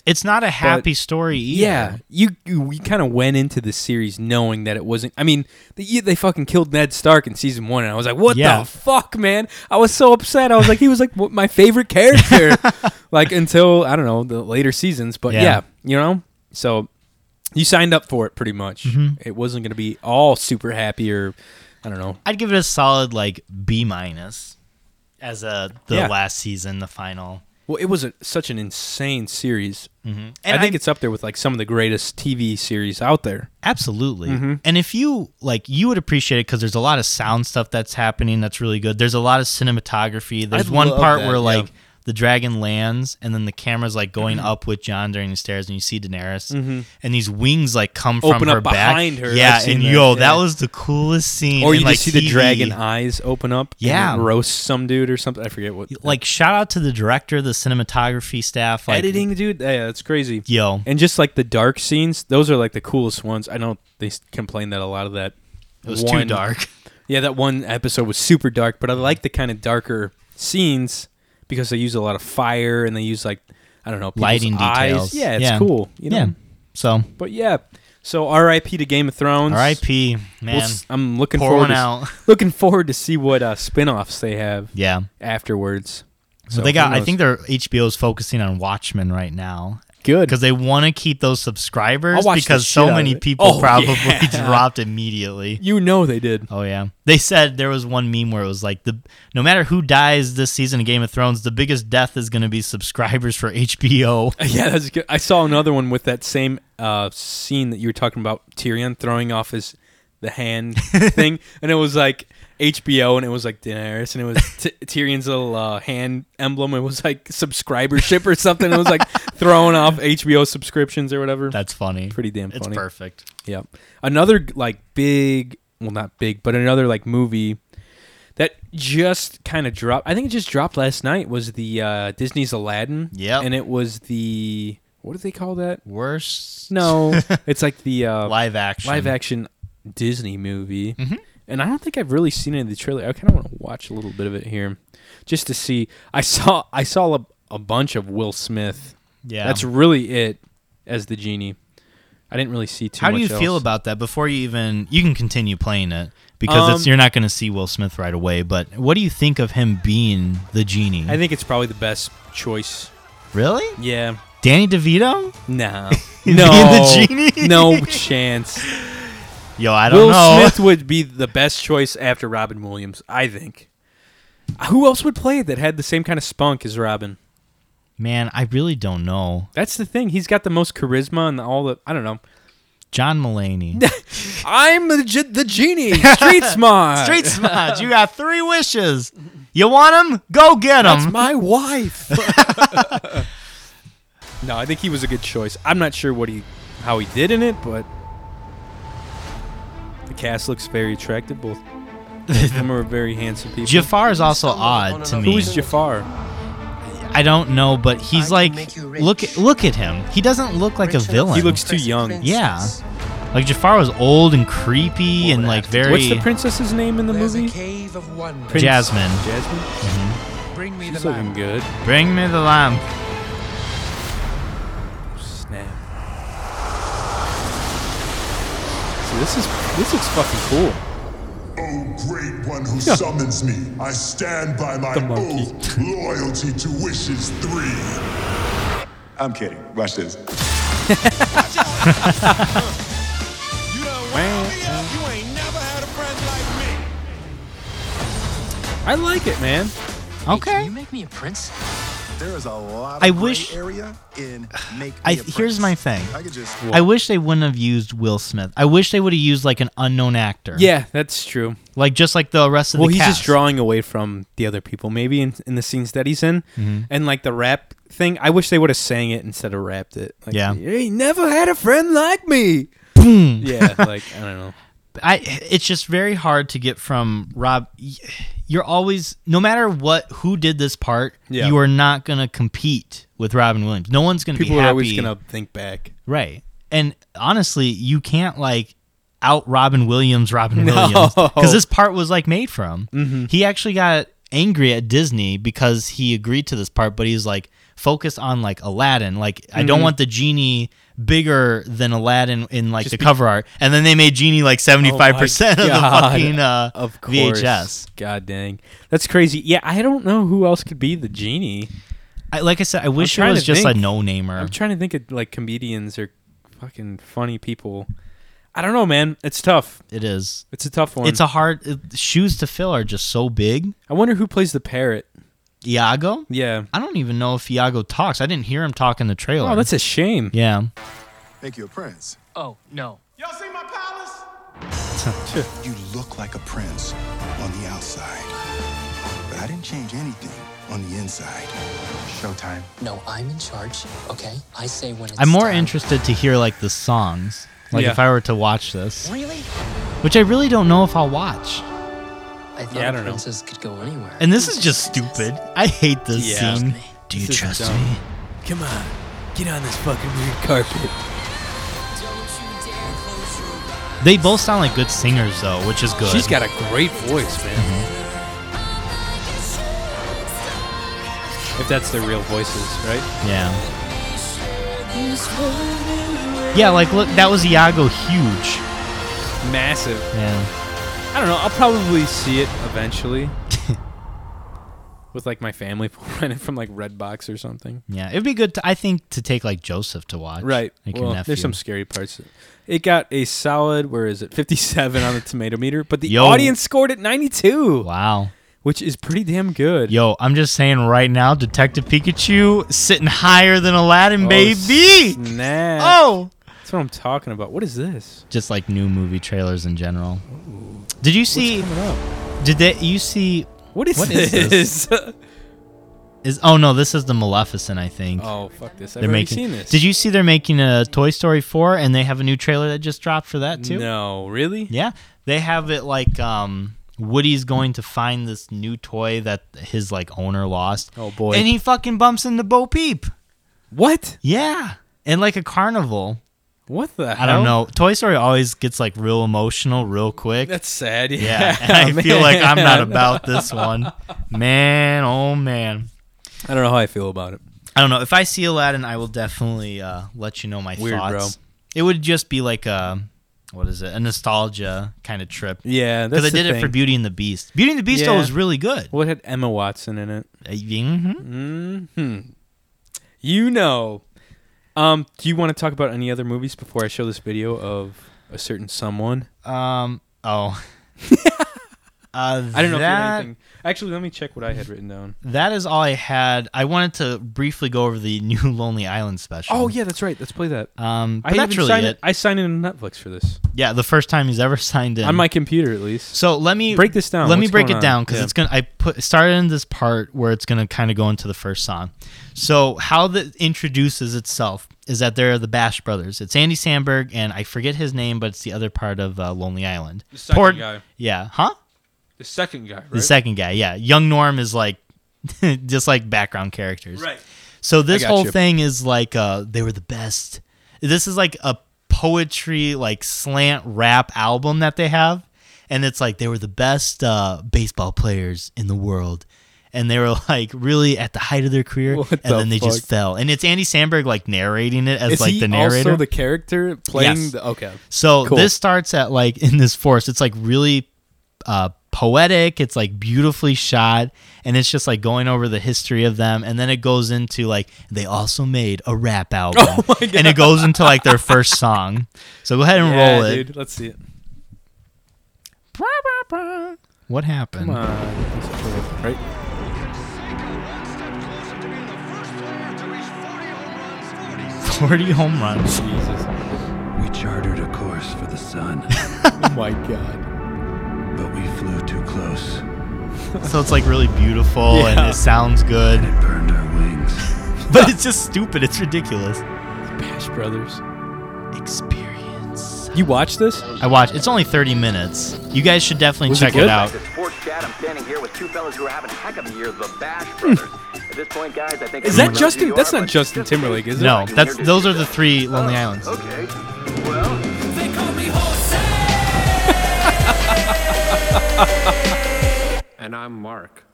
S2: It's not a happy story either.
S1: Yeah, you, you we kind of went into the series knowing that it wasn't. I mean, they, they fucking killed Ned Stark in season one, and I was like, "What
S2: Yeah.
S1: the fuck, man!" I was so upset. I was like, "He was like w- my favorite character," like until I don't know the later seasons. But
S2: Yeah.
S1: yeah, you know, so you signed up for it pretty much. It wasn't going to be all super happy or I don't know.
S2: I'd give it a solid like B minus as a the
S1: Yeah.
S2: last season, the final.
S1: Well, it was a, such an insane series. Mm-hmm. I
S2: And
S1: think
S2: I-
S1: it's up there with like some of the greatest TV series out there.
S2: Absolutely.
S1: Mm-hmm.
S2: And if you like, you would appreciate it because there's a lot of sound stuff that's happening that's really good. There's a lot of cinematography. There's
S1: I'd
S2: one
S1: love
S2: part
S1: that,
S2: where
S1: yeah.
S2: like the dragon lands and then the camera's like going
S1: Mm-hmm.
S2: up with John during the stairs and you see Daenerys and these wings like come from
S1: Open
S2: her
S1: up
S2: back.
S1: behind her.
S2: Yeah.
S1: I've seen
S2: And
S1: that,
S2: yo, that
S1: yeah.
S2: was the coolest scene.
S1: or
S2: in,
S1: you
S2: like,
S1: just see the
S2: TV.
S1: dragon eyes open up
S2: Yeah.
S1: and roast some dude or something i forget what
S2: Like shout out to the director, the cinematography staff, like
S1: editing dude yeah that's crazy
S2: Yo,
S1: and just like the dark scenes those are like the coolest ones i know they s- complain that a lot of that
S2: it was too
S1: one-
S2: dark. Mm-hmm.
S1: yeah that one episode was super dark but i like the kind of darker scenes because they use a lot of fire and they use like i don't know people's
S2: Lighting
S1: eyes.
S2: details.
S1: yeah it's
S2: Yeah.
S1: cool you know
S2: Yeah. So
S1: but yeah so rip to game of thrones
S2: R.I.P. Man,
S1: We'll s- i'm looking
S2: pour
S1: forward
S2: one
S1: to s-
S2: out.
S1: looking forward to see what uh spin-offs they have
S2: Yeah.
S1: afterwards
S2: So they got.
S1: who
S2: I
S1: knows?
S2: think their HBO is focusing on Watchmen right now
S1: good
S2: because they want to keep those subscribers
S1: I'll watch the
S2: because
S1: shit
S2: so
S1: out of
S2: many
S1: it.
S2: people
S1: Oh,
S2: probably
S1: yeah.
S2: dropped immediately.
S1: You know they did.
S2: Oh yeah, they said there was one meme where it was like the no matter who dies this season of Game of Thrones, the biggest death is going to be subscribers for HBO.
S1: Yeah, that's good. I saw another one with that same uh, scene that you were talking about, Tyrion throwing off his the hand thing, and it was like HBO, and it was like Daenerys, and it was T- Tyrion's little uh, hand emblem. It was like subscribership or something. It was like throwing off HBO subscriptions or whatever.
S2: That's funny.
S1: pretty damn funny.
S2: It's perfect.
S1: Yeah. Another like big, well not big, but another like movie that just kind of dropped. I think it just dropped last night was the uh Disney's Aladdin.
S2: Yep.
S1: And it was the what do they call that?
S2: Worse.
S1: No, it's like the uh live,
S2: live action. Mm-hmm.
S1: action Disney movie. And I don't think I've really seen any of the trailer. I kind of want to watch a little bit of it here just to see. I saw I saw a, a bunch of Will Smith.
S2: Yeah.
S1: That's really it as the genie. I didn't really see too
S2: How do
S1: much
S2: you feel
S1: else.
S2: about that? Before you even you can continue playing it because it's,
S1: Um,
S2: you're not going to see Will Smith right away. But what do you think of him being the genie?
S1: I think it's probably the best choice.
S2: really,
S1: Yeah.
S2: Danny DeVito?
S1: No.
S2: Being
S1: no.
S2: the genie?
S1: no chance.
S2: Yo, I don't
S1: Will
S2: know.
S1: Smith would be the best choice after Robin Williams, I think. Uh, Who else would play it that had the same kind of spunk as Robin?
S2: Man, I really don't know.
S1: That's the thing. He's got the most charisma and all the. I don't know.
S2: John Mulaney,
S1: I'm the, ge- the genie. Street smart.
S2: Street Smart. You got three wishes. You want him? Go get
S1: That's
S2: him.
S1: my wife. no, I think he was a good choice. I'm not sure what he, how he did in it, but the cast looks very attractive. Both both of them are very handsome people.
S2: Jafar is also odd to me.
S1: Who is Jafar?
S2: I don't know, but he's
S4: can
S2: like,
S4: make you rich.
S2: look, look at him. He doesn't look like a
S4: Rich enough
S2: villain.
S1: He
S4: to
S1: looks
S4: impress
S1: too
S4: a
S1: young.
S4: princess.
S2: Yeah. Like Jafar was old and creepy and like very
S1: What's the princess's name in the
S4: There's
S1: movie?
S4: a cave of wonder.
S1: Prince-
S2: Jasmine.
S1: Jasmine.
S4: Bring me
S1: She's
S4: the
S1: looking
S4: lamp.
S1: good.
S2: Bring me the lamp.
S1: Snap. See, this is this looks fucking cool.
S5: O great one who summons me, I stand by my
S1: The monkey.
S5: oath, loyalty to wishes three. I'm kidding. Watch this.
S3: You done wound me up. You ain't never had a friend like me.
S1: I like it, man.
S2: Okay.
S4: You make me a prince?
S5: There is a lot
S2: I of gray wish-
S5: area in make
S2: I- a here's Prince. my thing. I
S5: could just
S2: I wish they wouldn't have used Will Smith. I wish they would have used like an unknown actor.
S1: Yeah, that's true.
S2: Like just like the rest of
S1: Well,
S2: the
S1: he's
S2: cast.
S1: just drawing away from the other people, maybe in, in the scenes that he's in,
S2: Mm-hmm.
S1: and like the rap thing. I wish they would have sang it instead of rapped it. Like,
S2: Yeah.
S1: you ain't never had a friend like me. Boom. Yeah, like I don't know.
S2: I it's just very hard to get from Rob. y- You're always no matter what who did this part,
S1: Yeah.
S2: you are not gonna compete with Robin Williams. No one's gonna
S1: People
S2: be
S1: are
S2: happy.
S1: always gonna think back.
S2: right. And honestly, you can't like out Robin Williams, Robin
S1: No. Mm-hmm.
S2: Williams, because this part was like made from. He actually got angry at Disney because he agreed to this part, but he's like focused on like Aladdin. Like I
S1: Mm-hmm.
S2: don't want the genie bigger than Aladdin in like
S1: Just
S2: the
S1: be- Oh
S2: cover art, and then they made genie like seventy five percent of the
S1: God.
S2: fucking uh,
S1: Of course.
S2: VHS.
S1: God dang, that's crazy. Yeah, I don't know who else could be the genie.
S2: I, like I said, I wish it
S1: trying
S2: was
S1: to
S2: just
S1: think.
S2: a no namer.
S1: I'm trying to think of like comedians or fucking funny people. I don't know, man. It's tough.
S2: it is.
S1: It's a tough one.
S2: It's a hard it, shoes to fill are just so big.
S1: I wonder who plays the parrot.
S2: Iago.
S1: Yeah.
S2: I don't even know if Iago talks. I didn't hear him talk in the trailer.
S1: Oh, that's a shame.
S2: yeah.
S5: make you a prince.
S4: Oh, no.
S3: Y'all see my palace?
S5: You look like a prince on the outside, but I didn't change anything on the inside. Showtime.
S4: No, I'm in charge, okay? I say when it's
S2: I'm more
S4: time.
S2: interested to hear like the songs. Like
S1: Yeah.
S2: if I were to watch this,
S4: Really?
S2: which I really don't know if I'll watch.
S4: I thought
S1: Yeah, I don't know.
S4: princes could go anywhere.
S2: And this is just stupid. I hate this
S1: Yeah.
S2: scene.
S4: Trust me.
S2: Do you
S1: This is
S2: trust
S1: dumb.
S2: me?
S1: Come on, get on this fucking weird carpet.
S2: They both sound like good singers though, which is good.
S1: She's got a great voice, man.
S2: Mm-hmm.
S1: If that's their real voices, right?
S2: yeah. Yeah, like look, that was Iago huge.
S1: Massive.
S2: Yeah.
S1: I don't know. I'll probably see it eventually. With like my family we'll rent it from like Redbox or something.
S2: Yeah. It'd be good to, I think to take like Joseph to watch.
S1: Right.
S2: Like your
S1: well,
S2: nephew.
S1: there's some scary parts. It got a solid, where is it? 57 on the tomato meter, but the
S2: Yo.
S1: audience scored it 92,
S2: Wow.
S1: which is pretty damn good.
S2: Yo, I'm just saying right now, Detective Pikachu sitting higher than Aladdin,
S1: Oh,
S2: baby.
S1: Snap.
S2: Oh.
S1: That's what I'm talking about. What is this?
S2: Just like new movie trailers in general. Did you see?
S1: Coming up.
S2: Did they? You see?
S1: What is
S2: What is
S1: this?
S2: Is oh no, this is the Maleficent, I think.
S1: oh, fuck this. I've
S2: They're
S1: already
S2: making.
S1: seen this.
S2: Did you see they're making a Toy Story 4 and they have a new trailer that just dropped for that too?
S1: No, really?
S2: Yeah. They have it like um Woody's going to find this new toy that his like owner lost.
S1: Oh, boy.
S2: And he fucking bumps into Bo Peep.
S1: What?
S2: Yeah. And like a carnival.
S1: What the
S2: I don't know. Toy Story always gets like real emotional real quick.
S1: That's sad.
S2: yeah.
S1: Yeah.
S2: And I feel like I'm
S1: man.
S2: not about this one. Man, oh man.
S1: I don't know how I feel about it.
S2: I don't know. If I see Aladdin, I will definitely uh, let you know my
S1: Weird,
S2: thoughts. It would just be like a what is it? A nostalgia kind of trip.
S1: Yeah,
S2: Because
S1: that's
S2: I did
S1: the
S2: it for
S1: thing.
S2: Beauty and the Beast. Beauty and the Beast though
S1: Yeah.
S2: was really good.
S1: Well, it had Emma Watson in it.
S2: Uh, mhm.
S1: Hmm. You know. Um, do you want to talk about any other movies before I show this video of a certain someone?
S2: Um. Oh. uh,
S1: Mm-hmm. I don't know if you
S2: that, Um,
S1: had anything. Actually, let me check what I had written down.
S2: That is all I had. I wanted to briefly go over the new Lonely Island special.
S1: Oh yeah, that's right. Let's play that.
S2: Um. But
S1: I
S2: that's
S1: even
S2: really
S1: signed
S2: it.
S1: it. I signed in Netflix for this
S2: Yeah, the first time he's ever signed in.
S1: on my computer at least.
S2: So let me
S1: Break this down.
S2: Let me
S1: What's
S2: break
S1: going
S2: it
S1: on?
S2: down because
S1: Yeah.
S2: it's gonna. I put started in this part where it's gonna kind of go into the first song. So how that introduces itself is that they're the Bash Brothers. It's Andy Sandberg and I forget his name, but it's the other part of uh, Lonely Island.
S1: The second
S2: Port-
S1: guy.
S2: Yeah. Huh.
S1: The second guy, right?
S2: The second guy. Yeah. Young Norm is like just like background characters. So this
S1: I
S2: whole
S1: gotcha.
S2: thing is like uh, they were the best. This is like a poetry like slant rap album that they have, and it's like they were the best uh, baseball players in the world, and they were like really at the height of their career,
S1: What
S2: and
S1: the
S2: then they just
S1: fuck?
S2: fell. And it's Andy Sandberg like narrating it as
S1: Is
S2: like
S1: he
S2: the narrator.
S1: also the character playing?
S2: Yes.
S1: The, okay.
S2: So
S1: Cool.
S2: this starts at like in this forest. It's like really uh, poetic. It's like beautifully shot, and it's just like going over the history of them, and then it goes into like they also made a rap album,
S1: Oh
S2: and it goes into like their first song. So go ahead and
S1: Yeah,
S2: roll it.
S1: dude. Let's see it.
S2: What happened?
S1: Come on. Let's play it, Uh, Right.
S2: Forty home runs.
S1: Jesus.
S6: We chartered a course for the sun,
S1: Oh my god.
S6: but we flew too close
S2: So it's like really beautiful, and
S1: Yeah.
S2: it sounds good,
S6: and it burned our wings.
S2: but it's just stupid. It's ridiculous.
S1: Bash Brothers.
S2: Experience.
S1: You watch this?
S2: I watched. It's only thirty minutes. You guys should definitely
S1: Was it
S2: check
S1: good?
S2: it out.
S7: This is Sports Chat. I'm standing here with two fellas who are having a heck of a year, the Bash Brothers. At this point, guys, I think
S1: Hmm. Is that Justin? That's not Justin Timberlake, is it?
S2: No, that's those are the three Lonely Islands.
S7: Okay. Well,
S3: They call me Jose.
S8: And I'm Mark.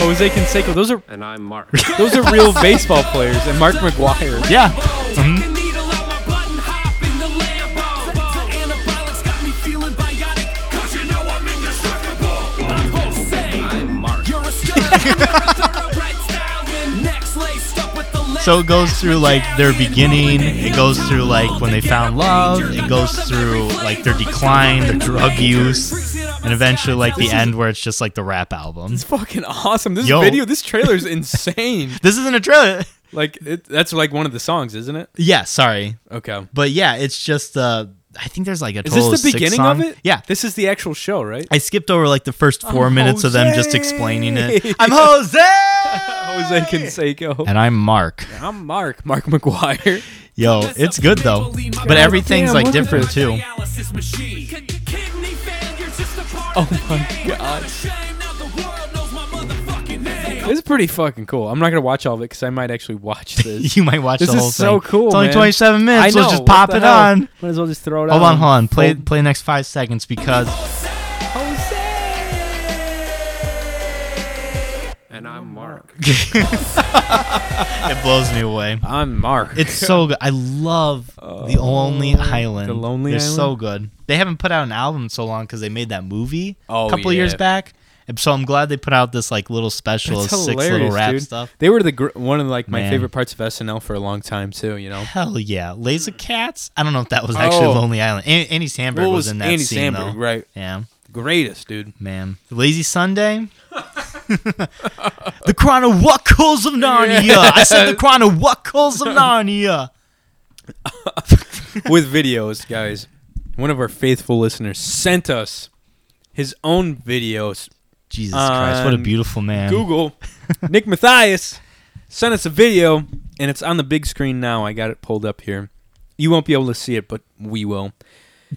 S1: Jose Canseco. Those are
S8: And I'm Mark.
S1: those are real baseball players, and Mark McGuire.
S2: Yeah.
S3: Take the needle out my butt and hop in the Lambo. The anabolics got me feeling biotic, 'cause you know I'm indestructible. I'm Jose. You're a stud. with a thoroughbred style and necks laced up with the lace
S2: So it goes through like their
S3: back and
S2: beginning,
S3: rolling
S2: it
S3: the
S2: goes
S3: hill.
S2: through like when they found love, it goes through like their decline, their drug use, and eventually like the end where it's just like the rap album.
S1: It's fucking awesome. This
S2: Yo.
S1: video, this trailer is insane.
S2: This isn't a trailer.
S1: like it, that's like one of the songs, isn't it?
S2: Yeah, sorry.
S1: Okay.
S2: But yeah, it's just uh I think there's like a
S1: Is
S2: total of
S1: this the
S2: six
S1: beginning
S2: song-
S1: of it?
S2: Yeah.
S1: This is the actual show, right?
S2: I skipped over like the first four
S1: I'm
S2: minutes of them just
S1: Jose.
S2: explaining it. I'm Jose
S1: Jose Canseco.
S2: And I'm Mark.
S1: I'm Mark. Mark McGuire.
S2: Yo, it's good though. But everything's
S1: Damn,
S2: like
S1: look at
S2: different too.
S3: Dialysis machine. K- k- kidney failure's just a part
S1: Oh
S3: of the
S1: my
S3: game. I'm
S1: God.
S3: ashamed now the world knows my motherfucking name.
S1: This is pretty fucking cool. I'm not gonna watch all of it because I might actually watch this.
S2: You might watch
S1: this
S2: the whole
S1: is so
S2: thing.
S1: cool.
S2: It's only
S1: man.
S2: 27 minutes.
S1: I
S2: Let's
S1: know,
S2: just
S1: what
S2: pop
S1: the
S2: it
S1: hell? Oh.
S2: on.
S1: Might as well just throw it
S2: Hold
S1: on.
S2: on, hold on. Play
S1: Full-
S2: play next five seconds because
S8: And I'm Mark.
S2: it blows me away.
S1: I'm Mark.
S2: It's so good. I love the Lonely Island.
S1: Oh, The Lonely
S2: They're
S1: Island?
S2: so good. They haven't put out an album in so long because they made that movie
S1: Oh,
S2: a couple years
S1: yeah.
S2: back. And So I'm glad they put out this like little special of
S1: That's
S2: six little
S1: hilarious,
S2: rap
S1: dude.
S2: stuff.
S1: They were the gr- one of like my
S2: Man.
S1: favorite parts of SNL for a long time too. You know,
S2: Hell yeah, Laser Cats. I don't know if that was actually
S1: Oh.
S2: Lonely Island. An- Andy Samberg
S1: What
S2: was,
S1: was
S2: in that
S1: Andy
S2: scene
S1: Samberg,
S2: though.
S1: right.
S2: Yeah,
S1: greatest dude.
S2: man. Lazy Sunday. the Chronicles of Narnia. I said the Chronicles of Narnia.
S1: With videos, guys. One of our faithful listeners sent us his own videos.
S2: Jesus Christ, what a
S1: On
S2: beautiful man.
S1: Um, Google Nick Matthias sent us a video, and it's on the big screen now. I got it pulled up here. You won't be able to see it, but we will.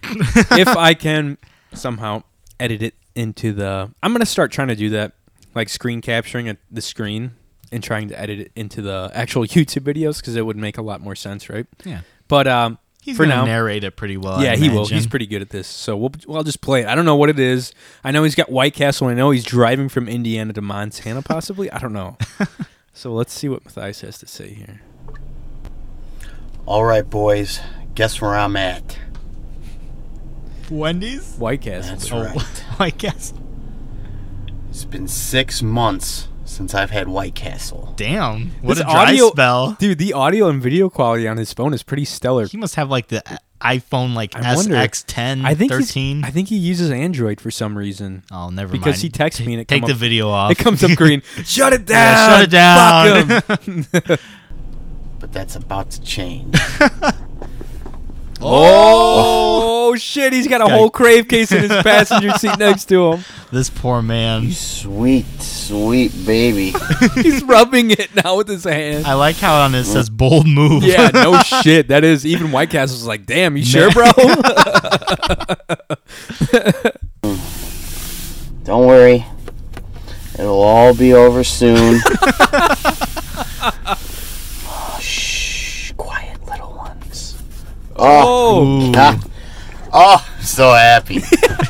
S1: if I can somehow edit it into the, I'm gonna start trying to do that, like screen capturing it the screen and trying to edit it into the actual YouTube videos because it would make a lot more sense, right?
S2: Yeah.
S1: But um,
S2: He's
S1: for
S2: gonna
S1: now,
S2: narrate it pretty well. I
S1: yeah, he will.
S2: imagine.
S1: He's pretty good at this. So we'll, well, I'll just play it. I don't know what it is. I know he's got White Castle. I know he's driving from Indiana to Montana, possibly. I don't know. so let's see what Matthias has to say here.
S9: All right, boys, guess where I'm at.
S2: Wendy's?
S1: White Castle.
S9: That's
S2: Oh,
S9: right.
S2: I guess.
S9: It's been six months since I've had White Castle.
S2: Damn. What
S1: This
S2: a dry
S1: audio-
S2: spell.
S1: Dude, the audio and video quality on his phone is pretty stellar.
S2: He must have like the uh, iPhone like
S1: I wonder.
S2: SX10,
S1: I think he's-
S2: 13.
S1: I think he uses Android for some reason.
S2: oh, never mind.
S1: because he texted me and it
S2: Take
S1: come
S2: the
S1: up-
S2: video off.
S1: It comes up green. Shut it down.
S2: Yeah, shut it down.
S1: Fuck 'em.
S9: But that's about to change.
S1: oh shit! He's got a whole crave case in his passenger seat next to him.
S2: this poor man.
S9: sweet, sweet baby.
S1: He's rubbing it now with his hand.
S2: I like how on it says bold move.
S1: Yeah, no shit. That is even White Castle's like, damn, you sure, bro?
S9: Don't worry. It'll all be over soon. oh, shh. Quiet, little ones. Oh,
S1: oh,
S9: ah. oh I'm so happy.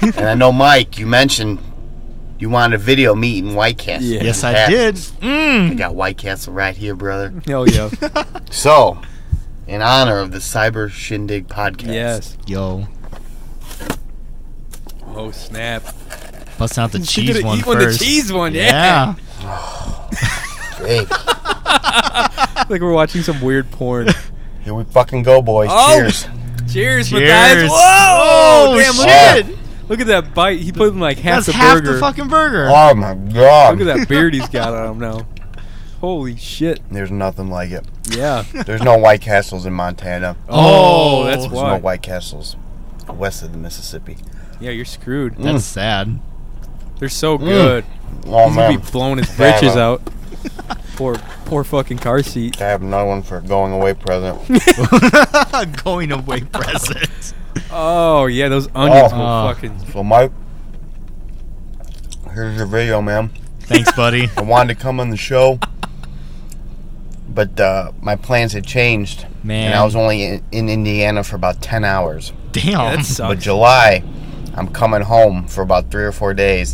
S9: and I know, Mike, you mentioned you wanted a video meeting White Castle.
S1: Yeah.
S2: Yes, I
S9: Happy.
S2: did.
S9: I got White Castle right here, brother.
S1: hell yeah,
S9: So, in honor of the Cyber Shindig podcast,
S1: yes.
S2: Yo,
S1: Oh snap!
S2: bust out the
S1: She could
S2: cheese
S1: have
S2: one
S1: eat one the
S2: first.
S1: cheese one. Yeah,
S2: yeah.
S9: great.
S1: like we're watching some weird porn.
S9: Here we fucking go, boys.
S1: Oh.
S9: Cheers.
S1: Cheers,
S2: Cheers.
S1: Matthias. Whoa!
S2: Oh,
S1: damn, look at that. Look at that bite. He put in like half
S2: That's
S1: the
S2: half
S1: burger.
S2: the fucking burger.
S9: Oh my god.
S1: Look at that beard he's got on him now. Holy shit.
S9: There's nothing like it.
S1: Yeah.
S9: There's no White Castles in Montana.
S1: Oh, that's
S9: There's
S1: why.
S9: no White Castles west of the Mississippi.
S1: Yeah, you're screwed.
S2: That's sad.
S1: They're so good.
S9: Mm. Oh
S1: He's
S9: man,
S1: gonna be blowing his
S9: Yeah, I
S1: britches
S9: know.
S1: out. poor, poor fucking car seat.
S9: I have another one for a going away present.
S2: Going away present.
S1: Oh yeah, those onions
S9: Oh.
S1: will
S2: Oh.
S1: fucking.
S9: so Mike, here's your video, man.
S2: Thanks, buddy.
S9: I wanted to come on the show, but uh, my plans had changed,
S2: Man.
S9: and I was only in, in Indiana for about ten hours.
S2: Damn.
S1: Yeah, that
S9: But
S1: sucks.
S9: July, I'm coming home for about three or four days,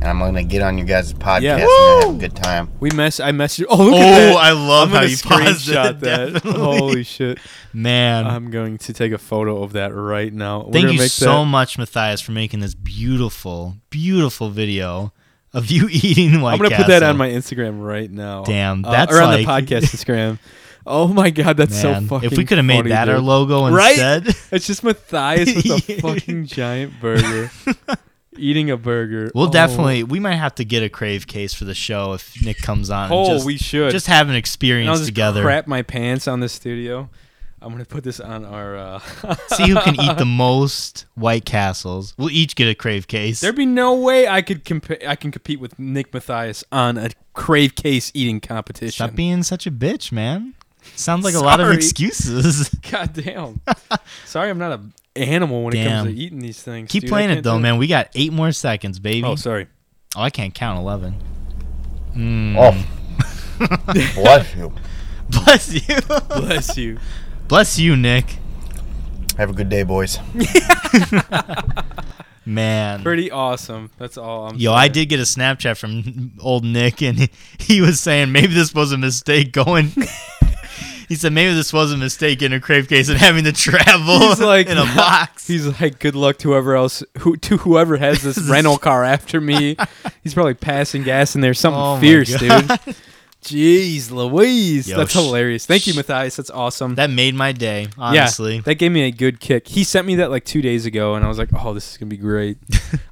S9: and I'm gonna get on your guys' podcast
S1: Yeah.
S9: and have a good time.
S1: We mess. I messed you. Oh, look at that.
S2: oh, I love
S1: I'm
S2: how
S1: gonna
S2: you paused
S1: screenshot
S2: it.
S1: that.
S2: definitely.
S1: Holy shit!
S2: man.
S1: I'm going to take a photo of that right now. We're
S2: Mm-hmm. Thank
S1: gonna
S2: you
S1: make
S2: so
S1: that-
S2: much, Matthias, for making this beautiful, beautiful video of you eating White
S1: I'm gonna put
S2: Castle.
S1: that on my Instagram right now.
S2: Damn,
S1: Uh,
S2: that's
S1: or on the
S2: like-
S1: podcast Instagram. Oh my god, that's
S2: Man,
S1: so fucking.
S2: if we could have made
S1: funny,
S2: that
S1: dude.
S2: our logo
S1: Right?
S2: instead,
S1: It's just Matthias with a
S2: Yeah.
S1: fucking giant burger, eating a burger.
S2: we'll
S1: Oh.
S2: definitely we might have to get a crave case for the show if Nick comes on. and
S1: Oh,
S2: just,
S1: we should.
S2: just have an
S1: And I'll
S2: experience
S1: just
S2: together.
S1: crap my pants on the studio. I'm gonna put this on our. Uh,
S2: See who can eat the most White Castles. We'll each get a crave case.
S1: There'd be no way I could comp- I can compete with Nick Matthias on a crave case eating competition.
S2: Stop being such a bitch, man. Sounds like a lot of
S1: Sorry.
S2: excuses.
S1: God damn. Sorry, I'm not an animal when it comes
S2: Damn.
S1: to eating these things.
S2: Keep
S1: dude. I
S2: playing it
S1: can't
S2: though,
S1: do
S2: man. We got eight more seconds, baby.
S1: Oh,
S2: Oh,
S1: sorry.
S2: I can't count eleven.
S9: Oh, bless you.
S2: Bless you.
S1: Bless you.
S2: Bless you, Nick.
S9: Have a good day, boys.
S2: Man.
S1: Pretty awesome. That's all I'm
S2: Yo, I did get a Snapchat from old Nick, and he, he was saying maybe this was a mistake going. he said maybe this was a mistake in a crave case and having to travel
S1: He's like
S2: in a box.
S1: He's like, good luck to whoever else who to whoever has this rental car after me. He's probably passing gas in there, something
S2: Oh my
S1: fierce, dude. Jeez, Louise,
S2: Yo,
S1: that's
S2: sh-
S1: hilarious. Thank you,
S2: sh-
S1: Matthias. That's awesome.
S2: that made my day, honestly.
S1: Yeah, that gave me a good kick. He sent me that like two days ago, and I was like, "Oh, this is gonna be great."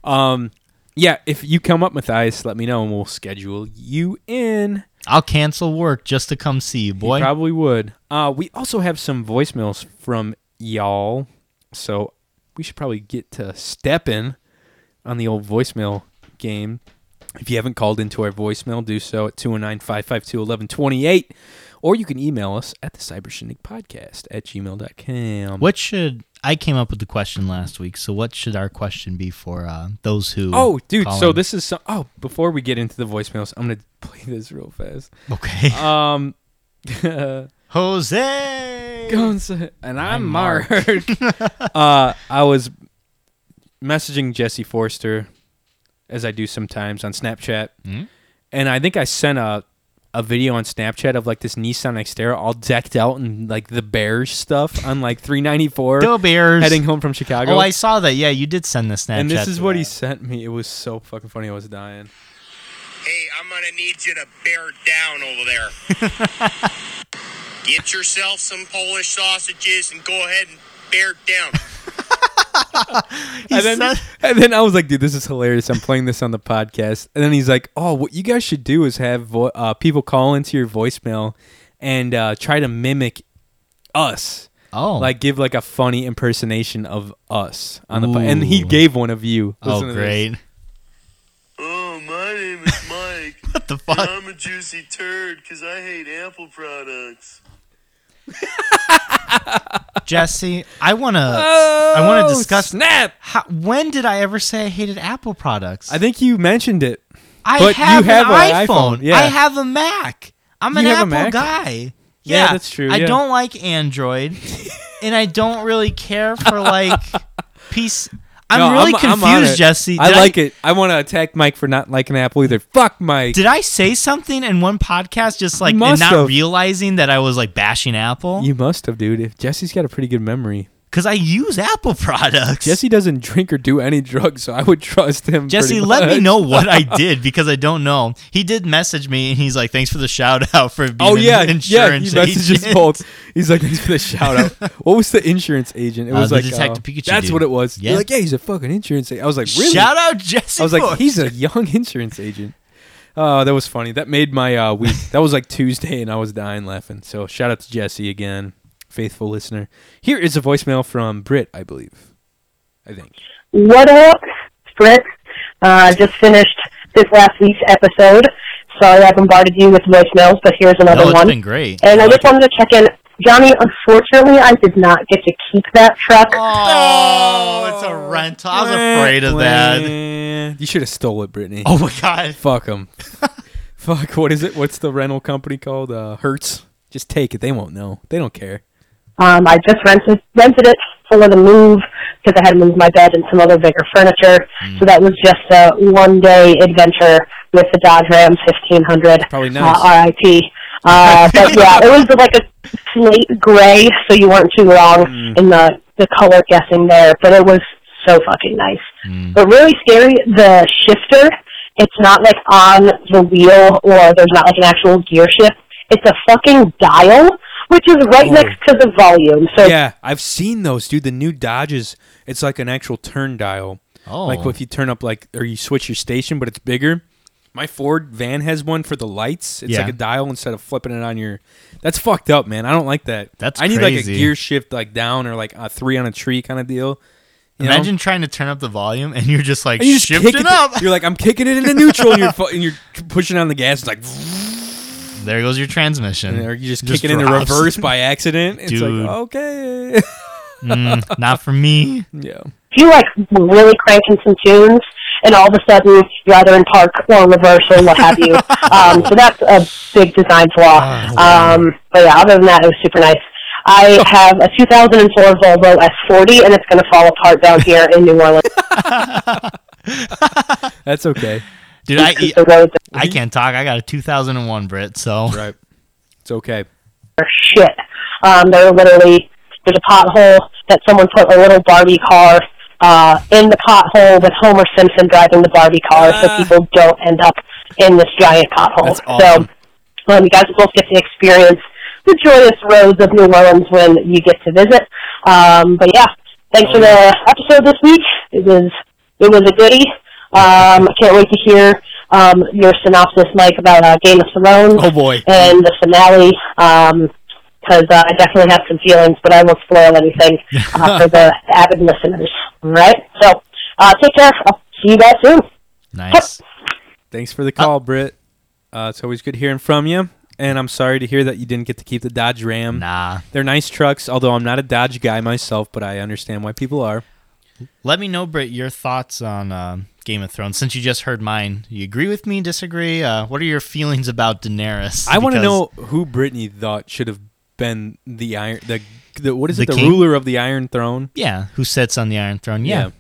S1: um, yeah, if you come up, Matthias, let me know, and we'll schedule you in.
S2: I'll cancel work just to come see you, boy.
S1: You probably would. Uh, we also have some voicemails from y'all, so we should probably get to stepping on the old voicemail game. If you haven't called into our voicemail, do so at 209-552-1128, or you can email us at the Podcast at gmail.com.
S2: what should I came up with the question last week? So what should our question be for uh, those who?
S1: Oh, dude.
S2: call
S1: So
S2: in?
S1: this is so, oh. Before we get into the voicemails, I'm gonna play this real fast.
S2: okay,
S1: Um,
S2: Jose.
S1: Gonza- and I'm Mark. uh, I was messaging Jesse
S2: Hmm?
S1: Forster, as I do sometimes on Snapchat, and I think I sent a a video on Snapchat of like this Nissan Xterra all decked out in like the Bears stuff on like 394
S2: Go Bears.
S1: heading home from Chicago.
S2: oh, I saw that. Yeah, you did send the Snapchat.
S1: and this is
S2: to
S1: what
S2: that.
S1: he sent me. It was so fucking funny. I was dying.
S10: Hey, I'm gonna need you to bear down over there. Get yourself some Polish sausages and go ahead and bear down.
S2: He
S1: and, then,
S2: said-
S1: and then I was like, dude, this is hilarious. I'm playing this on the podcast. And then he's like, oh, what you guys should do is have vo- uh, people call into your voicemail and uh, try to mimic us.
S2: oh,
S1: Like, give like a funny impersonation of us on the po- And he
S2: Ooh.
S1: gave one of you. Listen to
S2: oh,
S1: this.
S2: great.
S10: Oh, my name is Mike.
S2: What the fuck?
S10: I'm a juicy turd because I hate Ample products.
S2: Jesse, I wanna, I wanna
S1: Oh,
S2: discuss.
S1: Snap!
S2: how, when did I ever say I hated Apple products?
S1: I think you mentioned it.
S2: I
S1: but you
S2: have
S1: have
S2: an
S1: an
S2: iPhone.
S1: iPhone, yeah.
S2: I have a Mac. I'm
S1: You
S2: an
S1: have a
S2: Apple
S1: Mac?
S2: guy.
S1: Yeah, that's true,
S2: I
S1: yeah.
S2: don't like Android, and I don't really care for like piece. I'm
S1: No,
S2: really
S1: I'm
S2: confused,
S1: on it.
S2: Jesse.
S1: I
S2: Did
S1: like it. I want to attack Mike for not liking Apple either. Fuck Mike.
S2: Did I say something in one podcast just like and
S1: must
S2: not
S1: have.
S2: realizing that I was like bashing Apple?
S1: you must have, dude. If Jesse's got a pretty good memory.
S2: Because I use Apple products.
S1: Jesse doesn't drink or do any drugs, so I would trust him.
S2: Jesse,
S1: pretty
S2: let me
S1: much.
S2: know what I did because I don't know. He did message me and he's like, "Thanks for the shout out for being
S1: Oh
S2: an
S1: yeah, yeah. He
S2: insurance
S1: messages
S2: agent."
S1: both. He's like, thanks for the shout out. What was the insurance agent? It
S2: Uh,
S1: was
S2: the
S1: like
S2: Detective
S1: uh,
S2: Pikachu
S1: That's
S2: dude.
S1: what it was. Yeah.
S2: Yeah.
S1: like, yeah, he's a fucking insurance agent. I was like, really?
S2: Shout out Jesse.
S1: I was like,
S2: Bush.
S1: he's a young insurance agent. Oh, that was funny. That made my uh, week. That was like Tuesday, and I was dying laughing. So shout out to Jesse again, faithful listener. Here is a voicemail from Britt, I believe. I think.
S11: What up, Britt? Uh, just finished this last week's episode. Sorry I bombarded you with voicemails, but here's another
S2: no, it's
S11: one.
S2: been great.
S11: and I
S2: like
S11: just wanted to check in. Johnny, unfortunately, I did not get to keep that truck.
S2: Oh, it's a rental. I was afraid of that.
S1: You should have stole it, Brittany.
S2: Oh my god.
S1: Fuck them. Fuck. What is it? What's the rental company called? Uh, Hertz. Just take it. They won't know. They don't care.
S11: Um, I just rented rented it for the move because I had moved my bed and some other bigger furniture.
S1: Mm.
S11: So that was just a one day adventure with the Dodge Ram 1500.
S1: Probably nice.
S11: Uh, RIP. Uh, but yeah, it was like a slate gray, so you weren't too wrong
S1: Mm.
S11: in the the color guessing there. But it was so fucking nice.
S1: Mm.
S11: But really scary, the shifter. It's not like on the wheel or there's not like an actual gear shift. It's a fucking dial, which is right
S1: Oh.
S11: next to the volume. So
S1: Yeah, I've seen those, dude. The new Dodges. It's like an actual turn dial.
S2: Oh.
S1: Like if you turn up like or you switch your station, but it's bigger. My Ford van has one for the lights. It's
S2: Yeah.
S1: like a dial instead of flipping it on your. That's fucked up, man. I don't like that.
S2: That's
S1: I need like a
S2: crazy.
S1: gear shift like down or like a three on a tree kind of deal. you know?
S2: Imagine trying to turn up the volume and you're just like
S1: And you just
S2: shifting
S1: kick it
S2: up.
S1: You're like, I'm kicking it into neutral, and you're fu- and you're pushing on the gas. It's like,
S2: there goes your transmission.
S1: or you just,
S2: Just
S1: kick it into
S2: drops.
S1: reverse by accident. It's
S2: Dude.
S1: like, okay,
S2: Mm, not for me.
S1: yeah.
S11: if you like really cranking some tunes, and all of a sudden you're either in park or reverse or what have you. um, so that's a big design flaw. Um, but yeah, other than that, it was super nice. I have a 2004 Volvo S40, and it's going to fall apart down here in New Orleans.
S1: That's okay,
S2: Dude, I,
S11: 'cause the roads
S2: I can't talk. I got a 2001 Brit, so
S1: right? It's okay.
S11: are shit. Um, they're literally there's a pothole that someone put a little Barbie car uh, in the pothole with Homer Simpson driving the Barbie car, so people don't end up in this giant pothole.
S2: Ah. That's awesome.
S11: So um, you guys both get to experience the joyous roads of New Orleans when you get to visit. Um, but yeah, thanks
S2: Oh,
S11: for the episode this week. It was it was a goodie. Um, I can't wait to hear um, your synopsis, Mike, about uh, Game of Thrones
S2: Oh boy.
S11: and the finale because uh, I definitely have some feelings, but I won't spoil anything uh, for the avid listeners. All right, so uh, take care. I'll see you guys soon.
S2: Nice.
S1: Thanks for the call, Britt. Uh, it's always good hearing from you, and I'm sorry to hear that you didn't get to keep the Dodge Ram.
S2: Nah.
S1: They're nice trucks, although I'm not a Dodge guy myself, but I understand why people are.
S2: Let me know, Britt, your thoughts on uh, Game of Thrones. Since you just heard mine, you agree with me? Disagree? Uh, what are your feelings about Daenerys?
S1: I want to
S2: Because-
S1: know who Brittany thought should have been the iron the, the what is
S2: The
S1: it the
S2: king?
S1: ruler of the Iron Throne?
S2: Yeah, who sits on the Iron Throne? yeah.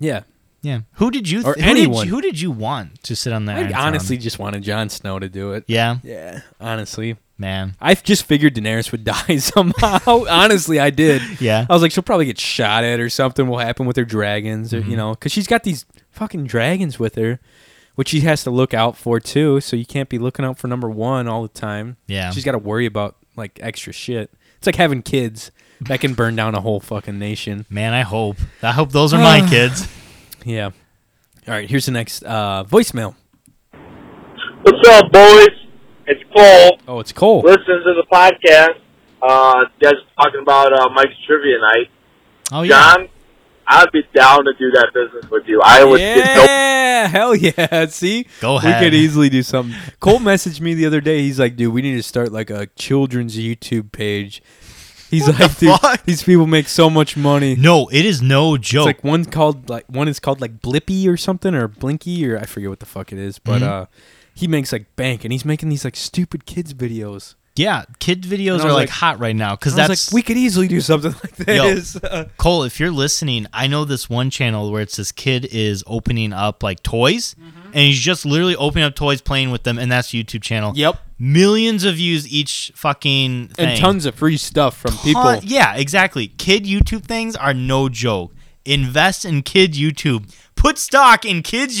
S1: yeah, yeah.
S2: Yeah. Who did you?
S1: Or
S2: who did you-
S1: anyone.
S2: who did you want to sit on that?
S1: I honestly just wanted Jon Snow to do it.
S2: Yeah.
S1: Yeah. Honestly.
S2: Man.
S1: I just figured Daenerys would die somehow. honestly, I did.
S2: Yeah.
S1: I was like, she'll probably get shot at or something will happen with her dragons,
S2: Mm-hmm.
S1: or, you know, because she's got these fucking dragons with her, which she has to look out for too. So you can't be looking out for number one all the time.
S2: Yeah.
S1: She's got to worry about like extra shit. It's like having kids that can burn down a whole fucking nation.
S2: Man, I hope. I hope those are my kids.
S1: Yeah. All right, here's the next uh, voicemail.
S12: What's up, boys? It's Cole.
S1: Oh, it's Cole.
S12: Listen to the podcast. Uh, you guys are talking about uh, Mike's trivia night.
S2: Oh
S1: yeah.
S12: John, I'd be down to do that business with you. I would get no
S1: Yeah, hell yeah. See?
S2: Go
S1: We
S2: ahead.
S1: could easily do something. Cole messaged me the other day. He's like, dude, we need to start like a children's YouTube page. He's like, dude, these people make so much money.
S2: No, it is no joke.
S1: It's like one called like one is called like Blippy or something or Blinky or I forget what the fuck it is, but
S2: Mhm.
S1: uh he makes like bank and he's making these like stupid kids videos.
S2: Yeah, kid videos
S1: And I
S2: are
S1: was
S2: like,
S1: like-
S2: hot right now because
S1: I was
S2: that's
S1: like, we could easily do something like this.
S2: Cole, if you're listening, I know this one channel where it's this kid is opening up like toys,
S1: Mm-hmm.
S2: and he's just literally opening up toys, playing with them, and that's the YouTube channel.
S1: Yep.
S2: millions of views each fucking thing.
S1: and tons of free stuff from people.
S2: Ton- yeah, exactly. Kid YouTube things are no joke. Invest in kid YouTube. Put stock in kids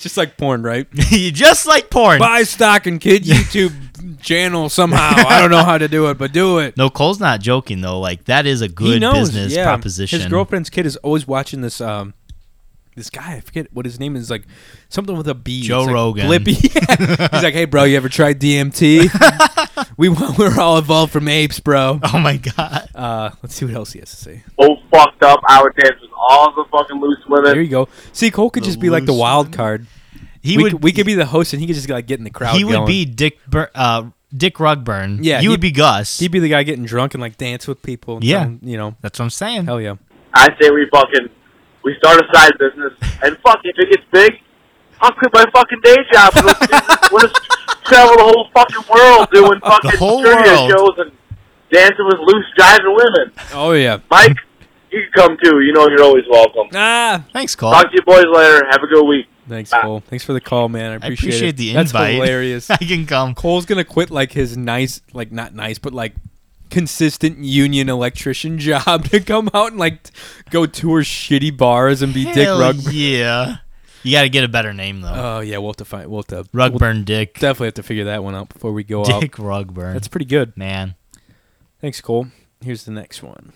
S1: just like porn, right?
S2: just like porn.
S1: Buy stock and kid YouTube channel somehow. I don't know how to do it, but do it.
S2: No, Cole's not joking though. Like that is a good business proposition.
S1: His girlfriend's kid is always watching this. Um, this guy, I forget what his name is, like something with a B.
S2: Joe
S1: It's like
S2: Rogan.
S1: Blippy. Yeah. He's like, hey, bro, you ever tried DMT? we we're all evolved from apes, bro.
S2: Oh my god.
S1: Uh, let's see what else he has to say.
S12: so fucked up. I would dance with all the fucking loose
S1: There
S12: women.
S1: you go. See, Cole could just be like the
S2: loose
S1: wild card.
S2: He
S1: we
S2: would-
S1: Could, we could be the host, and he could just like get in the crowd.
S2: he would
S1: going.
S2: be Dick Bur- uh, Dick Rugburn.
S1: Yeah,
S2: you
S1: he-
S2: would be Gus.
S1: He'd be the guy getting drunk and like dance with people. And
S2: Yeah.
S1: tell 'em, you know.
S2: That's what I'm saying.
S1: Hell yeah.
S12: I say we fucking we start a side business and fuck if it gets big, I'll quit my fucking day job and let's, do- let's travel the whole fucking world doing fucking
S2: whole
S12: trivia
S2: world.
S12: shows and dancing with loose driving women.
S1: Oh yeah.
S12: Mike, you can come too. You know you're always welcome.
S1: Ah.
S2: Thanks, Cole.
S12: Talk to you boys later. Have a good week.
S1: Thanks, Cole. Thanks for the call, man. I
S2: I
S1: appreciate,
S2: appreciate
S1: it.
S2: the invite.
S1: That's hilarious.
S2: I can come.
S1: Cole's gonna quit like his nice, like not nice, but like consistent union electrician job to come out and like t- go tour shitty bars and be Dick
S2: Hell
S1: Rugburn.
S2: Yeah. You got to get a better name though.
S1: Oh yeah, we'll have to find. We'll have to
S2: Rugburn
S1: We'll
S2: Dick.
S1: definitely have to figure that one out before we go out.
S2: Dick Rugburn.
S1: That's pretty good.
S2: man.
S1: Thanks, Cole. Here's the next one.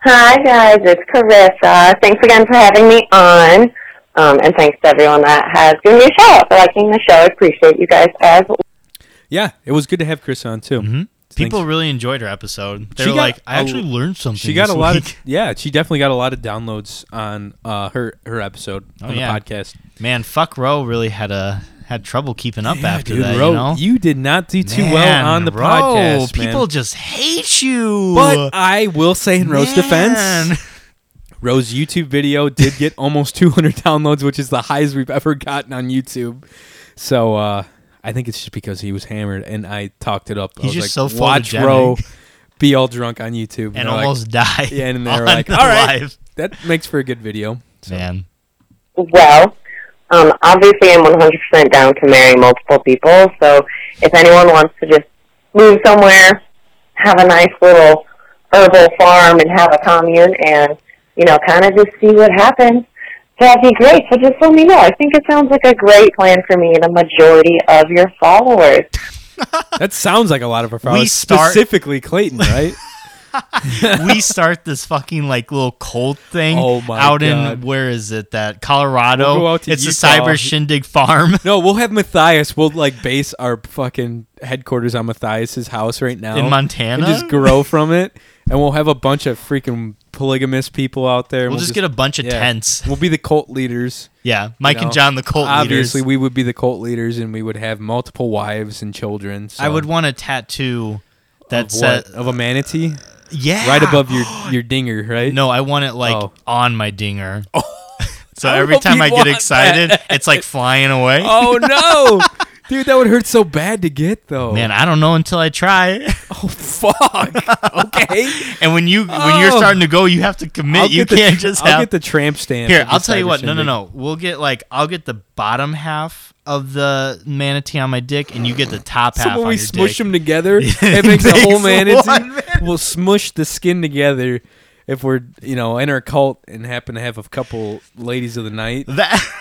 S13: Hi guys, it's Carissa. Thanks again for having me on, um, and thanks to everyone that has given me a shout out for liking the show. I appreciate you guys as
S1: Yeah, it was good to have Chris on too. Mm-hmm.
S2: People really enjoyed her episode. They're
S1: She got
S2: like, I
S1: a-
S2: actually learned something.
S1: She got
S2: this
S1: a lot
S2: week."
S1: of yeah. She definitely got a lot of downloads on uh, her her episode
S2: Oh,
S1: on
S2: yeah.
S1: the podcast.
S2: Man, fuck Roe really had a had trouble keeping up after
S1: dude,
S2: that.
S1: Ro,
S2: you know,
S1: did not do too
S2: Man,
S1: well on the
S2: Ro,
S1: podcast, man.
S2: People just hate you.
S1: But I will say in Rose's
S2: Man.
S1: defense, Rose's YouTube video did get almost 200 downloads, which is the highest we've ever gotten on YouTube. So uh, I think it's just because he was hammered and I talked it up. I
S2: He's
S1: was
S2: just
S1: like,
S2: so
S1: watch
S2: photogenic."
S1: Ro be all drunk on YouTube
S2: and
S1: they're like-
S2: almost die.
S1: yeah, and they're
S2: on
S1: like,
S2: the
S1: all right,
S2: live.
S1: that makes for a good video.
S2: man.
S13: well. Um, obviously, I'm 100% down to marry multiple people, so if anyone wants to just move somewhere, have a nice little herbal farm and have a commune and, you know, kind of just see what happens, that'd be great. So just let me know. I think it sounds like a great plan for me and a majority of your followers.
S1: That sounds like a lot of our followers,
S2: start-
S1: specifically Clayton, right?
S2: we start this fucking like little cult thing
S1: Oh my
S2: out in
S1: God.
S2: where is it that Colorado?
S1: We'll go out to
S2: it's a
S1: Utah.
S2: cyber shindig farm.
S1: No, we'll have Matthias. We'll like base our fucking headquarters on Matthias's house right now
S2: In
S1: and
S2: Montana?
S1: just grow from it. And we'll have a bunch of freaking polygamous people out there. and
S2: We'll just get a bunch of tents.
S1: We'll be the cult leaders.
S2: Yeah, Mike
S1: you know.
S2: and John, the cult
S1: Obviously,
S2: leaders.
S1: we would be the cult leaders, and we would have multiple wives and children. So.
S2: I would want a tattoo that
S1: of, what?
S2: said,
S1: of a manatee,
S2: "Yeah,
S1: right above your your dinger, right?
S2: No, I want it like
S1: Oh.
S2: on my dinger. so
S1: I
S2: every
S1: hope
S2: time
S1: you
S2: I get
S1: want
S2: excited,
S1: that.
S2: it's like flying away.
S1: Oh no! Dude, that would hurt so bad to get though.
S2: Man, I don't know until I try.
S1: Oh fuck. Okay.
S2: and when you when you're
S1: Oh.
S2: starting to go, you have to commit.
S1: I'll
S2: you
S1: get the
S2: can't
S1: tr-
S2: just.
S1: I'll
S2: have-
S1: get the tramp stamp
S2: Here,
S1: and
S2: I'll tell
S1: decide
S2: you what.
S1: to
S2: No, no,
S1: send
S2: no. We'll get like I'll get the bottom half of the manatee on my dick, and you get the top half.
S1: So when
S2: on
S1: we
S2: your
S1: smush
S2: dick.
S1: them together,
S2: It
S1: it makes a whole
S2: makes
S1: manatee.
S2: one
S1: We'll smush the skin together if we're you know in our cult and happen to have a couple ladies of the night.
S2: That.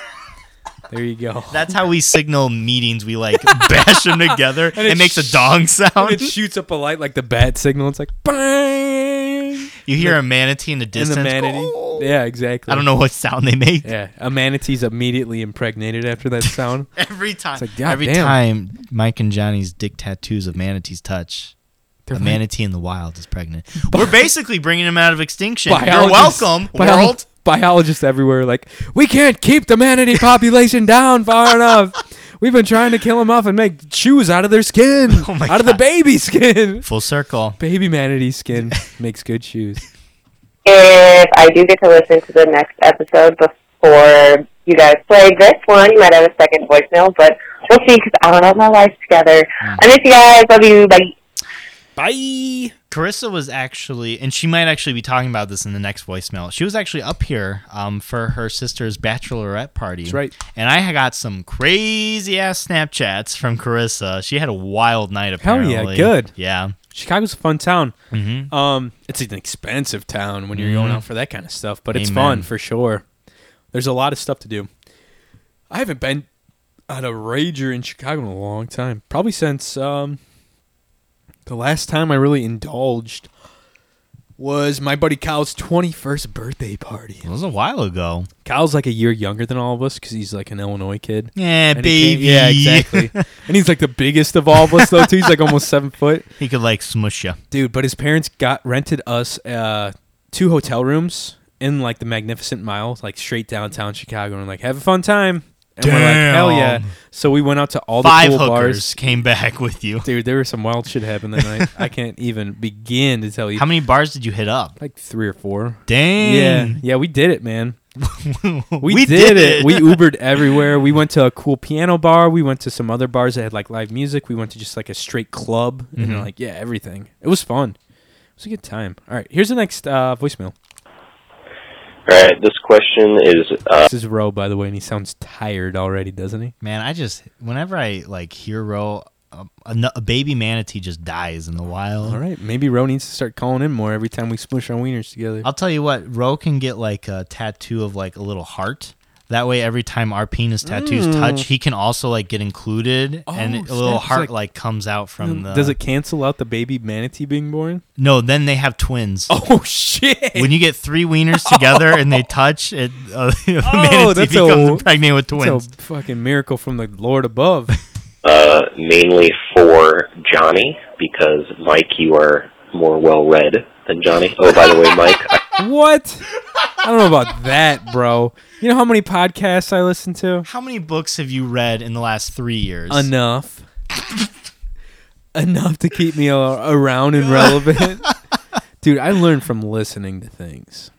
S1: There you go.
S2: That's how we signal meetings. We like bash them together.
S1: And
S2: it,
S1: it
S2: makes a
S1: sh-
S2: dong sound.
S1: and it shoots up a light like the bat signal. It's like bang.
S2: You hear a manatee in the distance.
S1: And the manatee. Yeah, exactly.
S2: I don't know what sound they make.
S1: Yeah, a manatee's immediately impregnated after that sound.
S2: Every time.
S1: It's like, God
S2: Every
S1: damn.
S2: time Mike and Johnny's dick tattoos of manatees touch,
S1: They're
S2: a
S1: like-
S2: manatee in the wild is pregnant. We're basically bringing him out of extinction. You're
S1: Biologists-
S2: welcome,
S1: bio-
S2: world.
S1: Biologists everywhere are like, we can't keep the manatee population down far enough. We've been trying to kill them off and make shoes out of their skin,
S2: Oh
S1: out of the baby skin.
S2: Full circle.
S1: Baby manatee skin makes good shoes.
S13: If I do get to listen to the next episode before you guys play this one, you might have a second voicemail, but we'll see because I don't have my life together. I miss you guys. Love you. Bye.
S1: Bye.
S2: Carissa was actually, and she might actually be talking about this in the next voicemail. She was actually up here um, for her sister's bachelorette party.
S1: That's right.
S2: And I had got some crazy ass Snapchats from Carissa. She had a wild night
S1: Hell
S2: apparently.
S1: yeah, good.
S2: Yeah.
S1: Chicago's a fun town.
S2: Mhm.
S1: Um, it's an expensive town when you're going
S2: Mhm.
S1: out for that kind of stuff, but it's
S2: Amen.
S1: fun for sure. There's a lot of stuff to do. I haven't been at a rager in Chicago in a long time, probably since um, the last time I really indulged was my buddy Kyle's 21st birthday party.
S2: It was a while ago.
S1: Kyle's like a year younger than all of us because he's like an Illinois kid.
S2: Yeah,
S1: And he came-
S2: baby.
S1: yeah, exactly. and he's like the biggest of all of us though too. He's like almost seven foot.
S2: He could like smush you.
S1: dude. But his parents got rented us uh, two hotel rooms in like the Magnificent Mile, like straight downtown Chicago, and like have a fun time. And we're like, hell yeah!
S2: Damn.
S1: So we went out to all the
S2: Five
S1: cool
S2: hookers
S1: bars.
S2: came back with you.
S1: Dude, there was some wild shit happened that night. I can't even begin to tell you.
S2: How many bars did you hit up?
S1: Like three or four.
S2: Damn.
S1: Yeah, yeah, we did it, man. Mm. We,
S2: We
S1: did,
S2: did
S1: it.
S2: it.
S1: We Ubered everywhere. We went to a cool piano bar. We went to some other bars that had like live music. We went to just like a straight club and
S2: Mhm.
S1: like yeah, everything. It was fun. It was a good time. All right, here's the next uh, voicemail.
S14: All right, this question is uh,
S1: This is Ro, by the way, and he sounds tired already, doesn't he?
S2: Man, I just whenever I like hear Ro, a, a n- a baby manatee just dies in the wild.
S1: All right, maybe Ro needs to start calling in more every time we smush our wieners together.
S2: I'll tell you what, Ro can get like a tattoo of like a little heart. That way, every time our penis tattoos
S1: Mm.
S2: touch, he can also like get included, and
S1: Oh,
S2: a little
S1: snap. It's
S2: heart
S1: like- Mm,
S2: like, comes out from the.
S1: Does it cancel out the baby manatee being born?
S2: No, then they have twins.
S1: Oh shit!
S2: When you get three wieners together and they touch, it uh, the
S1: Oh,
S2: manatee becomes impregnated with
S1: that's
S2: twins.
S1: a fucking miracle from the Lord above.
S14: uh, mainly for Johnny because Mike, you are more well read than Johnny. Oh, by the way, Mike,
S1: what? I don't know about that, bro. You know how many podcasts I listen to?
S2: How many books have you read in the last three years?
S1: Enough. Enough to keep me a- around and relevant. Dude, I learn from listening to things.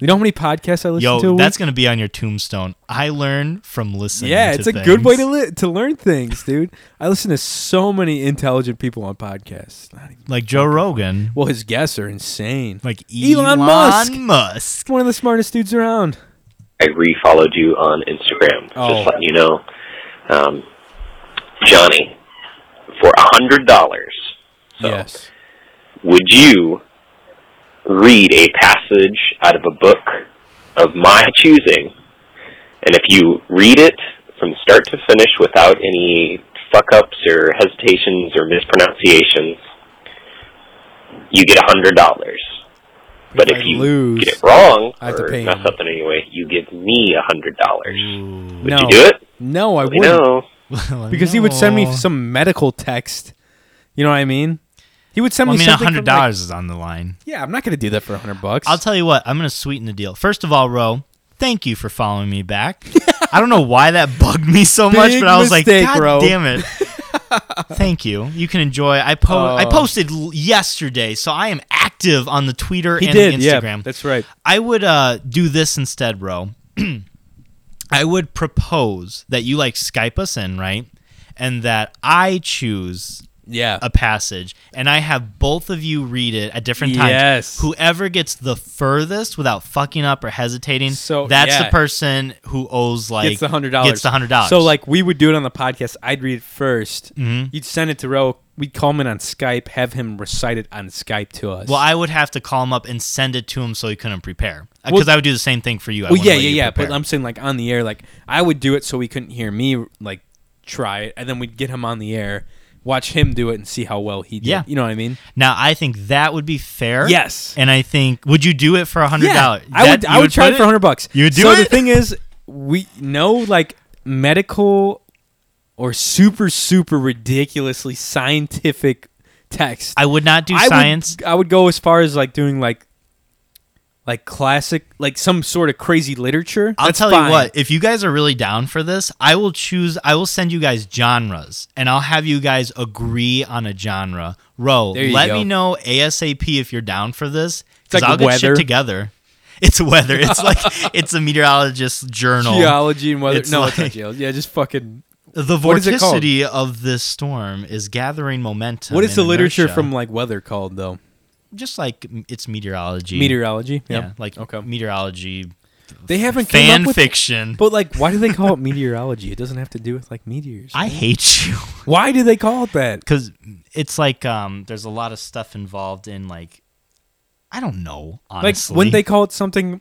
S1: You know how many podcasts I listen
S2: Yo,
S1: to? a
S2: that's
S1: week?
S2: gonna be on your tombstone. I learn from listening.
S1: yeah,
S2: to
S1: it's a good way to
S2: things.
S1: li- to learn things, dude. I listen to so many intelligent people on podcasts. Not even-
S2: like Joe Rogan.
S1: Well, his guests are insane.
S2: Like
S1: Elon, Musk,
S2: Musk,
S1: one of the smartest dudes around.
S14: I refollowed you on Instagram.
S1: Oh.
S14: Just letting you know, um, Johnny, for a hundred dollars,
S1: yes.
S14: would you read a passage out of a book of my choosing? And if you read it from start to finish without any fuck ups or hesitations or mispronunciations, you get a hundred dollars. But if
S1: I
S14: you
S1: lose,
S14: get it wrong
S1: I have to
S14: or
S1: pay
S14: mess
S1: him.
S14: up in any way, you give me a hundred dollars. Would
S1: no.
S14: you do it?
S1: No, I
S14: Let me
S1: wouldn't.
S14: know.
S1: because he would send me
S2: know.
S1: some medical text. You know what I mean? He would send
S2: Well, I
S1: me
S2: mean, a
S1: something from,
S2: hundred dollars is on the line.
S1: like- yeah, I'm not going to do that for a hundred bucks.
S2: I'll tell you what. I'm gonna sweeten the deal. First of all, Ro, thank you for following me back. I don't know why that bugged me so much,
S1: Big
S2: but I was
S1: mistake,
S2: like, God
S1: Ro."
S2: damn it. Thank you. You can enjoy. I po- I
S1: Oh.
S2: posted l- yesterday, so I am active on the Twitter
S1: He
S2: and
S1: did,
S2: the
S1: yeah,
S2: Instagram.
S1: that's right.
S2: I would uh, do this instead, Ro. I would propose that you like Skype us in, right? and that I choose
S1: yeah.
S2: a passage and I have both of you read it at different times.
S1: Yes.
S2: Whoever gets the furthest without fucking up or hesitating, so, that's
S1: yeah.
S2: the person who owes like
S1: gets the hundred dollars.
S2: Gets the hundred dollars.
S1: So like we would do it on the podcast. I'd read it 1st
S2: Mhm.
S1: You'd send it to Ro. We'd call him in on Skype, have him recite it on Skype to us.
S2: well, I would have to call him up and send it to him so he couldn't prepare because
S1: Well-
S2: I would do the same thing for you. I
S1: well,
S2: wouldn't
S1: yeah,
S2: let
S1: yeah,
S2: you
S1: yeah. But
S2: prepare.
S1: I'm saying like on the air, like I would do it so he couldn't hear me like try it, and then we'd get him on the air, watch him do it, and see how well he did.
S2: Yeah.
S1: you know what I mean?
S2: Now I think that would be fair.
S1: Yes.
S2: And I think would you do it for a hundred dollars?
S1: Yeah, I would. I would, try it for hundred bucks.
S2: You would do
S1: so
S2: it.
S1: the thing is, we no like medical or super super ridiculously scientific text.
S2: I would not do
S1: I would-
S2: science.
S1: I would go as far as like doing like like classic like some sort of crazy literature.
S2: I'll
S1: That's
S2: tell
S1: fine.
S2: you what, if you guys are really down for this, I will choose I will send you guys genres and I'll have you guys agree on a genre. Ro,
S1: There you
S2: let
S1: go.
S2: me know ASAP if you're down for this.
S1: It's
S2: Because
S1: like
S2: I'll get
S1: weather.
S2: shit together. It's weather. It's like it's a meteorologist's journal.
S1: Geology and weather.
S2: It's
S1: no,
S2: like-
S1: it's not geology. Yeah, just fucking.
S2: the
S1: What is it called?
S2: vorticity of this storm is gathering momentum.
S1: What is the
S2: and
S1: literature
S2: inertia.
S1: from like weather called though?
S2: just like m- it's meteorology.
S1: Meteorology, yep.
S2: Yeah, like meteorology.
S1: They haven't came
S2: fan
S1: up with-
S2: fiction.
S1: But like, why do they call it meteorology? It doesn't have to do with like meteors.
S2: I
S1: right?
S2: hate you.
S1: Why do they call it that?
S2: Because it's like um, there's a lot of stuff involved in like I don't know. Honestly,
S1: Like, wouldn't they call it something?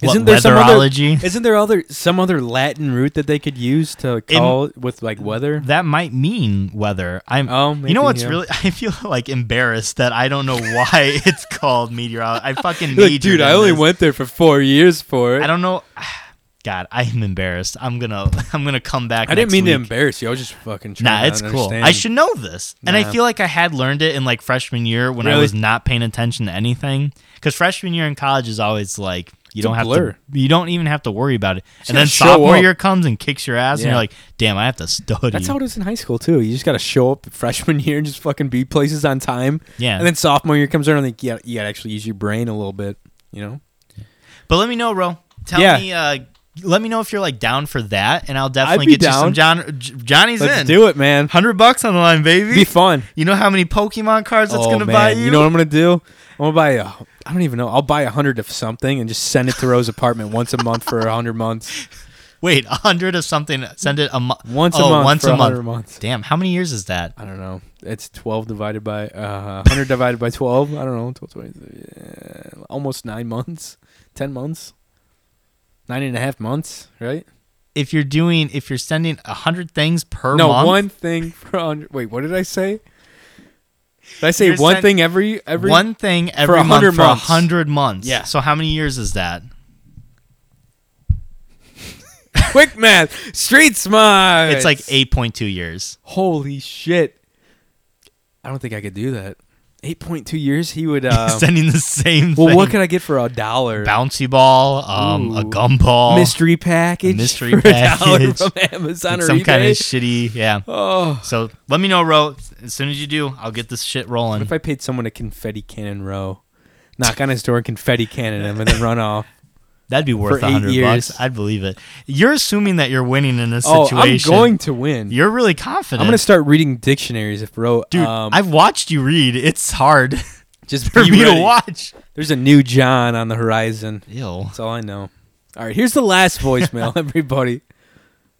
S2: What,
S1: Isn't there some other,
S2: weatherology?
S1: Isn't there other some other Latin root that they could use to
S2: In-
S1: call it with like weather?
S2: That might mean weather. I'm.
S1: Oh,
S2: you
S1: maybe,
S2: know what's
S1: yeah.
S2: really? I feel like embarrassed that I don't know why it's called meteorology. I fucking
S1: Like,
S2: majored
S1: dude,
S2: in
S1: I only
S2: this.
S1: went there for four years for it.
S2: I don't know. God, I am embarrassed. I'm gonna. I'm gonna come back.
S1: I didn't
S2: next
S1: mean to
S2: week.
S1: embarrass you. I was just fucking trying.
S2: Nah,
S1: to
S2: it's cool.
S1: understand.
S2: I should know this. And I
S1: Nah.
S2: feel like I had learned it in like freshman year when I
S1: Really?
S2: was not paying attention to anything. Because freshman year in college is always like you
S1: It's a
S2: don't have
S1: blur.
S2: to you don't even have to worry about it.
S1: Just
S2: and
S1: gotta
S2: then
S1: show
S2: sophomore
S1: up.
S2: year comes and kicks your ass and
S1: Yeah.
S2: you're like, damn, I have to study.
S1: That's how it is in high school too. You just gotta show up freshman year and just fucking be places on time.
S2: Yeah.
S1: And then sophomore year comes around, like yeah, you gotta actually use your brain a little bit. You know.
S2: but let me know, Ro. Tell
S1: Yeah.
S2: me uh let me know if you're like down for that, and I'll
S1: I'd
S2: definitely
S1: be
S2: get you some John. J- Johnny's
S1: Let's
S2: in.
S1: do it, man.
S2: Hundred bucks on the line, baby.
S1: Be fun.
S2: You know how many Pokemon cards it's
S1: oh,
S2: gonna
S1: man.
S2: buy you?
S1: know what I'm gonna do? I'm gonna buy a. I don't even know. I'll buy a hundred of something and just send it to Rose apartment once a month for a hundred months.
S2: Wait, a hundred of something. Send it a month.
S1: Once a month
S2: Oh, Once
S1: for
S2: a
S1: 100
S2: month.
S1: months.
S2: Damn, how many years is that?
S1: I don't know. It's twelve divided by uh, hundred divided by twelve. I don't know. 12, 20, uh, almost nine months. Ten months. Nine and a half months. Right?
S2: If you're doing, if you're sending a hundred things per
S1: no,
S2: month,
S1: one thing for a hundred. Wait, what did I say? Did I say
S2: You're
S1: one
S2: send-
S1: thing every every
S2: one thing every
S1: for a
S2: month
S1: hundred
S2: for a
S1: months?
S2: hundred months.
S1: Yeah.
S2: So how many years is that?
S1: Quick math. Street smart.
S2: It's like eight point two years.
S1: Holy shit. I don't think I could do that. 8.2 years he would uh
S2: sending the same.
S1: Well,
S2: thing.
S1: what could I get for a dollar?
S2: Bouncy ball, um, a
S1: Ooh.
S2: gumball,
S1: Mystery package
S2: mystery
S1: for a dollar
S2: package
S1: from Amazon
S2: It's
S1: or
S2: some kind of
S1: eBay?
S2: shitty. Yeah.
S1: Oh.
S2: So let me know, Ro. As soon as you do, I'll get this shit rolling.
S1: What if I paid someone a confetti cannon row? Knock on his door, confetti cannon him, and then run off.
S2: That'd be worth
S1: for
S2: a
S1: eight
S2: hundred
S1: years.
S2: bucks. I'd believe it. You're assuming that you're winning in this
S1: Oh, I'm
S2: situation.
S1: going to win.
S2: You're really confident.
S1: I'm gonna start reading dictionaries if row.
S2: Dude,
S1: um,
S2: I've watched you read. It's hard.
S1: Just
S2: for
S1: be
S2: me
S1: ready.
S2: to watch.
S1: There's a new John on the horizon.
S2: Ew.
S1: That's all I know. All right, here's the last voicemail, everybody.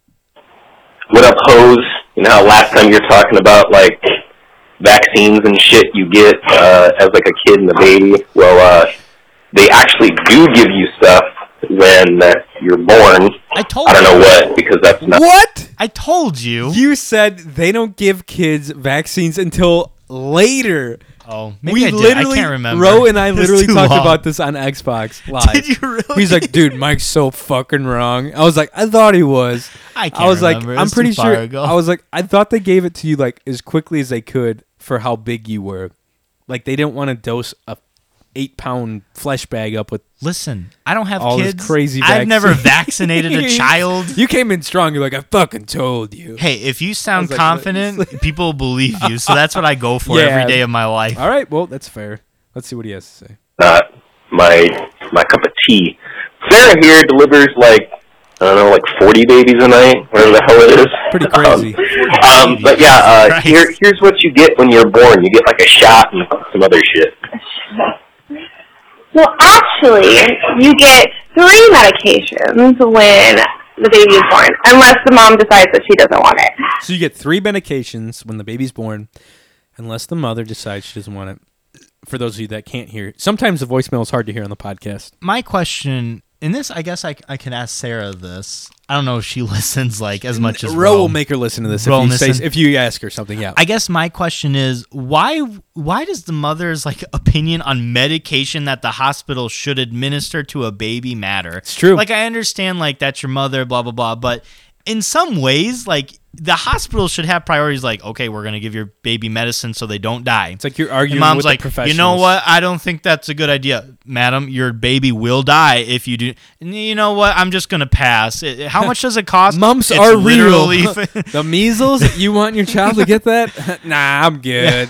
S14: What up, hoes? You know how last time you're talking about like vaccines and shit you get uh, as like a kid and a baby? Well, uh, they actually do give you stuff when uh, you're born.
S2: I told.
S14: I don't know
S2: you.
S14: what because that's not
S1: What?
S2: I told you.
S1: You said they don't give kids vaccines until later.
S2: Oh, maybe
S1: we
S2: I did. I
S1: literally,
S2: can't remember.
S1: Ro and I
S2: It's
S1: literally
S2: too
S1: talked
S2: long.
S1: about this on Xbox Live.
S2: Did you really?
S1: He's like, dude, Mike's so fucking wrong. I was like, I thought he was.
S2: I can't
S1: I was
S2: remember.
S1: like,
S2: It
S1: I'm
S2: was too
S1: pretty
S2: far
S1: sure.
S2: ago.
S1: I was like, I thought they gave it to you like as quickly as they could for how big you were. Like they didn't want to dose a eight pound flesh bag up with
S2: Listen, I don't have
S1: all
S2: kids.
S1: this crazy.
S2: I've never
S1: vaccine.
S2: vaccinated a child.
S1: You came in strong. You're like, I fucking told you.
S2: Hey, if you sound
S1: like,
S2: confident, people believe you. So that's what I go for every
S1: Yeah. Uh,
S2: day of my life.
S1: All right, well, that's fair. Let's see what he has to say.
S14: not my my cup of tea. Sarah here delivers like I don't know, like 40 babies a night, whatever the hell it is.
S1: Pretty crazy.
S14: Um, but yeah, uh, here, here's what you get when you're born. You get like a shot and some other shit.
S15: Well, actually, you get three medications when the baby is born, unless the mom decides that she doesn't want it.
S1: So you get three medications when the baby's born, unless the mother decides she doesn't want it. For those of you that can't hear, sometimes the voicemail is hard to hear on the podcast.
S2: my question in this i guess i, I can ask sarah this i don't know if she listens like as much as
S1: Ro
S2: Ro
S1: will make her listen to this if
S2: Ro
S1: you, say,
S2: listen.
S1: if you ask her something. Yeah,
S2: i guess my question is why why does the mother's like opinion on medication that the hospital should administer to a baby matter it's
S1: true
S2: like i understand like that's your mother blah blah blah but in some ways like the hospital should have priorities like okay we're going to give your baby medicine so they don't die it's
S1: like you're arguing with
S2: mom's
S1: the
S2: like you know
S1: professionals."
S2: what I don't think that's a good idea, madam. Your baby will die if you do. N- You know what? I'm just gonna pass. It- it- How much does it cost?
S1: Mumps
S2: It's
S1: are real.
S2: literally
S1: the measles. You want your child to get that? nah, I'm good.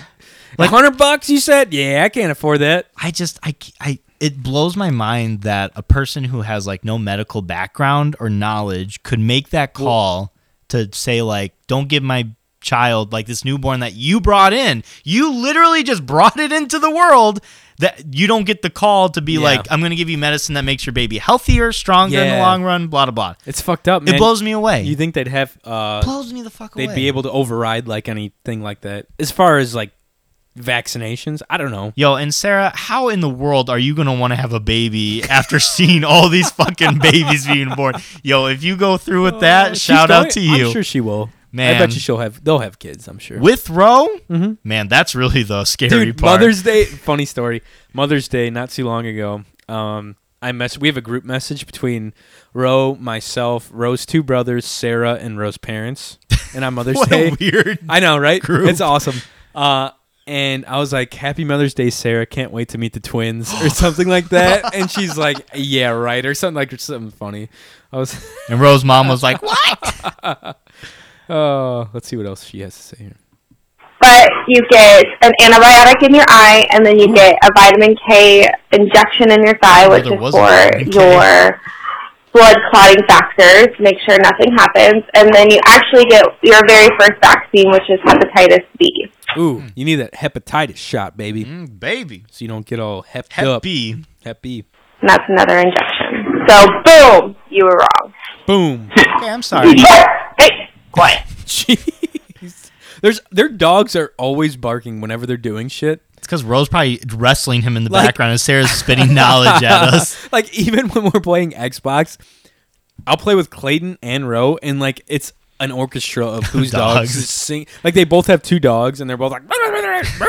S1: Like hundred bucks, you said? Yeah, I can't afford that.
S2: I just, I, c- I, it blows my mind that a person who has like no medical background or knowledge could make that call to say like, don't give my child like this newborn that you brought in. You literally just brought it into the world. That you don't get the call to be
S1: Yeah.
S2: like, I'm gonna give you medicine that makes your baby healthier, stronger in the
S1: Yeah.
S2: long run, blah blah blah.
S1: It's fucked up.
S2: It
S1: Man.
S2: blows me away.
S1: You think they'd have? Uh,
S2: Blows me the fuck
S1: They'd
S2: away.
S1: be able to override like anything like that. As far as like vaccinations, I don't know.
S2: Yo, and Sarah, how in the world are you gonna want to have a baby after seeing all these fucking babies being born? Yo, if you go through with that,
S1: Uh, she's
S2: shout out
S1: going-
S2: to you.
S1: I'm sure she will.
S2: Man,
S1: I bet you she'll have. They'll have kids. I'm sure.
S2: With Roe, man, that's really the scary
S1: Mm-hmm. Dude,
S2: part.
S1: Mother's Day. Funny story. Mother's Day, not too long ago. Um, I mess. We have a group message between Ro, myself, Ro's two brothers, Sarah, and Ro's parents. And on Mother's
S2: What a
S1: Day,
S2: weird
S1: I know, right?
S2: group.
S1: It's awesome. Uh, and I was like, "Happy Mother's Day, Sarah! Can't wait to meet the twins, or something like that." And she's like, "Yeah, right," or something like something funny. I was.
S2: And Ro's mom was like, "What?"
S1: Oh, let's see what else she has to say here.
S15: But you get an antibiotic in your eye, and then you get a vitamin K injection in your thigh, which
S2: Hmm. there
S15: is
S2: was a
S15: for
S2: vitamin K.
S15: your blood clotting factors, make sure nothing happens, and then you actually get your very first vaccine, which is hepatitis B.
S2: Hmm.
S1: Ooh, you need that hepatitis shot, baby.
S2: baby.
S1: So you don't get all hepped
S2: Hmm. Hep
S1: up.
S2: B.
S1: Hep B.
S15: And that's another injection. So, boom, you were wrong.
S1: Boom.
S2: Okay, I'm sorry.
S15: Hey, quiet.
S1: Jeez. There's their dogs are always barking whenever they're doing shit.
S2: It's because Ro's probably wrestling him in the
S1: Like-
S2: background, and Sarah's spitting knowledge at us.
S1: like even when we're playing Xbox, I'll play with Clayton and Roe, and like it's an orchestra of whose dogs,
S2: Dogs.
S1: sing. Like they both have two dogs, and they're both like,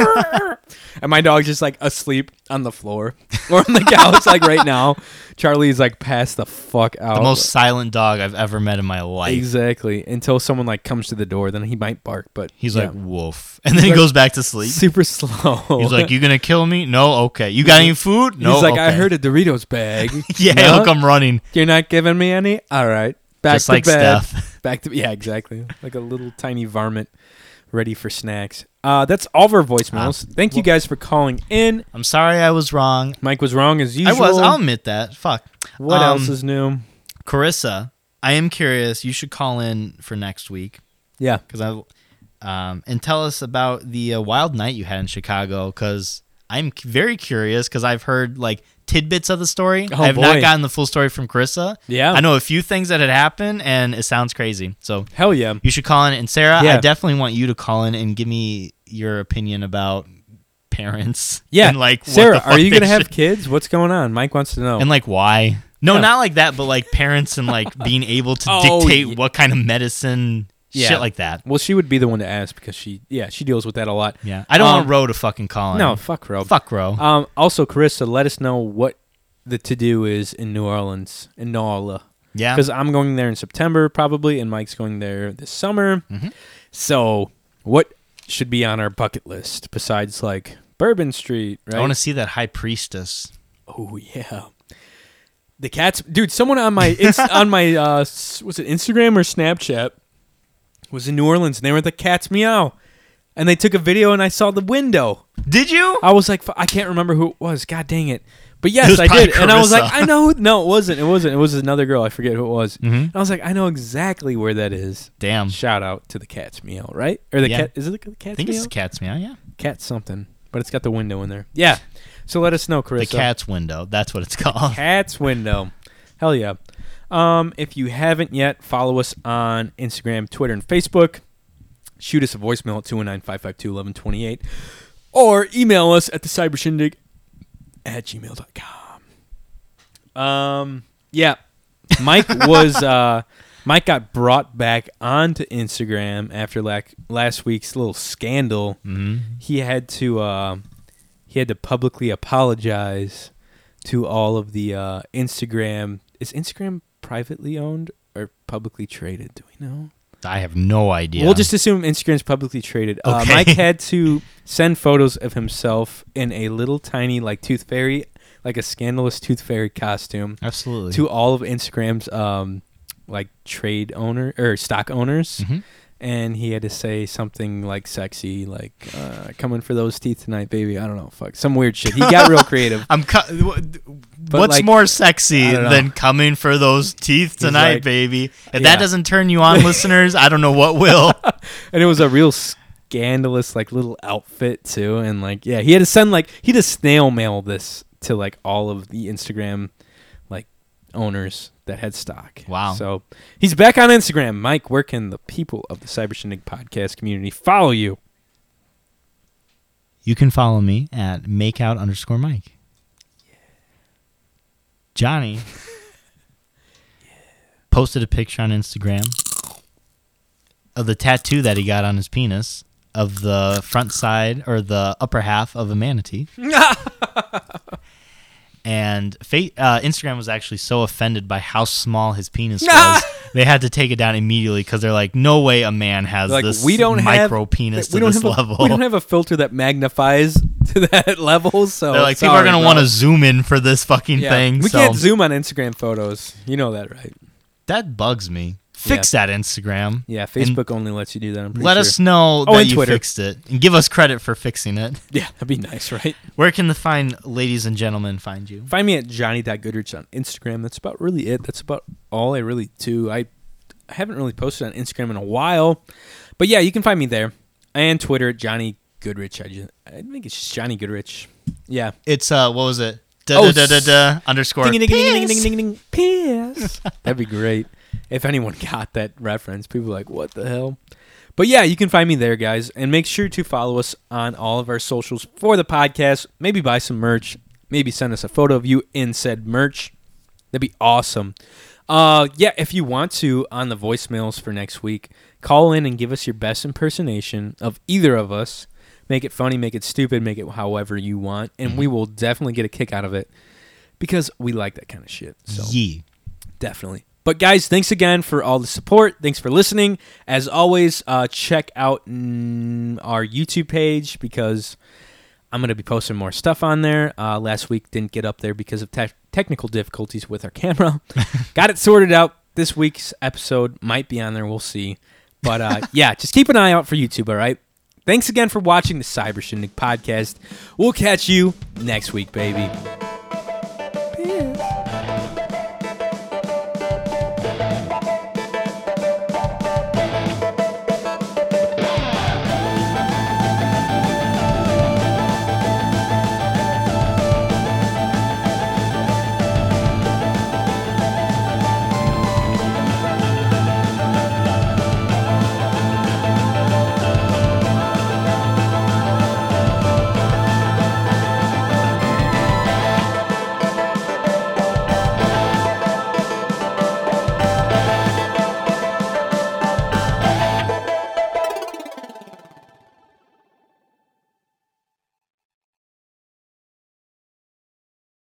S1: and my dog's just like asleep on the floor or on the couch, like right now. Charlie's like passed the fuck out.
S2: The most silent dog I've ever met in my life.
S1: Exactly. Until someone like comes to the door, then he might bark. But
S2: He's
S1: yeah.
S2: like woof, and then he
S1: Like,
S2: goes back to sleep.
S1: Super slow.
S2: He's like, "You gonna kill me? No, okay. You got any food? No,
S1: Oh, He's like, I
S2: okay."
S1: heard a Doritos bag.
S2: Yeah,
S1: No?
S2: he'll come running.
S1: You're not giving me any. All right, back
S2: Just
S1: to
S2: like
S1: bed.
S2: Steph.
S1: Back to yeah, exactly. Like a little tiny varmint, ready for snacks. Uh, that's all of our
S2: Ah,
S1: voicemails. Thank you guys for calling in.
S2: I'm sorry I was wrong.
S1: Mike was wrong as
S2: I
S1: usual.
S2: was. I'll admit that. Fuck.
S1: What
S2: Um,
S1: else is new?
S2: Carissa, I am curious. You should call in for next week.
S1: Yeah.
S2: Because I, um, and tell us about the uh, wild night you had in Chicago. Because I'm c- very curious. Because I've heard like tidbits of the story.
S1: Oh,
S2: I've not
S1: boy.
S2: gotten the full story from Carissa.
S1: Yeah.
S2: I know a few things that had happened, and it sounds crazy. So
S1: Hell yeah.
S2: you should call in. And Sarah, I
S1: Yeah.
S2: definitely want you to call in and give me your opinion about parents.
S1: Yeah.
S2: And like, what
S1: Sarah,
S2: the fuck
S1: are you
S2: they
S1: gonna
S2: should-
S1: have kids? What's going on? Mike wants to know.
S2: and like why? No,
S1: Yeah.
S2: not like that, but like parents and like being able to
S1: Oh,
S2: dictate
S1: yeah.
S2: what kind of medicine, shit like that.
S1: Well, she would be the one to ask because she, yeah, she deals with that a lot.
S2: Yeah, I don't
S1: Um,
S2: want Roe to fucking call in.
S1: No, fuck Roe.
S2: Fuck Roe.
S1: Um, also, Carissa, let us know what the to do is in New Orleans in Nola.
S2: Yeah.
S1: because I'm going there in September probably, and Mike's going there this summer.
S2: Mm-hmm.
S1: So, what should be on our bucket list besides like Bourbon Street? Right.
S2: I want to see that high priestess.
S1: Oh yeah. The cats, dude. Someone on my inst- on my uh, s- was it Instagram or Snapchat was in New Orleans, and they were at the Cats Meow. and they took a video, and I saw the window.
S2: Did you?
S1: I was like, f- I can't remember who it was. God dang it! But
S2: It
S1: yes,
S2: was
S1: I did,
S2: probably
S1: and I was
S2: Carissa.
S1: like, I know. who- No, it wasn't. It wasn't. It was another girl. I forget who it was.
S2: Mhm.
S1: And I was like, I know exactly where that is.
S2: Damn!
S1: Shout out to the cat's meow, right? Or the
S2: Yeah.
S1: cat? Is it the cat's
S2: I think
S1: meow?
S2: it's the cat's meow. Yeah,
S1: cat something, but it's got the window in there. Yeah. So let us know, Chris.
S2: the cat's window. That's what it's called.
S1: Cat's window. Hell yeah. Um, if you haven't yet, follow us on Instagram, Twitter, and Facebook. Shoot us a voicemail at 219 552 1128 or email us at the cybershindig at gmail.com. Um, yeah. Mike was uh, Mike got brought back onto Instagram after lac- last week's little scandal.
S2: Mhm.
S1: He had to uh, he had to publicly apologize to all of the uh, Instagram. Is Instagram privately owned or publicly traded? Do we know?
S2: I have no idea.
S1: We'll just assume Instagram's publicly traded. Uh,
S2: Okay.
S1: Mike had to send photos of himself in a little tiny, like tooth fairy, like a scandalous tooth fairy costume.
S2: Absolutely.
S1: To all of Instagram's um, like trade owner or stock owners, and he had to say something like sexy, like uh, "coming for those teeth tonight, baby." I don't know, fuck, some weird shit. He got real creative.
S2: I'm cu-
S1: But,
S2: What's
S1: like,
S2: more
S1: I
S2: sexy
S1: don't know.
S2: than coming for those teeth tonight,
S1: like-
S2: baby? If
S1: Yeah.
S2: that doesn't turn you on, listeners, I don't know what will.
S1: and it was a real scandalous like little outfit too and like yeah he had to send like he had to snail mail this to like all of the instagram like owners that had stock wow so he's back on instagram mike where can the people of the cyber shindig podcast community follow you
S2: You can follow me at makeout underscore Mike. Johnny posted a picture on Instagram of the tattoo that he got on his penis of the front side or the upper half of a manatee. and fa- uh, Instagram was actually so offended by how small his penis was, they had to take it down immediately because they're like, no way a man has
S1: like
S2: this
S1: we don't have-
S2: micro penis
S1: we
S2: to
S1: don't have
S2: this
S1: a-
S2: level.
S1: we don't have a filter that magnifies to that level so
S2: They're like, people are
S1: Oh, sorry,
S2: gonna
S1: bro.
S2: want to zoom in for this fucking
S1: Yeah.
S2: thing.
S1: we
S2: so
S1: can't zoom on instagram photos you know that right
S2: That bugs me. Fix that Instagram.
S1: yeah
S2: And
S1: facebook only lets you do that I'm pretty
S2: Let
S1: sure.
S2: us know
S1: oh
S2: that
S1: and
S2: you
S1: twitter
S2: fixed it and give us credit for fixing it.
S1: Yeah, that'd be nice, right?
S2: Where can the fine ladies and gentlemen find you?
S1: Find me at Johnny.Goodrich on Instagram. That's about really it. That's about all I really do. I I haven't really posted on Instagram in a while. But yeah, you can find me there. And Twitter at Johnny Goodrich. I, just, I think it's just Johnny Goodrich. Yeah.
S2: It's uh, what was it? Da
S1: Oh,
S2: da da da da
S1: s-
S2: underscore.
S1: Ding, ding, ding, ding,
S2: piss.
S1: ding, ding, ding, piss. That'd be great. If anyone got that reference, people are like, what the hell? But yeah, you can find me there, guys. And make sure to follow us on all of our socials for the podcast. Maybe buy some merch. Maybe send us a photo of you in said merch. That'd be awesome. Uh, yeah, if you want to, on the voicemails for next week, call in and give us your best impersonation of either of us. Make it funny, make it stupid, make it however you want, and we will definitely get a kick out of it because we like that kind of shit. So
S2: yeah,
S1: definitely. But guys, thanks again for all the support. Thanks for listening. As always, uh, check out mm, our YouTube page because I'm gonna be posting more stuff on there. Uh, last week didn't get up there because of tech technical difficulties with our camera. Got it sorted out. This week's episode might be on there. We'll see. But uh, yeah, just keep an eye out for YouTube. All right. Thanks again for watching the Cyber Shindig podcast. We'll catch you next week, baby.